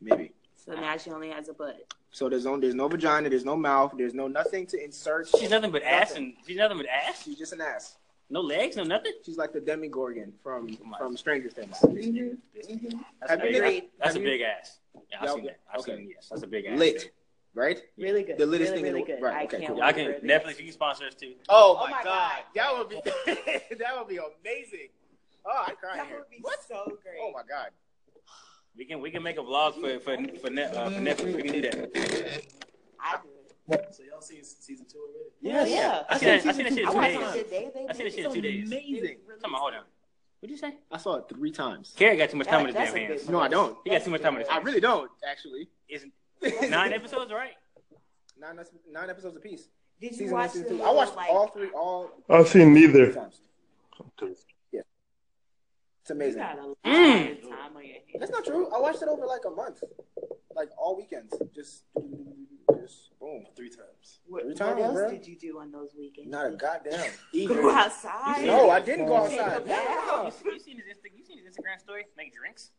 [SPEAKER 2] maybe.
[SPEAKER 3] So now she only has a butt.
[SPEAKER 2] So there's no, there's no vagina, there's no mouth, there's no nothing to insert.
[SPEAKER 1] She's nothing but ass, and she's nothing but ass.
[SPEAKER 2] She's just an ass.
[SPEAKER 1] No legs, no nothing.
[SPEAKER 2] She's like the demigorgon from
[SPEAKER 1] Come on.
[SPEAKER 2] from Stranger Things.
[SPEAKER 1] This nigga- this- That's a big
[SPEAKER 2] Have you
[SPEAKER 1] ass. Mm-hmm.
[SPEAKER 2] been-
[SPEAKER 1] That's a
[SPEAKER 2] have you-
[SPEAKER 1] big ass. Yeah, I've
[SPEAKER 2] Yeah,
[SPEAKER 1] seen that. I've
[SPEAKER 2] okay.
[SPEAKER 1] seen yes. That's a big ass.
[SPEAKER 2] Lit, right?
[SPEAKER 3] Really good.
[SPEAKER 2] The litest
[SPEAKER 3] really,
[SPEAKER 2] thing in
[SPEAKER 3] really
[SPEAKER 2] the-
[SPEAKER 3] good.
[SPEAKER 2] right,
[SPEAKER 3] I
[SPEAKER 2] okay,
[SPEAKER 3] can't
[SPEAKER 2] cool.
[SPEAKER 1] I
[SPEAKER 3] wait
[SPEAKER 1] can
[SPEAKER 3] for the
[SPEAKER 1] Netflix.
[SPEAKER 3] next-
[SPEAKER 1] You can sponsor us too.
[SPEAKER 2] Oh,
[SPEAKER 3] my God.
[SPEAKER 2] that would be that would be amazing. Oh, I cry.
[SPEAKER 3] That
[SPEAKER 2] here.
[SPEAKER 3] would be so great.
[SPEAKER 2] Oh my god.
[SPEAKER 1] We can we can make a vlog for for for, net, uh, for Netflix. We can do that.
[SPEAKER 3] I do it.
[SPEAKER 4] So y'all seen season two already?
[SPEAKER 3] Yeah, yeah.
[SPEAKER 1] I seen that, I seen that shit
[SPEAKER 3] I
[SPEAKER 1] in two
[SPEAKER 3] watched it
[SPEAKER 1] days.
[SPEAKER 3] today. They
[SPEAKER 1] I seen that
[SPEAKER 3] did
[SPEAKER 1] shit in two days.
[SPEAKER 3] it.
[SPEAKER 2] Amazing.
[SPEAKER 3] They released
[SPEAKER 1] Come on, hold on.
[SPEAKER 3] it.
[SPEAKER 1] What'd you say?
[SPEAKER 2] I saw it three times.
[SPEAKER 1] Carrie got too much time
[SPEAKER 3] That-
[SPEAKER 1] in his
[SPEAKER 3] that's a
[SPEAKER 1] damn
[SPEAKER 3] big
[SPEAKER 1] hands.
[SPEAKER 2] No, I don't.
[SPEAKER 1] He got too much time in his
[SPEAKER 2] I
[SPEAKER 1] hands.
[SPEAKER 2] really don't actually.
[SPEAKER 1] It's nine episodes, right?
[SPEAKER 2] Nine nine episodes apiece.
[SPEAKER 3] Did you
[SPEAKER 2] Season one,
[SPEAKER 3] watch
[SPEAKER 2] season
[SPEAKER 3] the
[SPEAKER 2] two. I watched
[SPEAKER 3] little, like,
[SPEAKER 2] all three all
[SPEAKER 6] I've seen
[SPEAKER 2] three
[SPEAKER 6] neither.
[SPEAKER 2] times. It's amazing.
[SPEAKER 3] You got a lot
[SPEAKER 1] Mm.
[SPEAKER 3] of time on your hands.
[SPEAKER 2] That's not true. I watched it over like a month, like all weekends. Just, just boom.
[SPEAKER 4] Three times.
[SPEAKER 3] What,
[SPEAKER 2] Every
[SPEAKER 3] what
[SPEAKER 2] time,
[SPEAKER 3] else
[SPEAKER 2] bruh.
[SPEAKER 3] did you do on those weekends?
[SPEAKER 2] Not a goddamn.
[SPEAKER 3] Go outside.
[SPEAKER 2] No, I didn't go
[SPEAKER 3] Take a
[SPEAKER 2] outside.
[SPEAKER 3] bath.
[SPEAKER 1] You seen his Insta- you seen his Instagram story? Make drinks.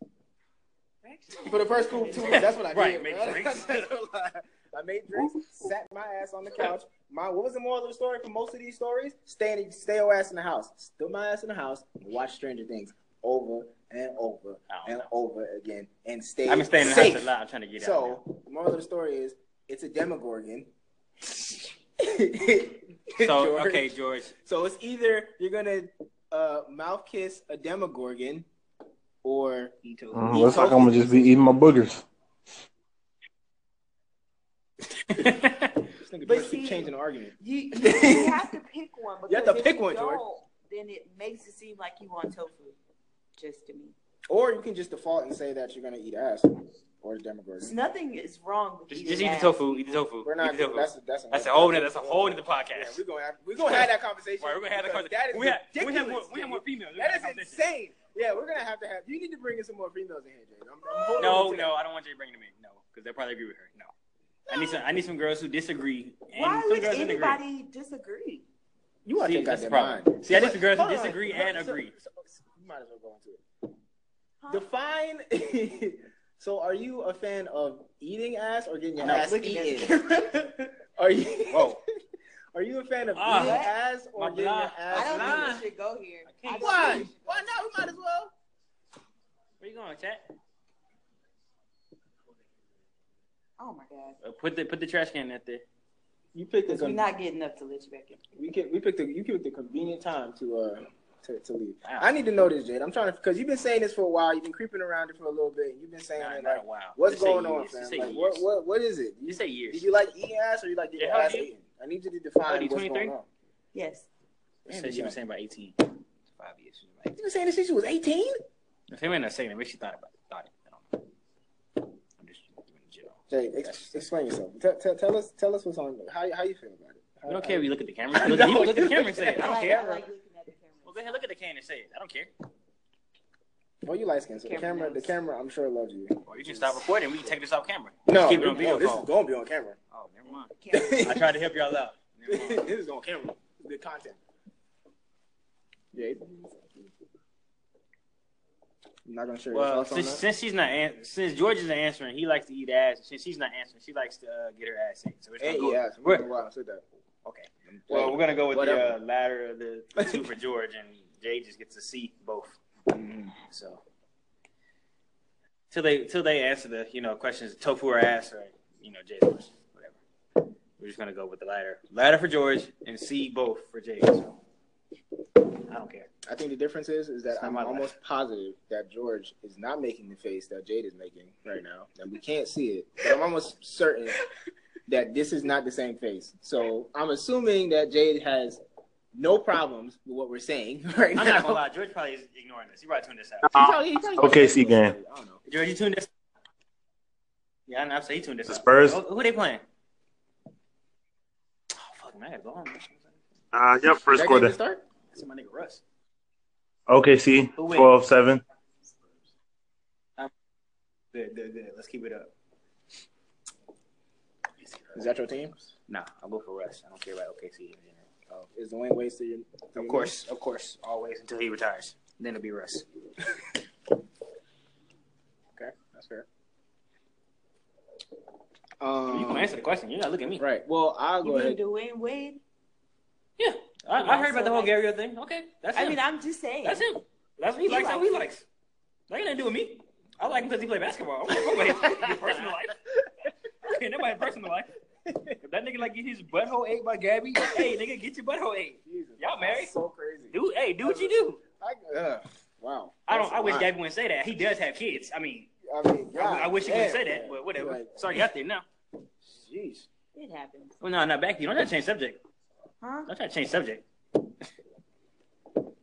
[SPEAKER 2] For the first two, two weeks, that's what I did.
[SPEAKER 1] Right, make
[SPEAKER 2] bro.
[SPEAKER 1] drinks.
[SPEAKER 2] I made drinks, sat my ass on the couch. My what was the moral of the story for most of these stories? Stay in, stay your ass in the house. Stood my ass in the house, watch Stranger Things over and over
[SPEAKER 1] I don't
[SPEAKER 2] and
[SPEAKER 1] know.
[SPEAKER 2] over again, and stay.
[SPEAKER 1] I've been staying in the
[SPEAKER 2] safe.
[SPEAKER 1] house a lot. I'm trying to get out. now.
[SPEAKER 2] So, the moral of the story is, it's a Demogorgon.
[SPEAKER 1] So
[SPEAKER 2] George.
[SPEAKER 1] okay, George.
[SPEAKER 2] So it's either you're gonna uh, mouth kiss a Demogorgon, or eat tofu.
[SPEAKER 6] Mhm, Looks like I'm gonna just be eating my boogers.
[SPEAKER 2] This nigga
[SPEAKER 3] But
[SPEAKER 2] George keep
[SPEAKER 3] see-
[SPEAKER 2] changing the argument.
[SPEAKER 3] You, you, you have to pick one. Because
[SPEAKER 2] You have to
[SPEAKER 3] if
[SPEAKER 2] pick one,
[SPEAKER 3] don't,
[SPEAKER 2] George.
[SPEAKER 3] Then it makes it seem like you want tofu, just to me.
[SPEAKER 2] Or you can just default and say that you're gonna eat ass or Demogorgon.
[SPEAKER 3] So nothing is wrong with
[SPEAKER 1] Just,
[SPEAKER 3] eating
[SPEAKER 1] just eat the
[SPEAKER 3] ass.
[SPEAKER 1] tofu. Eat the tofu.
[SPEAKER 2] We're not.
[SPEAKER 1] eat the tofu.
[SPEAKER 2] That's that's,
[SPEAKER 1] That's a whole nother. That's a whole nother
[SPEAKER 2] Yeah,
[SPEAKER 1] podcast.
[SPEAKER 2] we're gonna have we're gonna have that conversation.
[SPEAKER 1] Right, we're gonna have that
[SPEAKER 2] because
[SPEAKER 1] conversation.
[SPEAKER 2] That is
[SPEAKER 1] we, have, we have more.
[SPEAKER 2] ridiculous,
[SPEAKER 1] We have more
[SPEAKER 2] nigga.
[SPEAKER 1] females. We're gonna
[SPEAKER 2] That
[SPEAKER 1] have
[SPEAKER 2] is
[SPEAKER 1] this.
[SPEAKER 2] insane. Yeah, we're gonna have to have. You need to bring in some more females in here, Jay. I'm, I'm holding
[SPEAKER 1] No,
[SPEAKER 2] you to that.
[SPEAKER 1] no, I don't want you to bring it to me. No, because they'll probably agree with her. No, I need some. I need some girls who disagree. And
[SPEAKER 3] Why
[SPEAKER 1] some
[SPEAKER 3] would
[SPEAKER 1] girls who agree.
[SPEAKER 3] anybody disagree?
[SPEAKER 2] You want
[SPEAKER 1] See,
[SPEAKER 2] to take out
[SPEAKER 1] that's
[SPEAKER 2] their
[SPEAKER 1] the problem.
[SPEAKER 2] mind.
[SPEAKER 1] See, I need some girls who
[SPEAKER 2] Hold on.
[SPEAKER 1] disagree
[SPEAKER 2] Hold
[SPEAKER 1] and
[SPEAKER 2] on. So-
[SPEAKER 1] agree.
[SPEAKER 2] so- so- you might as well go into it.
[SPEAKER 3] Huh?
[SPEAKER 2] Define. so, are you a fan of eating ass or getting your
[SPEAKER 1] No,
[SPEAKER 2] ass
[SPEAKER 3] looking at
[SPEAKER 2] eaten? are you?
[SPEAKER 1] Whoa.
[SPEAKER 2] Are you a fan of
[SPEAKER 1] Ah.
[SPEAKER 2] eating ass or
[SPEAKER 1] My
[SPEAKER 2] getting
[SPEAKER 1] blind-
[SPEAKER 2] your
[SPEAKER 3] I
[SPEAKER 2] ass?
[SPEAKER 3] don't
[SPEAKER 1] Nah.
[SPEAKER 3] think we should go here.
[SPEAKER 1] I can't-
[SPEAKER 3] I don't
[SPEAKER 2] Why?
[SPEAKER 3] think we should go
[SPEAKER 2] Why
[SPEAKER 3] here.
[SPEAKER 2] not? We might as well.
[SPEAKER 1] Where you going, chat?
[SPEAKER 3] Oh my god.
[SPEAKER 1] Uh, put the put the trash can out there.
[SPEAKER 2] You picked a
[SPEAKER 3] We're
[SPEAKER 2] con-
[SPEAKER 3] not getting up to let you back in.
[SPEAKER 2] we can, we picked a you picked a convenient time to uh to, to leave.
[SPEAKER 1] Wow.
[SPEAKER 2] I need to know this, Jade. I'm trying to because you've been saying this for a while. You've been creeping around it for a little bit. And you've been saying
[SPEAKER 1] Nah,
[SPEAKER 2] it
[SPEAKER 1] not
[SPEAKER 2] like,
[SPEAKER 1] a while.
[SPEAKER 2] what's
[SPEAKER 1] Just say
[SPEAKER 2] going on,
[SPEAKER 1] years. Just
[SPEAKER 2] fam?
[SPEAKER 1] say
[SPEAKER 2] Like,
[SPEAKER 1] years.
[SPEAKER 2] what what what is it? You
[SPEAKER 1] Just say years.
[SPEAKER 2] Did you like eating ass or you like getting
[SPEAKER 1] Yeah,
[SPEAKER 2] your
[SPEAKER 1] how
[SPEAKER 2] ass
[SPEAKER 1] do you-
[SPEAKER 2] eaten? I need you to
[SPEAKER 1] How
[SPEAKER 2] define
[SPEAKER 1] do you,
[SPEAKER 2] what's
[SPEAKER 1] 23?
[SPEAKER 2] going on.
[SPEAKER 3] Yes.
[SPEAKER 1] She said she was saying about 18. Five years. She was about
[SPEAKER 2] You been saying this since you was 18?
[SPEAKER 1] 18. If him and I saying it, maybe she thought about it. Thought it. I don't know. I'm just giving a general.
[SPEAKER 2] Jade, ex- explain yourself. Tell, tell, tell us tell us what's on. How how you feel about it? How,
[SPEAKER 1] We don't
[SPEAKER 2] how-
[SPEAKER 1] care if you look at the camera. Look, you can look at the camera and say it. I don't
[SPEAKER 3] like,
[SPEAKER 1] care.
[SPEAKER 3] I like looking at the
[SPEAKER 1] Well,
[SPEAKER 3] camera.
[SPEAKER 1] go ahead, look at the can and say it. I don't care.
[SPEAKER 2] Well, oh, you light skin, so the
[SPEAKER 3] Camera
[SPEAKER 2] camera, the
[SPEAKER 3] knows.
[SPEAKER 2] camera, I'm sure loves you.
[SPEAKER 1] Or you can stop recording. We can take this off camera.
[SPEAKER 2] No,
[SPEAKER 1] Just keep it on video
[SPEAKER 2] no, this
[SPEAKER 1] call.
[SPEAKER 2] is gonna be on camera.
[SPEAKER 1] Oh, never mind.
[SPEAKER 3] Camera.
[SPEAKER 1] I tried to help y'all out. Never mind.
[SPEAKER 2] this is on camera. Good content. Yeah, I'm not gonna share your
[SPEAKER 1] Well,
[SPEAKER 2] thoughts on
[SPEAKER 1] since,
[SPEAKER 2] that.
[SPEAKER 1] since she's not an- since George isn't answering, he likes to eat ass. Since she's not answering, she likes to uh, get her ass in. So it's gonna
[SPEAKER 2] And
[SPEAKER 1] go.
[SPEAKER 2] he asked,
[SPEAKER 1] we're-
[SPEAKER 2] wow, said that.
[SPEAKER 1] okay. Well, we're gonna go with
[SPEAKER 2] Whatever.
[SPEAKER 1] the uh, latter of the, the two for George, and Jay just gets to see both. So till they till they answer the you know questions tofu or ass or you know Jay's question, whatever. We're just gonna go with the latter. Latter for George and see both for Jay. So I don't care.
[SPEAKER 2] I think the difference is is that
[SPEAKER 1] It's not
[SPEAKER 2] I'm
[SPEAKER 1] my life.
[SPEAKER 2] almost positive that George is not making the face that Jade is making right now, and we can't see it. But I'm almost certain that this is not the same face. So I'm assuming that Jade has no problems with what we're saying right
[SPEAKER 1] I'm
[SPEAKER 2] now.
[SPEAKER 1] not gonna lie, George probably is ignoring this. He probably tuned this out.
[SPEAKER 2] He probably- he probably-
[SPEAKER 6] Okay, see, gang.
[SPEAKER 2] I don't know.
[SPEAKER 1] George, you tuned this. Yeah, I know. I'm saying he tuned this.
[SPEAKER 6] The
[SPEAKER 1] out.
[SPEAKER 6] Spurs?
[SPEAKER 1] Who, who they playing? Oh fuck, man, I gotta go home.
[SPEAKER 6] Uh, yep,
[SPEAKER 2] That
[SPEAKER 6] first
[SPEAKER 2] game to
[SPEAKER 6] quarter.
[SPEAKER 2] start?
[SPEAKER 1] That's my nigga Russ.
[SPEAKER 6] OKC,
[SPEAKER 1] Who wins?
[SPEAKER 6] 12 7.
[SPEAKER 1] Good, good, good. Let's keep it up.
[SPEAKER 2] Is that your team?
[SPEAKER 1] Nah, I'll go for Russ. I don't care about OKC in general.
[SPEAKER 2] Oh, is Dwayne Wade still your,
[SPEAKER 1] Of course, of course, always until he retires. Then it'll be Russ.
[SPEAKER 2] Okay, that's fair.
[SPEAKER 1] you can
[SPEAKER 2] Um,
[SPEAKER 1] answer the question. You gotta look at me.
[SPEAKER 2] right. Well, I'll
[SPEAKER 3] You
[SPEAKER 2] go
[SPEAKER 3] mean
[SPEAKER 2] ahead.
[SPEAKER 3] Dwayne Wade?
[SPEAKER 1] Yeah, I, I heard about the whole Gario thing. Okay, that's him.
[SPEAKER 3] I mean, I'm just saying.
[SPEAKER 1] that's him. That's what he,
[SPEAKER 3] He
[SPEAKER 1] likes. How
[SPEAKER 3] likes
[SPEAKER 1] he
[SPEAKER 3] it.
[SPEAKER 1] likes. That ain't nothing to do with me. I like him because he play basketball. I don't fuck with his- his personal life. Okay, nobody's personal life. If that nigga like get his butthole ate by Gabby, hey nigga, get your butthole ate.
[SPEAKER 2] Jesus,
[SPEAKER 1] Y'all married?
[SPEAKER 2] that's So crazy.
[SPEAKER 1] Do hey, do what you do.
[SPEAKER 2] I, uh, wow.
[SPEAKER 1] I don't. I wish
[SPEAKER 2] That's
[SPEAKER 1] Gabby wouldn't say that. He does have kids. I mean,
[SPEAKER 2] a lot. I mean,
[SPEAKER 1] I- I wish he
[SPEAKER 2] God
[SPEAKER 1] wouldn't say
[SPEAKER 2] damn,
[SPEAKER 1] that, but whatever.
[SPEAKER 2] Like,
[SPEAKER 1] Sorry, out there now.
[SPEAKER 2] jeez.
[SPEAKER 3] It happens.
[SPEAKER 1] Well, no, not back. You don't try to change subject.
[SPEAKER 3] Huh?
[SPEAKER 1] Don't try to change subject.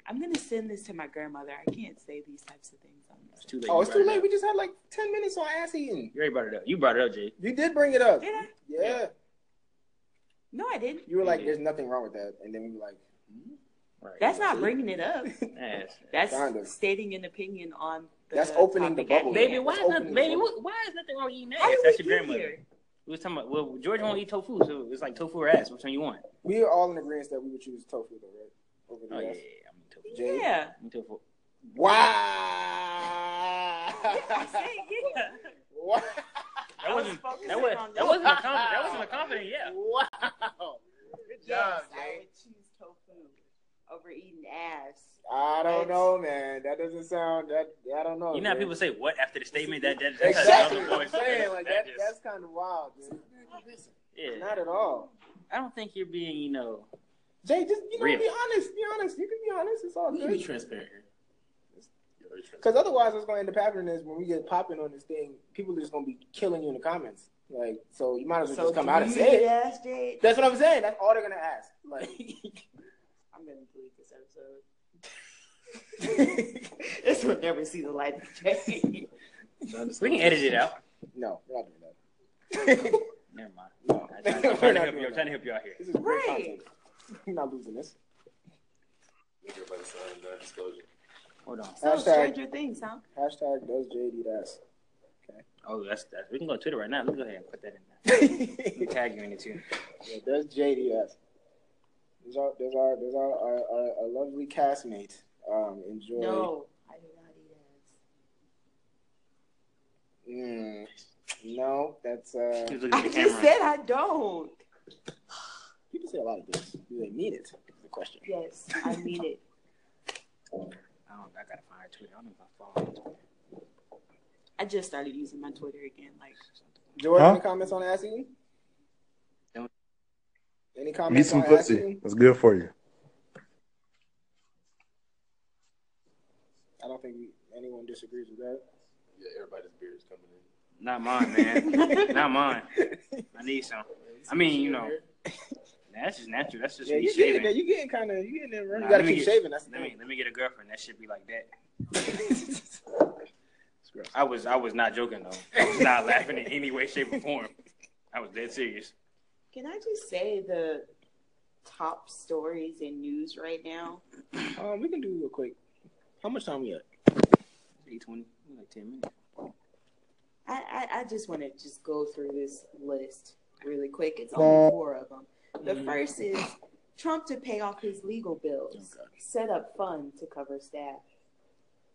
[SPEAKER 3] I'm gonna send this to my grandmother. I can't say these types of things on
[SPEAKER 1] It's
[SPEAKER 3] this.
[SPEAKER 1] too late.
[SPEAKER 2] Oh,
[SPEAKER 1] You
[SPEAKER 2] it's
[SPEAKER 1] brought
[SPEAKER 2] too
[SPEAKER 1] it
[SPEAKER 2] late.
[SPEAKER 1] up.
[SPEAKER 2] We just had like ten minutes on ass eating.
[SPEAKER 1] You already brought it up. You brought it up, Jay.
[SPEAKER 2] You did bring it up.
[SPEAKER 3] Did I?
[SPEAKER 2] Yeah.
[SPEAKER 3] No, I didn't.
[SPEAKER 2] You were
[SPEAKER 1] You
[SPEAKER 2] like,
[SPEAKER 1] did.
[SPEAKER 2] "There's nothing wrong with that," and then we were like,
[SPEAKER 1] Right.
[SPEAKER 3] That's not bringing it up.
[SPEAKER 1] Yes.
[SPEAKER 3] That's
[SPEAKER 2] Kind of.
[SPEAKER 3] stating an opinion on. The
[SPEAKER 2] That's opening the
[SPEAKER 3] topic at
[SPEAKER 2] bubble.
[SPEAKER 3] hand.
[SPEAKER 1] Baby, why is
[SPEAKER 2] Open
[SPEAKER 1] not,
[SPEAKER 2] the
[SPEAKER 1] baby,
[SPEAKER 2] door.
[SPEAKER 1] what, why is nothing wrong with eating
[SPEAKER 3] How
[SPEAKER 1] ass?
[SPEAKER 3] did
[SPEAKER 1] That's
[SPEAKER 3] we
[SPEAKER 1] your
[SPEAKER 3] get
[SPEAKER 1] grandmother.
[SPEAKER 3] here?
[SPEAKER 1] We was talking about well, George won't eat tofu, so it's like tofu or ass. Which one you want?
[SPEAKER 2] "We are all in agreement that we would choose tofu, though, right?" Over
[SPEAKER 1] Oh
[SPEAKER 2] the
[SPEAKER 1] yeah, yeah,
[SPEAKER 2] ass.
[SPEAKER 1] yeah, I'm tofu.
[SPEAKER 2] Jay?
[SPEAKER 3] Yeah.
[SPEAKER 1] I'm tofu.
[SPEAKER 2] Wow.
[SPEAKER 3] I said, yeah.
[SPEAKER 2] Wow.
[SPEAKER 3] I
[SPEAKER 1] That
[SPEAKER 3] was
[SPEAKER 1] wasn't
[SPEAKER 3] focusing
[SPEAKER 1] that was
[SPEAKER 3] on
[SPEAKER 1] that
[SPEAKER 3] that.
[SPEAKER 1] wasn't a confident that wasn't a confident yeah.
[SPEAKER 2] Wow. Good job,
[SPEAKER 3] Yes, I
[SPEAKER 2] Jay.
[SPEAKER 3] would choose tofu over eating ass.
[SPEAKER 2] I don't know, man. That doesn't sound that I don't know.
[SPEAKER 1] You know how
[SPEAKER 2] Oh, man.
[SPEAKER 1] people say what after the statement that that that's
[SPEAKER 2] Exactly.
[SPEAKER 1] another
[SPEAKER 2] I'm
[SPEAKER 1] voice.
[SPEAKER 2] saying like that,
[SPEAKER 1] just-
[SPEAKER 2] that's kind of wild, dude.
[SPEAKER 1] yeah.
[SPEAKER 2] Not at all.
[SPEAKER 1] I don't think you're being, you know,
[SPEAKER 2] Jay, just you know,
[SPEAKER 1] Real.
[SPEAKER 2] be honest. Be honest. You can be honest. It's all
[SPEAKER 4] You be
[SPEAKER 2] good.
[SPEAKER 4] transparent here.
[SPEAKER 2] Because otherwise, what's going to end up happening is when we get popping on this thing, people are just going to be killing you in the comments. Like, so you might as well just come out and say it.
[SPEAKER 3] Yes, Jade.
[SPEAKER 2] That's what I'm saying. That's all they're going to ask. Like,
[SPEAKER 3] I'm gonna delete this episode. this will never see the light of day.
[SPEAKER 1] we can edit it out.
[SPEAKER 2] no, we're not doing that.
[SPEAKER 1] Never mind.
[SPEAKER 2] no,
[SPEAKER 1] I'm trying, I'm
[SPEAKER 2] we're
[SPEAKER 1] trying to
[SPEAKER 2] not
[SPEAKER 1] help you.
[SPEAKER 2] doing
[SPEAKER 1] I'm trying
[SPEAKER 2] that.
[SPEAKER 1] to help you out here.
[SPEAKER 2] This is great
[SPEAKER 3] Right.
[SPEAKER 2] content. We're not losing this.
[SPEAKER 4] Nigga, by the sign, non-disclosure.
[SPEAKER 1] Hold on.
[SPEAKER 3] So
[SPEAKER 2] Hashtag-
[SPEAKER 3] Stranger Things, huh?
[SPEAKER 2] Hashtag does JD ass.
[SPEAKER 1] Oh, that's that's we can go to Twitter right now. Let's go ahead and put that in there.
[SPEAKER 2] yeah,
[SPEAKER 1] We can tag you in it too.
[SPEAKER 2] does JD ass. There's our, there's our, there's our, our, our, our lovely castmate. Um, enjoy.
[SPEAKER 3] No, I do not eat ass.
[SPEAKER 2] Mm, no, that's uh.
[SPEAKER 1] He's looking
[SPEAKER 3] I
[SPEAKER 1] at the
[SPEAKER 3] just
[SPEAKER 1] camera.
[SPEAKER 3] said I don't.
[SPEAKER 2] People say a lot of things. Do they mean it? Is the question.
[SPEAKER 3] Yes, I mean it.
[SPEAKER 1] I, don't, I gotta find her Twitter. I don't know if I follow.
[SPEAKER 3] I just started using my Twitter again. Like,
[SPEAKER 2] Jordan,
[SPEAKER 6] Huh?
[SPEAKER 2] any comments on ass eating?
[SPEAKER 1] No.
[SPEAKER 2] Any comments
[SPEAKER 6] Eat some
[SPEAKER 2] on ass
[SPEAKER 6] pussy.
[SPEAKER 2] eating?
[SPEAKER 6] It's good for you.
[SPEAKER 2] I don't think anyone disagrees with that.
[SPEAKER 4] Yeah, everybody's beard is coming in.
[SPEAKER 1] Not mine, man. Not mine. I need some. I mean, you know, that's just natural. That's just
[SPEAKER 2] Yeah,
[SPEAKER 1] me
[SPEAKER 2] you getting,
[SPEAKER 1] shaving.
[SPEAKER 2] you getting kind of, you getting it right.
[SPEAKER 1] Nah,
[SPEAKER 2] You gotta
[SPEAKER 1] let me
[SPEAKER 2] keep
[SPEAKER 1] get-
[SPEAKER 2] shaving. That's the
[SPEAKER 1] Let me
[SPEAKER 2] thing.
[SPEAKER 1] let me get a girlfriend. That should be like that. I was I was not joking though. I was not laughing in any way, shape, or form. I was dead serious.
[SPEAKER 3] can I just say the top stories in news right now?
[SPEAKER 2] Um, we can do a quick. How much time we at?
[SPEAKER 1] Eight twenty, like ten minutes.
[SPEAKER 3] I, I, I just want to just go through this list really quick. It's only four of them. The
[SPEAKER 2] Mm-hmm.
[SPEAKER 3] first is Trump to pay off his legal bills, set up fund to cover staff.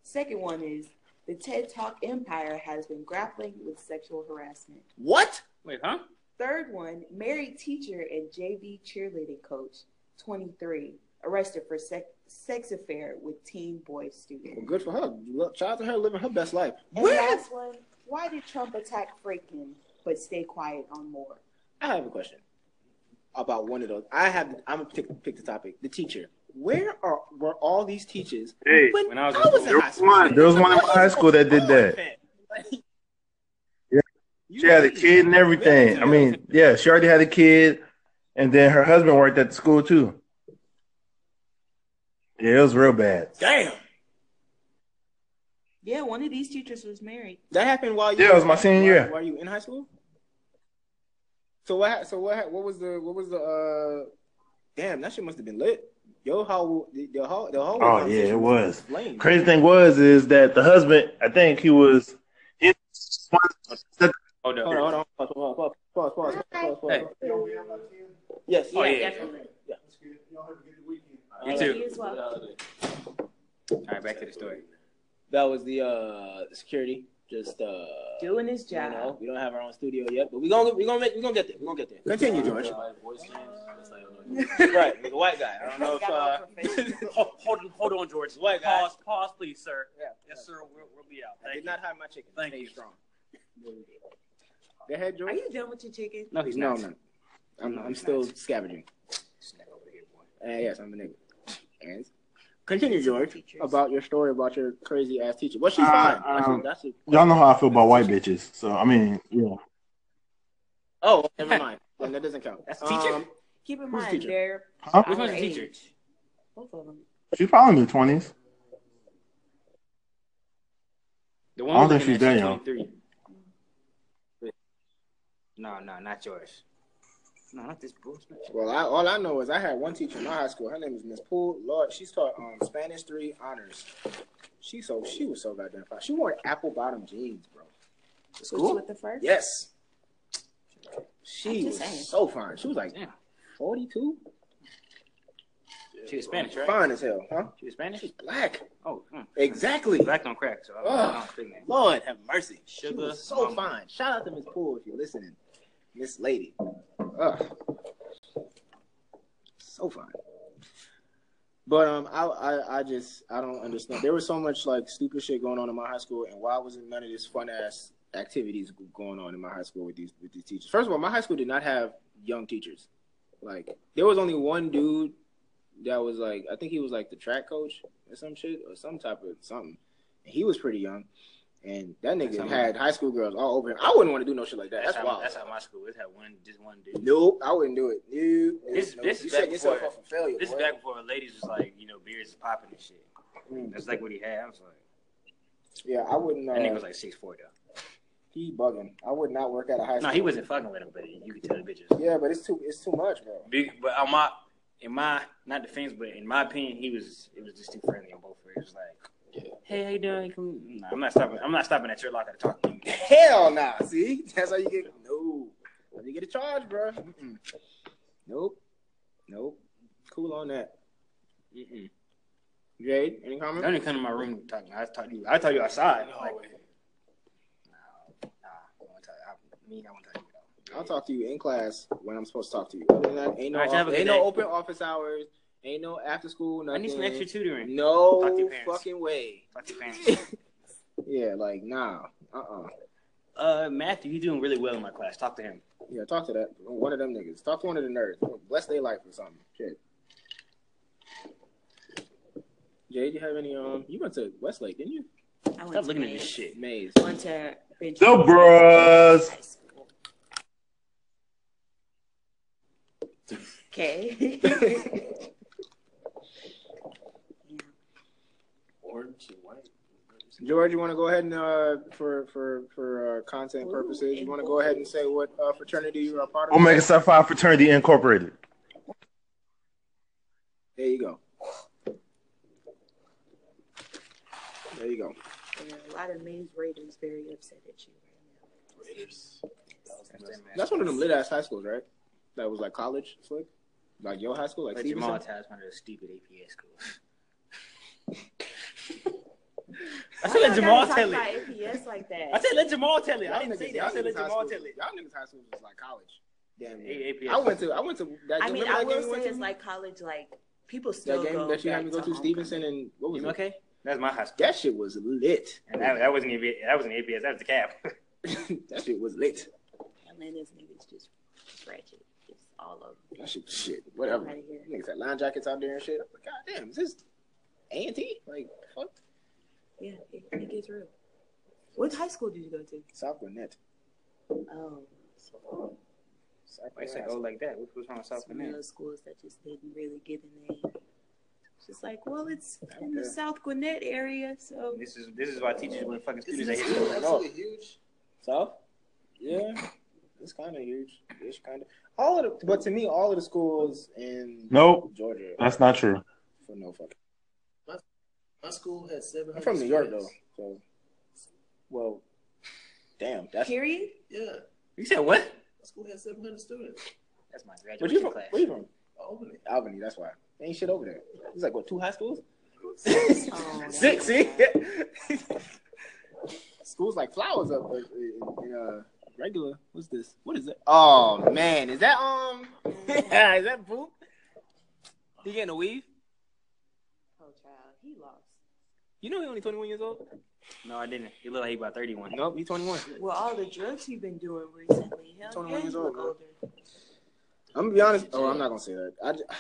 [SPEAKER 3] Second one is the TED Talk empire has been grappling with sexual harassment.
[SPEAKER 2] What?
[SPEAKER 1] Wait, huh?
[SPEAKER 3] Third one, married teacher and JV cheerleading coach, 23, arrested for sex, sex affair with teen boy
[SPEAKER 2] Well,
[SPEAKER 3] student.
[SPEAKER 2] good for her. Look, Shout out to her living her best life.
[SPEAKER 3] And
[SPEAKER 2] What?
[SPEAKER 3] last one, why did Trump attack Franklin but stay quiet on more?
[SPEAKER 2] I have a question about one of those. I have. I'm gonna pick, pick the topic. The teacher. Where are were all these teachers?
[SPEAKER 5] Hey,
[SPEAKER 2] when,
[SPEAKER 1] when I was in
[SPEAKER 2] I was
[SPEAKER 1] school.
[SPEAKER 2] in high school.
[SPEAKER 6] There was one in my high school that did that.
[SPEAKER 2] Yeah.
[SPEAKER 6] She had a kid and everything. I mean, yeah, she already had a kid, and then her husband worked at the school too. Yeah, it was real bad.
[SPEAKER 1] Damn.
[SPEAKER 3] Yeah, one of these teachers was married.
[SPEAKER 2] That happened while you
[SPEAKER 6] Yeah, it was my senior
[SPEAKER 2] while-
[SPEAKER 6] year.
[SPEAKER 2] While you in high school? So what? ha- So what? ha- What was the? What was the? uh Damn, that shit must have been lit. Yo, how the, the whole the whole.
[SPEAKER 6] Oh, yeah,
[SPEAKER 2] conversation
[SPEAKER 6] it was.
[SPEAKER 2] flame.
[SPEAKER 6] Crazy thing was is that the husband, I think he was. he-
[SPEAKER 1] Hold up.
[SPEAKER 2] Hold on, hold on, pause, pause, pause, pause, pause, pause, pause,
[SPEAKER 1] Hey.
[SPEAKER 2] Yes.
[SPEAKER 1] Oh, yeah.
[SPEAKER 4] You
[SPEAKER 1] You too.
[SPEAKER 3] You as well.
[SPEAKER 1] All right, back to the story.
[SPEAKER 2] That was the uh security. Just uh.
[SPEAKER 3] Doing his
[SPEAKER 2] You
[SPEAKER 3] job.
[SPEAKER 2] know, we don't have our own studio yet, but we gonna we gonna make we gonna get there. We gonna get there. Continue, George. right, he's a white guy. I don't know if. Uh,
[SPEAKER 1] Hold, hold, hold on, George.
[SPEAKER 2] White guy.
[SPEAKER 1] Pause, pause, please, sir.
[SPEAKER 2] yeah,
[SPEAKER 1] Yes, sir. We'll, we'll be out.
[SPEAKER 2] I
[SPEAKER 1] Thank
[SPEAKER 2] did
[SPEAKER 1] you.
[SPEAKER 2] not hide my chicken.
[SPEAKER 1] Thank
[SPEAKER 2] Stay
[SPEAKER 1] you.
[SPEAKER 2] strong. Go ahead, George.
[SPEAKER 3] Are you done with your chicken?
[SPEAKER 1] No, he's
[SPEAKER 2] no,
[SPEAKER 1] not.
[SPEAKER 2] no. I'm,
[SPEAKER 1] No,
[SPEAKER 2] I'm
[SPEAKER 1] he's
[SPEAKER 2] still
[SPEAKER 1] not.
[SPEAKER 2] scavenging.
[SPEAKER 1] Snack over here, boy.
[SPEAKER 2] Uh, yes, I'm a nigga. And continue, George,
[SPEAKER 3] Teachers.
[SPEAKER 2] about your story about your crazy ass teacher. But she's
[SPEAKER 6] Uh,
[SPEAKER 2] fine.
[SPEAKER 6] um,
[SPEAKER 2] that's it.
[SPEAKER 6] Y'all know how I feel about white bitches, so I mean, yeah.
[SPEAKER 2] Oh, never mind. Then that doesn't count.
[SPEAKER 1] That's a teacher?
[SPEAKER 2] Um,
[SPEAKER 3] Keep in
[SPEAKER 2] Who's
[SPEAKER 3] mind,
[SPEAKER 2] teacher?
[SPEAKER 3] they're
[SPEAKER 6] Huh?
[SPEAKER 1] Which
[SPEAKER 3] our
[SPEAKER 1] one's the teacher?
[SPEAKER 3] age. Both of them.
[SPEAKER 6] She probably in her twenties.
[SPEAKER 1] The
[SPEAKER 6] I
[SPEAKER 1] one
[SPEAKER 6] don't
[SPEAKER 1] we're
[SPEAKER 6] think
[SPEAKER 1] looking
[SPEAKER 6] she's
[SPEAKER 1] at,
[SPEAKER 6] that
[SPEAKER 1] she's
[SPEAKER 6] young.
[SPEAKER 1] 23. No, no, not yours. No, not this bullshit.
[SPEAKER 2] well, I, all I know is I had one teacher in my high school. Her name is Miss Poole. Lord, she's taught um, Spanish three honors. She so she was so goddamn fine. She wore apple bottom jeans, bro.
[SPEAKER 3] Who's
[SPEAKER 2] Cool.
[SPEAKER 3] with the first?
[SPEAKER 2] Yes.
[SPEAKER 3] I'm
[SPEAKER 2] She was
[SPEAKER 3] just saying.
[SPEAKER 2] so fine. She was like
[SPEAKER 1] Damn.
[SPEAKER 2] 42.
[SPEAKER 1] She was Spanish, right?
[SPEAKER 2] Fine as hell, huh?
[SPEAKER 1] She was Spanish.
[SPEAKER 2] She's black.
[SPEAKER 1] Oh, mm.
[SPEAKER 2] Exactly.
[SPEAKER 1] black on crack. So I don't, I don't think that.
[SPEAKER 2] Lord have mercy. She
[SPEAKER 1] Sugar
[SPEAKER 2] was so
[SPEAKER 1] mama.
[SPEAKER 2] fine. Shout out to Miss Poole if you're listening. Miss Lady. Ugh. So fine. But um, I, I I just I don't understand. There was so much like stupid shit going on in my high school, and why wasn't none of this fun ass activities going on in my high school with these with these teachers? First of all, my high school did not have young teachers. Like there was only one dude that was like I think he was like the track coach or some shit or some type of something. And he was pretty young, and that
[SPEAKER 1] That's
[SPEAKER 2] nigga
[SPEAKER 1] how-
[SPEAKER 2] had high school girls all over him. I wouldn't want to do no shit like that.
[SPEAKER 1] That's,
[SPEAKER 2] That's,
[SPEAKER 1] how,
[SPEAKER 2] wild.
[SPEAKER 1] that's how my school is. Had one, just one dude.
[SPEAKER 2] Nope, I wouldn't do it. Nope, nope,
[SPEAKER 1] This-
[SPEAKER 2] nope.
[SPEAKER 1] this
[SPEAKER 2] you
[SPEAKER 1] is back
[SPEAKER 2] set yourself
[SPEAKER 1] before-
[SPEAKER 2] up for failure.
[SPEAKER 1] This is
[SPEAKER 2] boy.
[SPEAKER 1] back before ladies was like, you know, beards is popping and shit.
[SPEAKER 2] Mm.
[SPEAKER 1] That's like what he had. I was like,
[SPEAKER 2] Yeah, I wouldn't. Uh,
[SPEAKER 1] that nigga was like six four though.
[SPEAKER 2] he bugging. I would not work at a high school.
[SPEAKER 1] No, he wasn't fucking with him, but you could tell the bitches.
[SPEAKER 2] Yeah, but it's too it's too much, bro.
[SPEAKER 1] Big- But on my, in my not defense, but in my opinion, he was it was just too friendly on both. ends. It was like, hey, how you doing? Come, nah, I'm not stopping. I'm not stopping at your locker to talk to you.
[SPEAKER 2] Hell nah. See, that's how you get no. How you get a charge, bro? Mm-mm. Nope. Nope. Cool on that. Mm-mm. Jade, any
[SPEAKER 1] I
[SPEAKER 2] comments?
[SPEAKER 1] don't even come to my room to talk. I talk to you. I talk to you outside. like, nah, I won't talk. I, me, I won't talk to you.
[SPEAKER 2] I'll talk to you in class when I'm supposed to talk to you. Other than that, ain't no
[SPEAKER 1] All right, have a good
[SPEAKER 2] ain't no
[SPEAKER 1] day.
[SPEAKER 2] open office hours. Ain't no after school.
[SPEAKER 1] I
[SPEAKER 2] Nothing.
[SPEAKER 1] need some extra tutoring. Talk to
[SPEAKER 2] No
[SPEAKER 1] your parents.
[SPEAKER 2] fucking way.
[SPEAKER 1] Talk to your parents.
[SPEAKER 2] Yeah, like nah. Uh uh
[SPEAKER 1] Uh, Matthew, you doing really well in my class. Talk to him.
[SPEAKER 2] Yeah, talk to that one of them niggas. Talk to one of the nerds. Bless their life or something. Shit. Jay, you have any um? You went to Westlake, didn't you?
[SPEAKER 3] I went
[SPEAKER 1] Stop
[SPEAKER 3] to
[SPEAKER 1] looking at
[SPEAKER 3] Mays.
[SPEAKER 1] this shit.
[SPEAKER 2] Maze.
[SPEAKER 3] Went to Benjamin
[SPEAKER 6] The bros.
[SPEAKER 3] High School. Okay. Yeah.
[SPEAKER 4] Orange and white.
[SPEAKER 2] George, you want to go ahead and uh for for for uh, content purposes, you want to go ahead and say what uh, fraternity you are a part of?
[SPEAKER 6] Omega Psi Phi Fraternity Incorporated.
[SPEAKER 2] There you go. There you go.
[SPEAKER 3] Yeah, a lot of Mays Raiders very upset at you right
[SPEAKER 4] Raiders.
[SPEAKER 2] That's one of them lit ass high schools, right? That was like college, slick, like your high school, like
[SPEAKER 1] But
[SPEAKER 2] Stevenson.
[SPEAKER 1] Jamal ties one of those stupid APS schools. I
[SPEAKER 3] now.
[SPEAKER 1] said let Jamal tell it.
[SPEAKER 3] Why y'all gotta talk about APS like that.
[SPEAKER 1] I said let Jamal tell it.
[SPEAKER 2] Y'all
[SPEAKER 1] I didn't say
[SPEAKER 2] niggas-
[SPEAKER 1] that. I
[SPEAKER 2] y'all
[SPEAKER 1] said let
[SPEAKER 2] niggas high
[SPEAKER 1] Jamal
[SPEAKER 2] school-
[SPEAKER 1] tell it.
[SPEAKER 2] Y'all niggas high school was like college. Damn. near.
[SPEAKER 1] A- APS.
[SPEAKER 2] I went to I went to that.
[SPEAKER 3] I mean,
[SPEAKER 2] remember
[SPEAKER 3] I
[SPEAKER 2] that game
[SPEAKER 3] will
[SPEAKER 2] we went
[SPEAKER 3] say
[SPEAKER 2] to?
[SPEAKER 3] it's like college, like people still
[SPEAKER 2] that game
[SPEAKER 3] go
[SPEAKER 2] that you had
[SPEAKER 3] back
[SPEAKER 2] me go to
[SPEAKER 3] homecoming.
[SPEAKER 2] Stevenson and what was
[SPEAKER 1] You
[SPEAKER 2] it?
[SPEAKER 1] okay? That's my high school.
[SPEAKER 2] That shit was lit.
[SPEAKER 1] And that, that wasn't even that wasn't APS. That was the cap.
[SPEAKER 2] that shit was lit.
[SPEAKER 3] Atlanta's niggas just ratchet. It's all over.
[SPEAKER 2] That shit was shit. Whatever.
[SPEAKER 3] Outta here.
[SPEAKER 2] Niggas had line jackets out there and shit. I'm like, God damn, is this A and T? Like fuck.
[SPEAKER 3] Yeah, it, it gets real. What high school did you go to?
[SPEAKER 2] South Gwinnett.
[SPEAKER 3] Oh,
[SPEAKER 2] South
[SPEAKER 1] Why you say
[SPEAKER 2] Gwinnett.
[SPEAKER 1] oh like that? What was wrong with South
[SPEAKER 3] some
[SPEAKER 1] Carolina?
[SPEAKER 3] middle schools that just didn't really give a name. Just like, well, it's in the
[SPEAKER 2] Okay.
[SPEAKER 3] South Gwinnett area, so
[SPEAKER 1] This is this is why teachers wouldn't fucking
[SPEAKER 4] Isn't
[SPEAKER 1] students at
[SPEAKER 4] this
[SPEAKER 1] his school.
[SPEAKER 4] absolutely huge?
[SPEAKER 2] South? Yeah. It's kind of huge. It's kind of all of the, but to me, all of the schools in
[SPEAKER 6] Nope,
[SPEAKER 2] Georgia.
[SPEAKER 6] that's not true.
[SPEAKER 2] for no fucking.
[SPEAKER 4] My school had seven.
[SPEAKER 2] I'm from New York though, so well, damn, that's
[SPEAKER 3] period.
[SPEAKER 4] Yeah,
[SPEAKER 1] You said what?
[SPEAKER 4] my school had 700 students.
[SPEAKER 1] That's my
[SPEAKER 2] But you
[SPEAKER 1] graduation
[SPEAKER 2] from,
[SPEAKER 1] class.
[SPEAKER 2] where you from?
[SPEAKER 4] Albany.
[SPEAKER 2] Albany, that's why. Ain't shit over there. It's like what two high schools?
[SPEAKER 3] Oh, that's
[SPEAKER 2] Six, see?
[SPEAKER 3] bad.
[SPEAKER 2] Yeah. schools like flowers up in, in, in uh regular. What's this? What is that? Oh man, is that um is that poop? He getting a weave?
[SPEAKER 3] Oh, child, he lost.
[SPEAKER 2] You know he only twenty one years old?
[SPEAKER 1] No, I didn't. He looked like he about thirty one.
[SPEAKER 2] Nope, he's twenty one.
[SPEAKER 3] Well, all the drugs he's been doing recently, hell
[SPEAKER 2] 21
[SPEAKER 3] yeah, he
[SPEAKER 2] years
[SPEAKER 3] look
[SPEAKER 2] old, bro.
[SPEAKER 3] older.
[SPEAKER 2] I'm gonna be honest. Oh, I'm not gonna say that. I j-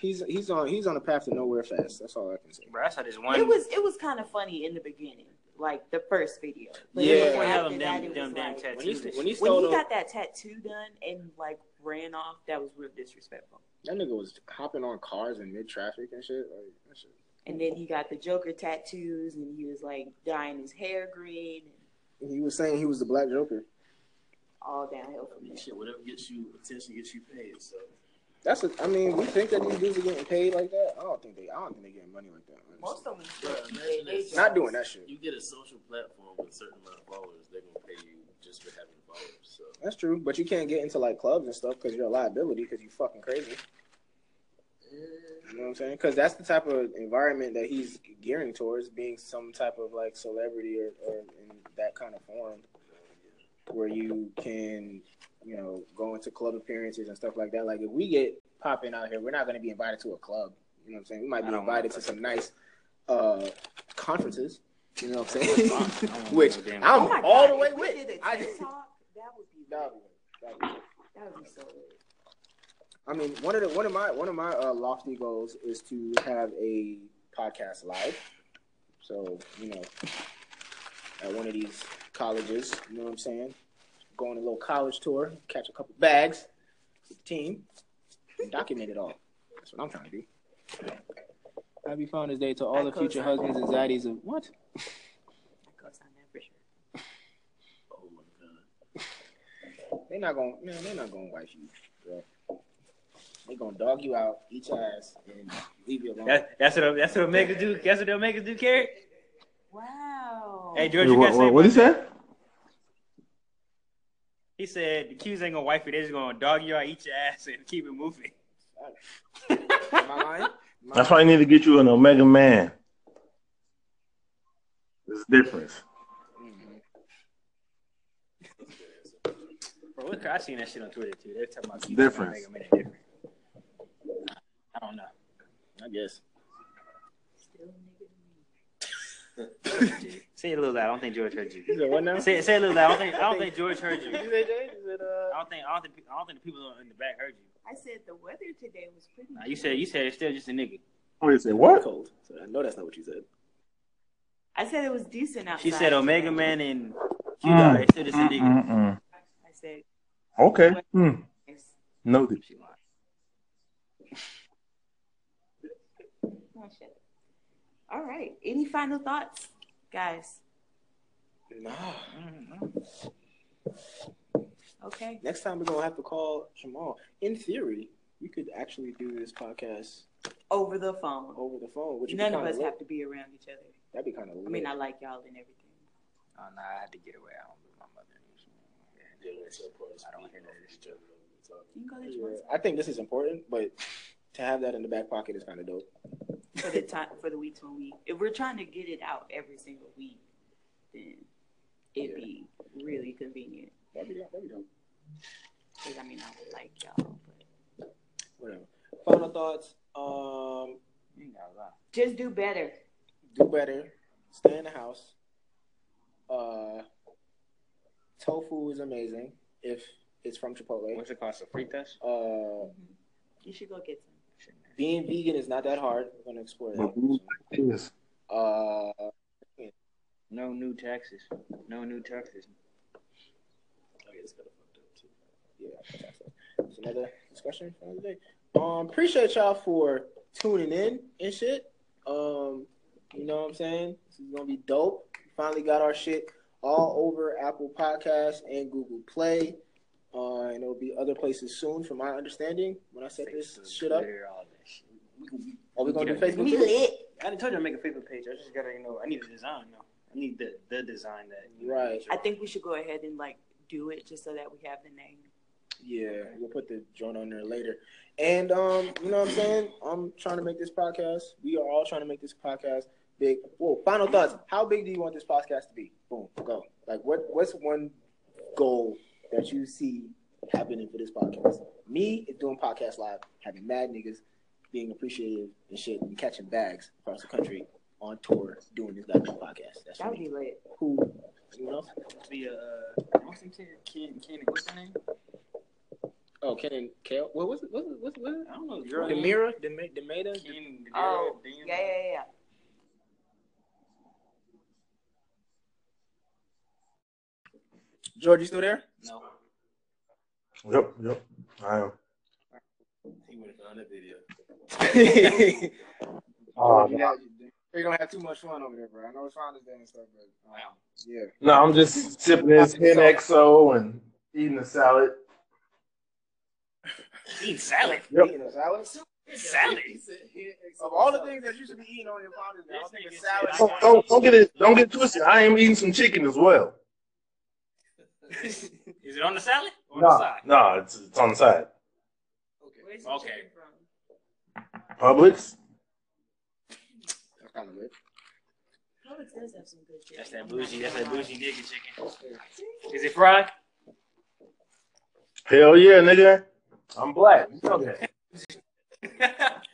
[SPEAKER 2] he's he's on he's on a path to nowhere fast. That's all I can say.
[SPEAKER 1] Bro, I saw this one.
[SPEAKER 3] It was it was kind of funny in the beginning, like the first video. But
[SPEAKER 2] Yeah.
[SPEAKER 3] yeah,
[SPEAKER 1] One of
[SPEAKER 3] after
[SPEAKER 1] them
[SPEAKER 3] that,
[SPEAKER 1] damn,
[SPEAKER 3] it
[SPEAKER 1] damn,
[SPEAKER 3] was
[SPEAKER 1] damn
[SPEAKER 3] like,
[SPEAKER 2] When he,
[SPEAKER 1] tattoos.
[SPEAKER 2] when he
[SPEAKER 3] when
[SPEAKER 2] stole
[SPEAKER 3] he
[SPEAKER 2] those-
[SPEAKER 3] got that tattoo done and like ran off, that was real disrespectful.
[SPEAKER 2] That nigga was hopping on cars in mid traffic and shit. Like that shit.
[SPEAKER 3] And then he got the Joker tattoos, and he was like dyeing his hair green and
[SPEAKER 2] He was saying he was the Black Joker.
[SPEAKER 3] all downhill
[SPEAKER 4] I
[SPEAKER 3] from
[SPEAKER 4] mean,
[SPEAKER 3] there.
[SPEAKER 4] shit, whatever gets you attention gets you paid. So
[SPEAKER 2] That's a, I mean, we think that these dudes are getting paid like that. I don't think they. I don't think they getting money like that. honestly.
[SPEAKER 3] Most of them
[SPEAKER 4] Bro,
[SPEAKER 3] still keep
[SPEAKER 4] imagine
[SPEAKER 3] their day
[SPEAKER 4] that.
[SPEAKER 3] jobs.
[SPEAKER 2] Not doing that shit.
[SPEAKER 4] you get a social platform with a certain amount of followers, they're gonna pay you just for having followers. So
[SPEAKER 2] That's true, but you can't get into like clubs and stuff because you're a liability because you fucking crazy. You know what I'm saying? Because that's the type of environment that he's gearing towards, being some type of like celebrity or, or in that kind of form, where you can, you know, go into club appearances and stuff like that. Like if we get popping out here, we're not going to be invited to a club. You know what I'm saying? We might
[SPEAKER 1] I
[SPEAKER 2] be
[SPEAKER 1] don't wanna
[SPEAKER 2] invited to
[SPEAKER 1] touch
[SPEAKER 2] some nice uh, conferences. You know what I'm
[SPEAKER 1] That's
[SPEAKER 2] saying?
[SPEAKER 1] fine. I don't want
[SPEAKER 2] Which
[SPEAKER 1] no damn-
[SPEAKER 2] I'm
[SPEAKER 3] Oh my
[SPEAKER 2] all
[SPEAKER 3] God,
[SPEAKER 2] the way
[SPEAKER 3] if we
[SPEAKER 2] with.
[SPEAKER 3] did a
[SPEAKER 2] I-
[SPEAKER 3] TED Talk, that would be
[SPEAKER 2] That'd be- that'd be-
[SPEAKER 3] that would be so lit.
[SPEAKER 2] I mean, one of the one of my one of my uh, lofty goals is to have a podcast live. So you know, at one of these colleges, you know what I'm saying? Go on a little college tour, catch a couple bags, with the team, and document it all. That's what I'm trying to do. Happy Founders Day to all
[SPEAKER 3] I
[SPEAKER 2] the future
[SPEAKER 3] co-sign
[SPEAKER 2] husbands and zaddies of what?
[SPEAKER 3] Because I never sure.
[SPEAKER 4] Oh my god.
[SPEAKER 2] They're not gonna man, they're not gonna wife you, bro. They're gonna dog you out, eat your ass, and leave you alone.
[SPEAKER 1] That, that's what that's what Omega do. That's what Omega do, Carrie.
[SPEAKER 3] Wow.
[SPEAKER 1] Hey,
[SPEAKER 6] Wait,
[SPEAKER 1] George, you
[SPEAKER 6] what,
[SPEAKER 1] got
[SPEAKER 6] what, what
[SPEAKER 1] say?
[SPEAKER 6] he say?
[SPEAKER 1] He said the Q's ain't gonna wife you. They're just gonna dog you out, eat your ass, and keep it moving.
[SPEAKER 2] Am I lying? Am I
[SPEAKER 5] That's why you need to get you an Omega Man. There's a difference.
[SPEAKER 1] Bro, what, I seen that shit on Twitter too. They're talking about Q's
[SPEAKER 5] Difference.
[SPEAKER 1] Omega Man different. I don't know.
[SPEAKER 2] I guess.
[SPEAKER 3] Still nigga to me.
[SPEAKER 1] Say it a little loud. I don't think George heard you.
[SPEAKER 2] Is it what now?
[SPEAKER 1] Say, say it a little loud. I don't think I don't think George heard you. I
[SPEAKER 2] it, uh...
[SPEAKER 1] don't think I don't think I don't think the people in the back heard you.
[SPEAKER 3] I said the weather today was pretty.
[SPEAKER 1] Nah, you said you said it's still just a nigga.
[SPEAKER 5] What he say? What?
[SPEAKER 4] Cold. So I know that's not what you said.
[SPEAKER 3] I said it was decent outside.
[SPEAKER 1] She said Omega Man and Q
[SPEAKER 5] Mm.
[SPEAKER 1] dog. It's still just a nigga.
[SPEAKER 5] Mm-mm-mm.
[SPEAKER 3] I said
[SPEAKER 5] Okay.
[SPEAKER 6] Hmm.
[SPEAKER 5] Mm.
[SPEAKER 3] it's
[SPEAKER 5] Noted.
[SPEAKER 1] She lying.
[SPEAKER 3] Oh, shit. All right. Any final thoughts, guys?
[SPEAKER 2] Nah.
[SPEAKER 3] Okay.
[SPEAKER 2] Next time we're gonna have to call Jamal. In theory, you could actually do this podcast
[SPEAKER 3] Over the phone.
[SPEAKER 2] over the phone, which would
[SPEAKER 3] None
[SPEAKER 2] be
[SPEAKER 3] of
[SPEAKER 2] kinda
[SPEAKER 3] us
[SPEAKER 2] lit.
[SPEAKER 3] have to be around each other.
[SPEAKER 2] That'd be kind of
[SPEAKER 3] I mean, I like y'all and everything.
[SPEAKER 1] Oh no, I had to get away. I don't believe my mother.
[SPEAKER 4] Yeah, that's your part.
[SPEAKER 1] I don't hear that.
[SPEAKER 4] Each other know what we're talking
[SPEAKER 3] You can go to
[SPEAKER 2] yeah.
[SPEAKER 3] Jamal's
[SPEAKER 2] I think this is important, but to have that in the back pocket is kind of dope.
[SPEAKER 3] for the time for the weeks when we if we're trying to get it out every single week, then it'd be really convenient.
[SPEAKER 2] That'd be, that'd be dope.
[SPEAKER 3] Because I mean, I would like y'all, but
[SPEAKER 2] Whatever. Final thoughts. Um,
[SPEAKER 1] You ain't gotta lie.
[SPEAKER 3] just do better.
[SPEAKER 2] do better. Stay in the house. Uh, tofu is amazing if it's from Chipotle.
[SPEAKER 1] What's it called? Sofritas.
[SPEAKER 2] Uh,
[SPEAKER 3] Mm-hmm. You should go get some.
[SPEAKER 2] being vegan is not that hard. We're gonna explore
[SPEAKER 6] But
[SPEAKER 2] that.
[SPEAKER 6] who's this?
[SPEAKER 2] Uh,
[SPEAKER 1] No new taxes. No new taxes.
[SPEAKER 4] about. Okay, it's kind of fucked up too.
[SPEAKER 2] yeah, it's another discussion for another day. Um, appreciate y'all for tuning in and shit. Um, you know what I'm saying? This is gonna be dope. Finally got our shit all over Apple Podcasts and Google Play. Uh, and it'll be other places soon, from my understanding. When I set this
[SPEAKER 1] Facebook,
[SPEAKER 2] shit up,
[SPEAKER 1] Twitter, all that shit. We can- we-
[SPEAKER 2] are we gonna do
[SPEAKER 1] Get
[SPEAKER 2] Facebook? too?
[SPEAKER 1] I didn't told you I make a Facebook page. I just gotta, you know, I need a design though. I need the the design that.
[SPEAKER 2] Right.
[SPEAKER 3] I think we should go ahead and like do it just so that we have the name.
[SPEAKER 2] Yeah, we'll put the joint on there later. And um, you know what I'm saying? I'm trying to make this podcast. We are all trying to make this podcast big. Whoa, final thoughts. How big do you want this podcast to be? Boom, go. Like what what's one goal that you see happening for this podcast? Me is doing podcast live, having mad niggas, being appreciative and shit, and catching bags across the country on tour doing this goddamn podcast. That's
[SPEAKER 3] That
[SPEAKER 2] for
[SPEAKER 3] would
[SPEAKER 2] me.
[SPEAKER 3] be lit.
[SPEAKER 2] Who you know?
[SPEAKER 1] Be a uh, what's the kid? Ken, Ken, what's her name?
[SPEAKER 2] Oh, Ken and Kale. What was it? What was it? What was it?
[SPEAKER 1] I don't know. Girl,
[SPEAKER 2] Demira, Dema- Demeda,
[SPEAKER 1] Ken,
[SPEAKER 3] Oh,
[SPEAKER 1] Demira, Dem-
[SPEAKER 3] yeah, yeah, yeah.
[SPEAKER 2] George, you still there?
[SPEAKER 1] No,
[SPEAKER 5] Yep, yep. I am.
[SPEAKER 4] He would have found that video.
[SPEAKER 2] George,
[SPEAKER 6] Oh,
[SPEAKER 2] you got- you're gonna have too much fun over there, bro. I know it's Founders Day and stuff, but um,
[SPEAKER 1] Wow.
[SPEAKER 2] yeah,
[SPEAKER 5] No, I'm just sipping this NXO and eating a salad.
[SPEAKER 1] eat salad,
[SPEAKER 5] Yep.
[SPEAKER 2] eating a salad.
[SPEAKER 1] salad.
[SPEAKER 2] Of all the things that you should be eating on your Founders Day, I don't think a salad.
[SPEAKER 5] Don't, don't, don't get it. Don't get twisted. I am eating some chicken as well.
[SPEAKER 1] Is it on the salad or on the
[SPEAKER 5] Nah,
[SPEAKER 1] side?
[SPEAKER 5] nah, it's, it's on the side.
[SPEAKER 3] Where's
[SPEAKER 1] Okay.
[SPEAKER 3] chicken from?
[SPEAKER 6] Publix.
[SPEAKER 2] That's kind of good.
[SPEAKER 3] Publix does have some good shit.
[SPEAKER 1] That's that bougie. That's that bougie nigga chicken.
[SPEAKER 3] Seriously?
[SPEAKER 1] Is it fried?
[SPEAKER 6] Hell yeah, nigga. I'm black. You know that.
[SPEAKER 1] That's